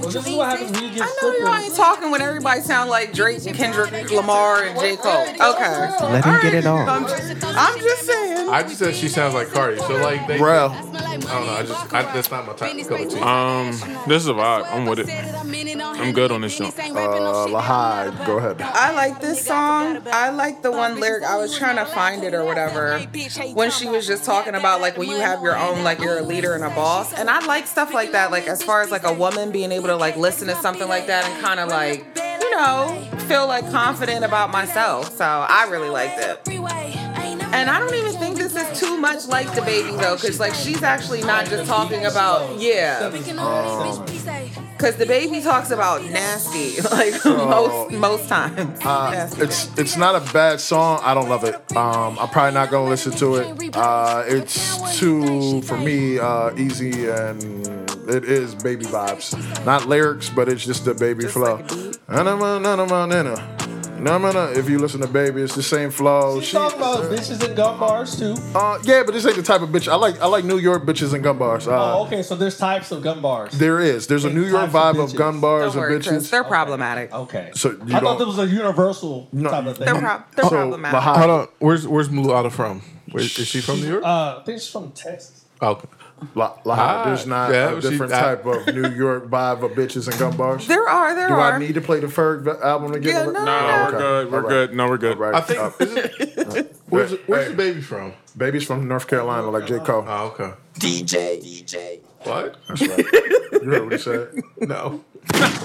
Well, this is what happens when you get I know you flipped. ain't talking when everybody sound like Drake and Kendrick Lamar and J. Cole. Okay. Let him get it I'm on. just, I'm just saying. I just said she sounds like Cardi. So like they. Bro. I don't know. I just I, that's not my type of color. team. Um, this is a vibe. I'm with it. I'm good on this show. Uh, Lahai, go ahead. I like this song. I like the one lyric. I was trying to find it or whatever. When she was just talking about like when you have your own, like you're a leader and a boss. And I like stuff like that. Like as far as like a woman being able to like listen to something like that and kind of like, you know, feel like confident about myself. So I really liked it. And I don't even think this is too much like Oh, the baby though, because like she's actually not just talking about yeah. Um, Cause the baby talks about nasty like most most times. Uh, it's it's not a bad song. I don't love it. Um, I'm probably not gonna listen to it. Uh, it's too for me uh, easy and it is baby vibes, not lyrics, but it's just the baby flow. Na-na-ma, na-na-ma, na-na. Na-na-ma, If you listen to baby, it's the same flow. She- Talk about bitches and gun bars too. uh, yeah, but this ain't the type of bitch I like. I like New York bitches and gun bars. Uh, Oh, okay, so there's types of gun bars. There is. There's a New York vibe of gun bars Don't and worry, Chris. bitches. Oh. They're problematic. Okay. So you I don't. thought it was a universal type of thing. They're, prob- they're problematic. Hold on. Where's Where's Mulata from? Where, is she from New York? Uh, I think she's from Texas. Okay. La, Ah, there's not yeah, a she- different I- type of New York vibe of bitches and gun bars. There are. There Do are. I need to play the Ferg v- album again? Yeah, No, no, we're good. We're good. No, we're good. I think. Where's Where's the baby from? Baby's from North Carolina, like J. Cole. Oh, okay. DJ. DJ. What? You heard what he said? No.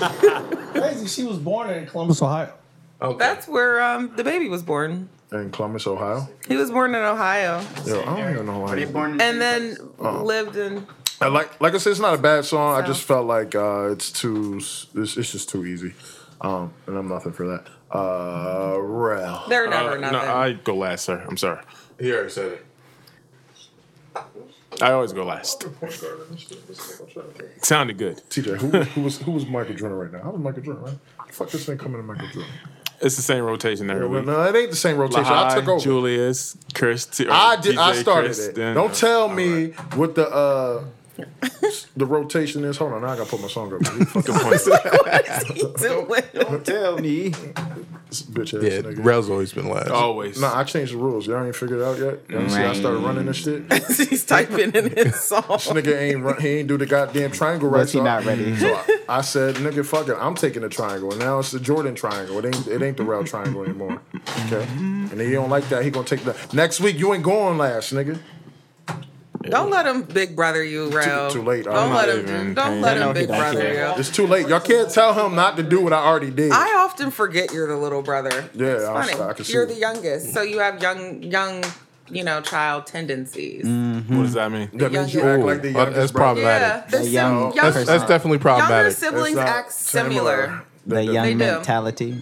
Crazy. She was born in Columbus, Ohio. That's where um, the baby was born. In Columbus, Ohio. He was born in Ohio, Yo, I don't even know why. and then Oh. lived in. I like, like I said, it's not a bad song. I So. just felt like uh, it's too, it's, it's just too easy, um, and I'm nothing for that. Uh, Rel. They're never Uh, nothing. No, I go last, sir. I'm sorry. He already said it. I always go last. Sounded good. TJ, who, who was who was Michael Jordan right now? I was Michael Jordan, right? Fuck this thing coming to Michael Jordan. It's the same rotation every well, week. no, it ain't the same rotation. I Lahai, took over. Julius, Chris. T- or I did. I DJ started Chris, it. then- Don't tell me what the uh, the rotation is. Hold on, now I gotta put my song up. Good point. Don't tell me. Bitch ass Yeah, nigga. Rel's always been last. Always. Nah, I changed the rules. Y'all ain't figured it out yet. Y'all see, I started running this shit. this He's typing in his song. nigga ain't run, he ain't do the goddamn triangle right. Was he so I- not ready? So I, I said, nigga, fuck it. I'm taking the triangle. Now it's the Jordan triangle. It ain't it ain't the Rel triangle anymore. Okay. And if he don't like that, he gonna take the next week. You ain't going last, nigga. Don't let him big brother you, Rel. Too late. I'm Don't not let him. even Do, don't paying let him attention. big brother you. It's too late. Y'all can't tell him not to do what I already did. I often forget you're the little brother. Yeah, It's I- funny. I can see you're it. the youngest, so you have young, young, you know, child tendencies. Mm, What does that mean? That means you youngest. act like the Ooh, Oh, youngest. that's brother. Yeah, problematic. they're sim- young young- That's, that's definitely younger problematic. siblings It's not act similar. The They do. young mentality.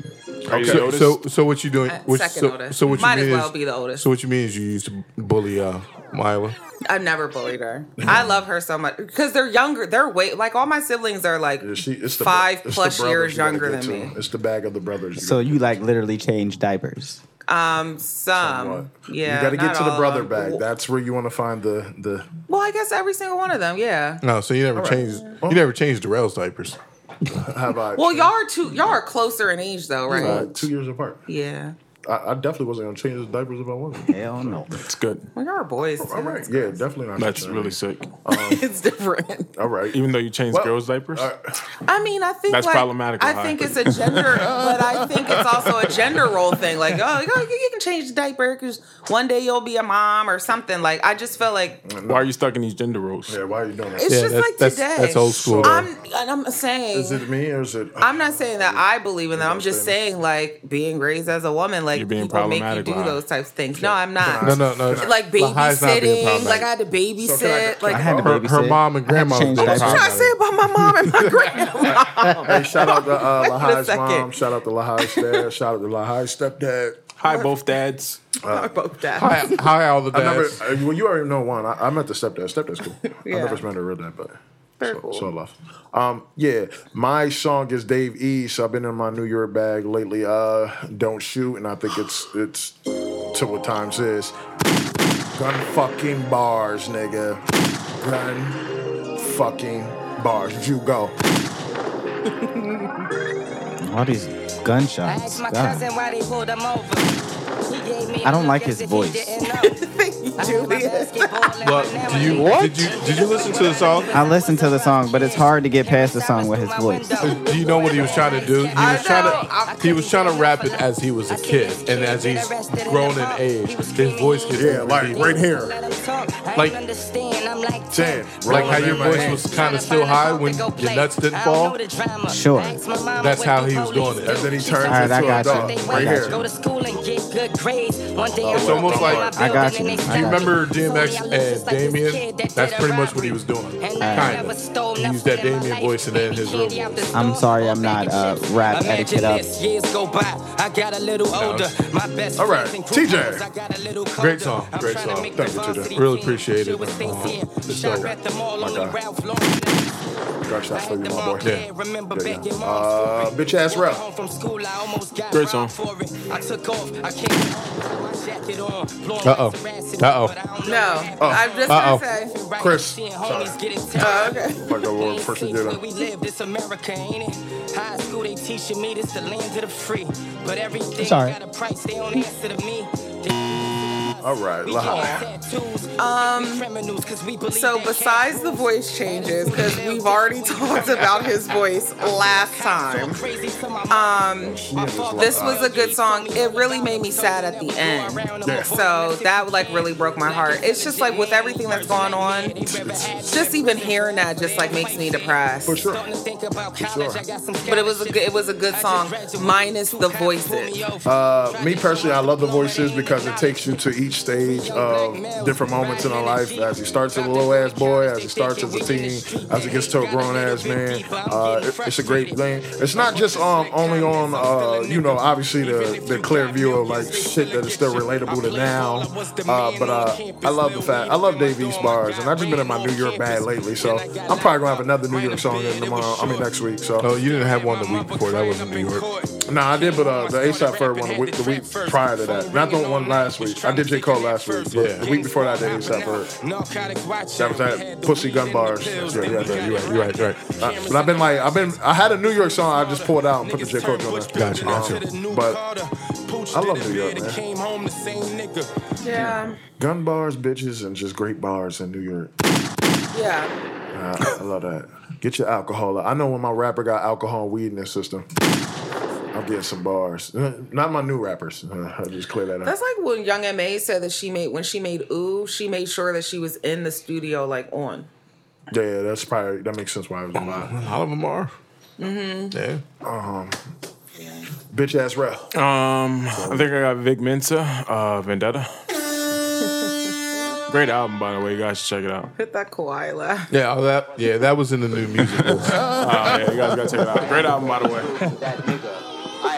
Are you So, noticed? so, so what you doing? Uh, What, second so, oldest. so what you Might mean as well is, be the oldest. So what you mean is you used to bully uh, Mila. I've never bullied her. I love her so much because they're younger. They're way like all my siblings are like Yeah, she- it's the- five it's the plus brothers years you gotta younger get to. than me. It's the bag of the brothers. So you like literally change diapers. Um, some yeah. you got to not get to the all brother of them. bag. That's where you want to find the the. Well, I guess every single one of them. Yeah. No, so you never changed. You never changed Darrell's diapers. How about Well, y'all are two. Y'all are closer in age though, right? uh, two years apart? Yeah. I, I definitely wasn't gonna change his diapers if I wasn't. Hell no. It's good. Well, y'all are boys. too. All right, yeah, definitely not. That's changing. really sick. It's different. all right. Even though you changed Well, girls' diapers, I mean, I think That's like, problematic, I Ohio. think it's a gender, but I think it's also a gender role thing. Like, oh, you- you can change the diaper because one day you'll be a mom or something. Like, I just feel like why are you stuck in these gender roles? Yeah, why are you doing that? it's Yeah, just that's- like that's- today. that's old school, though. I'm and I'm saying Is it me or is it? I'm not saying that I believe in them. I'm just saying saying like being raised as a woman, like You're being people make you problematic, do Lahai. those types of things. No, I'm No, not. no, no. Like Lahai's not being babysitting, like problematic. I had to babysit. So can I- can like I had to her, babysit. her mom and grandma I was changed being diapers. I'm trying to say problematic. about my mom and my grandma. Hey, shout out to uh, Lahai's second. mom. Shout out to Lahai's dad. shout out to Lahai's stepdad. Hi, both dads. Both dads. Hi, hi, all the I never. dads. uh, Well, you already know one. I, I met the stepdad. Stepdad's cool. I Yeah. never met her real dad, but Very so, cool. so love. Um, yeah, my song is Dave East. I've been in my New York bag lately. Uh, don't shoot, and I think it's it's to what times is gun fucking bars, nigga. Gun fucking bars. You go. All these I gunshots. asked my God. cousin why they pulled him over. He gave me I don't a like look as his if he voice. didn't know. I threw my basketball at him. Look, do you did you did you listen to the song? I listened to the song, but it's hard to get past the song with his voice. Do you know what he was trying to do? He I was trying know. I- to he was trying to rap it as he was a kid, and as he's grown in age, his voice gets Yeah, like right here. Let him talk. I Like- ain't understand. I'm like 10. Like how your voice was kind of still high when your nuts didn't fall. Sure. That's how he was doing it. And then he turns All right, I got you. I got you. Go to school and get good grades. One day It's almost like I got you. I Do you got remember DMX and Damien? That's pretty much what he was doing. Kind of. He used that Damien voice and then his real voice. I'm sorry, I'm not uh, rap Imagine etiquette up. this, years go by. I got a little older. My best All right, friends and crew members, I TJ. got a little colder. Great song. I'm Great tryna song. make Thank the you, TJ. varsity Really team. appreciate She it. was Stacey and It's shop dope. at the mall on God. Ralph Lauren. Drop shot for you, my boy. Yeah. Remember back in March, Uh, bitch ass rap. home from school, I almost got Great robbed for it. I took off. I came home, my jacket on, blowing Uh like oh. Saracen, Uh but I oh. don't know No, what I'm happened. just gonna Uh-oh. say. Chris. Seeing homies getting Oh, tired. okay. Like a little first you did Where on. we live, this America, ain't it? High school, they teaching me this the land of the free. But everything It's all right. got a price, they don't answer to me. All right, live. Um, so besides the voice changes, because we've already talked about his voice last time, um, this was a good song. It really made me sad at the end. Yeah. So that like really broke my heart. It's just like with everything that's going on, just even hearing that just like makes me depressed. For sure. But it was a good, it was a good song, minus the voices. Uh, me personally, I love the voices because it takes you to each stage of different moments in our life. As he starts as a little ass boy, as he starts as a teen, as he gets to a grown ass man. Uh, it- it's a great thing. It's not just um only on uh you know obviously the the clear view of like shit that is still relatable to now. Uh, but uh, I love the fact I love Dave East bars, and I've just been in my New York bag lately, so I'm probably gonna have another New York song in tomorrow. I mean next week. So. Oh, you didn't have one the week before. That wasn't New York. Nah, I did, but uh, the ASAP Ferg one the week, the week prior to that. Not the one last week. I did J. Cole last week. But The week before that, I did ASAP Ferg. That was that pussy gun bars. Yeah, yeah, yeah, you're right, you're right, you're right. Uh, but I've been like, I've been, I had a New York song I just pulled out and put the J. Cole on there. Gotcha, gotcha. But I love New York, man. Yeah, Gun bars, bitches, and just great bars in New York. yeah. Uh, I love that. Get your alcohol. out. I know when my rapper got alcohol and weed in their system. I'm getting some bars. Uh, Not my new rappers. Uh, I'll just clear that up. That's like when Young M.A. said that she made when she made Ooh, she made sure that she was in the studio like on. Yeah, that's probably that makes sense why I was alive. A lot of them are. Mm-hmm. Yeah. Um, bitch ass rap. Um, I think I got Vic Mensa, uh, Vendetta. Great album, by the way. You guys should check it out. Hit that Kawhi laugh. Yeah, all that. Yeah, that was in the new music. uh, yeah, you guys gotta check it out. Great album, by the way. I am that nigga. I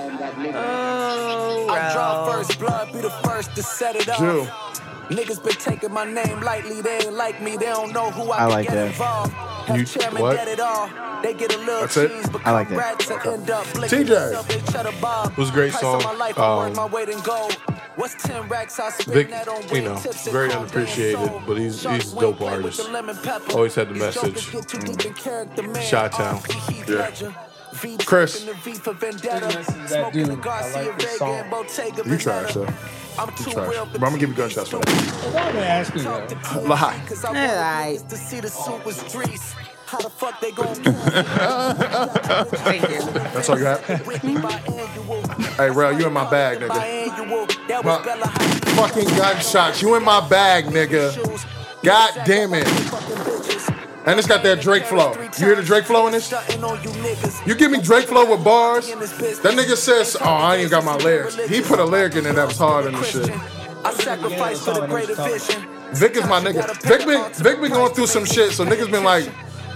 am that nigga. I draw first blood, be the first to set it up. Jew. Niggas been taking my name lightly, they ain't like me, they don't know who I I, like can that. get involved. Have You- chairman what? dead at all. They get a little That's it? cheese, but I like come that. rats and end up licking TJ. up in cheddar bob. It was a great Price of song. my life, I worth Um, my weight in gold. What's 10 racks, I spend Vic, that on you wing know, tips and very cold unappreciated, but he's he's a dope artist. Always had the message. Mm. Shot Town. Yeah. Chris. That dude, I like this song. You trash though. You trash. But I'm gonna give you gunshots for that. Why they ask me that? Lie. Cause I wanted niggas to see the suit was Drees. How the fuck they gon' That's all you got. hey, Rel, you in my bag, nigga. My- fucking gunshots. You in my bag, nigga. God damn it. And it's got that Drake flow. You hear the Drake flow in this? You give me Drake flow with bars. That nigga says, "Oh, I ain't got my lyrics." He put a lyric in there that was hard in the shit. I sacrifice for the greater vision. Vic is my nigga. Vic been Vic been going through some shit, so niggas been like,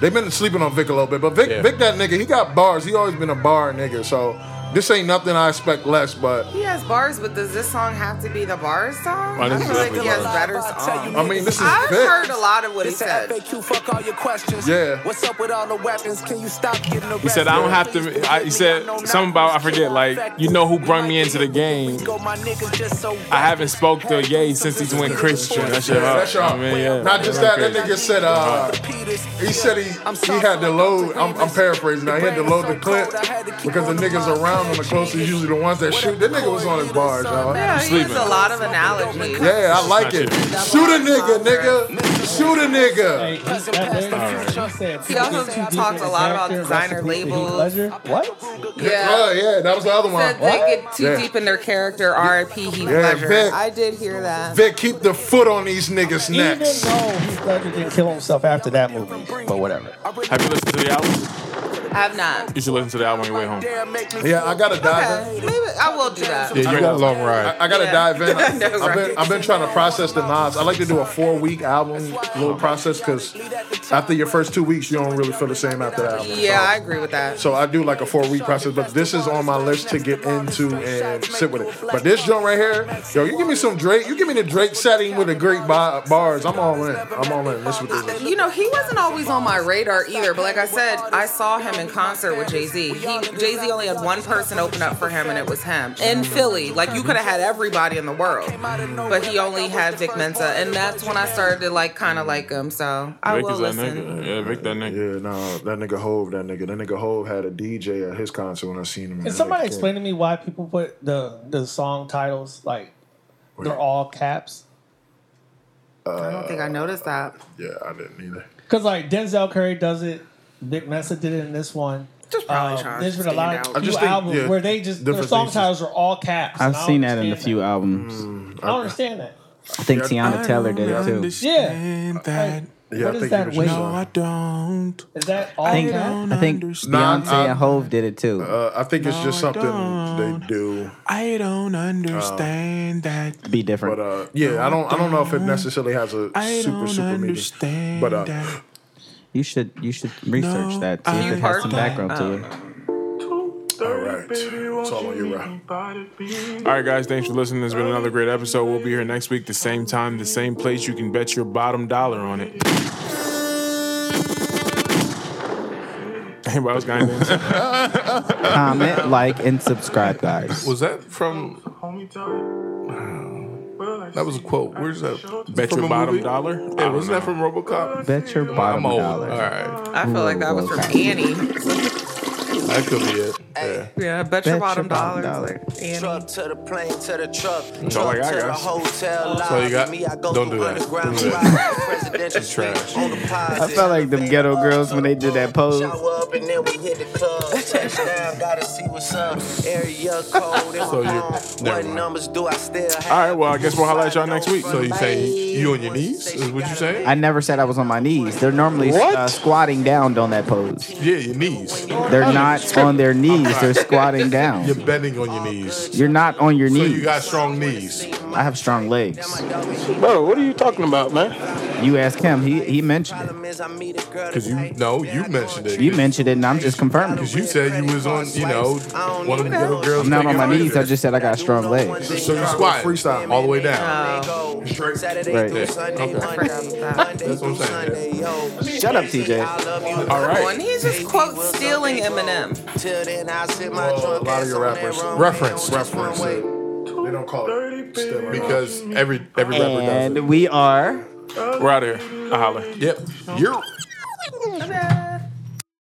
they been sleeping on Vic a little bit. But Vic, Vic that nigga, he got bars. He always been a bar nigga. So this ain't nothing I expect less. But He has bars, but does this song have to be the bar song? Oh, I this feel is like he definitely has bars. better songs. I mean, this is I've Vic. heard a lot of what he said. FAQ, fuck all your questions. Yeah. What's up with all the weapons? Can you stop getting arrested? He said, I don't have to. I, he said something about, I forget, like, you know who brought me into the game. My niggas just so I haven't spoke to Ye since he went Christian. That shit hard. That's y'all. I mean, yeah. Not just that, that nigga said, uh, he said he, he had to load, I'm, I'm paraphrasing now, he had to load the clip because the niggas around down on the closest. Usually the ones that shoot. That nigga was on his bars, y'all. Yeah, he used a lot of analogies. Yeah, I like it. Shoot a nigga, nigga. Shoot a nigga. He also talked a lot about designer labels. What? Yeah. Oh, Yeah, yeah, that was the other one. Said they get too Yeah. deep in their character. R.I.P. Heath Yeah, Ledger. Vic. I did hear that. Vic, keep the foot on these niggas' Even necks. though Heath Ledger didn't kill himself after that movie, but whatever. Have you listened to the album? I've not. You should listen to the album on your way home. Yeah, I gotta dive in. Maybe I will do that. Yeah, you got a long ride. I, I gotta Yeah. dive in. I, No, have right. been, I've been trying to process the knobs. I like to do a four week album little process because after your first two weeks, you don't really feel the same after that album. Yeah, I agree with that. So I do like a four week process, but this is on my list to get into and sit with it. But this joint right here, yo, you give me some Drake, you give me the Drake setting with the great bi- bars. I'm all in. I'm all in. This is what this is. You know, he wasn't always on my radar either. But like I said, I saw him in concert with Jay Z. Jay Z only had one person open up for him, and it was him in Philly. Like you could have had everybody in the world, but he only had Vic Mensa, and that's when I started to like kind of like him. So I Vic will is that listen. nigga. Yeah, Vic that nigga. Yeah, no, that nigga Hove, that nigga, that nigga Hove had a DJ at his concert when I seen him. Can somebody explain to me why people put the the song titles like they're all caps? I don't think I noticed that. Yeah, I didn't either. Because like Denzel Curry does it, Vic Mensa did it in this one. Just probably trying Um, There's to been a lot stand of out. I few just think, albums yeah, where they just their different song things. titles are all caps. and I've I don't seen that in a understand few albums. that. I don't understand that. I think Tiana Taylor did it too. Yeah. That. Yeah, What I is think that you were weight? No, saying. I don't. Is that all I think caps? I think Nah, Beyonce I- and Hove did it too. Uh, I think it's just something they do. I don't understand that. Be different. But uh, yeah, I don't. I don't know if it necessarily has a I super don't super meaning. understand But uh, that. You should you should research No, that. See I if it has heard some that. background to it. all right, it's all on you, Ralph. All right, guys, thanks for listening. It's been another great episode. We'll be here next week, the same time, the same place. You can bet your bottom dollar on it. Anybody else got anything? Comment, like, and subscribe, guys. Was that from? That was a quote. Where's that? Bet from your a bottom movie? dollar? I Hey, don't wasn't that from RoboCop? Bet your bottom I'm old. dollar. All right, I feel like that was from Annie. that could be it. Yeah. Yeah, bet, your bottom dollar. Annie. Truck to the plane to the truck. That's all I got, truck to the guys. hotel. That's all you lobby. got? Me, I go Don't through do that. underground Don't do to ride the presidential suite trash. on the pods. I felt like them ghetto girls when they did that pose. Shower up and then we hit the club. Touchdown, gotta see what's up. Area code in So my you- phone. never What mind. numbers do I still have? All right, well, I guess we'll highlight y'all next week. So you say you on your knees? Is what you say? I never said I was on my knees. They're normally What? uh, squatting down on that pose. Yeah, your knees. They're not on their knees. They're squatting You're down. bending on your knees. You're not on your So you knees. got strong knees. I have strong legs. Bro, what are you talking about, man? You ask him. He he mentioned Cause you no, you mentioned it. it. You mentioned it, and I'm just confirming. Cause you said you was on, you know, one of the little girls. I'm not on my taking knees. I just said I got strong legs. pictures. So you squat Freestyle. all the way down. uh, Oh, Saturday Right. through Sunday, Okay. Monday, Monday That's what I'm through saying. Sunday, yo. Shut up, TJ. I love you. All come right. on. He's just quote stealing Eminem. Till then, I sit my Well, a lot drunk of ass your on that rappers runway Reference, on just one reference way. it. They don't call it still Because every every rapper does it. And we are. We're out of here. I holler. Yep. You're Okay.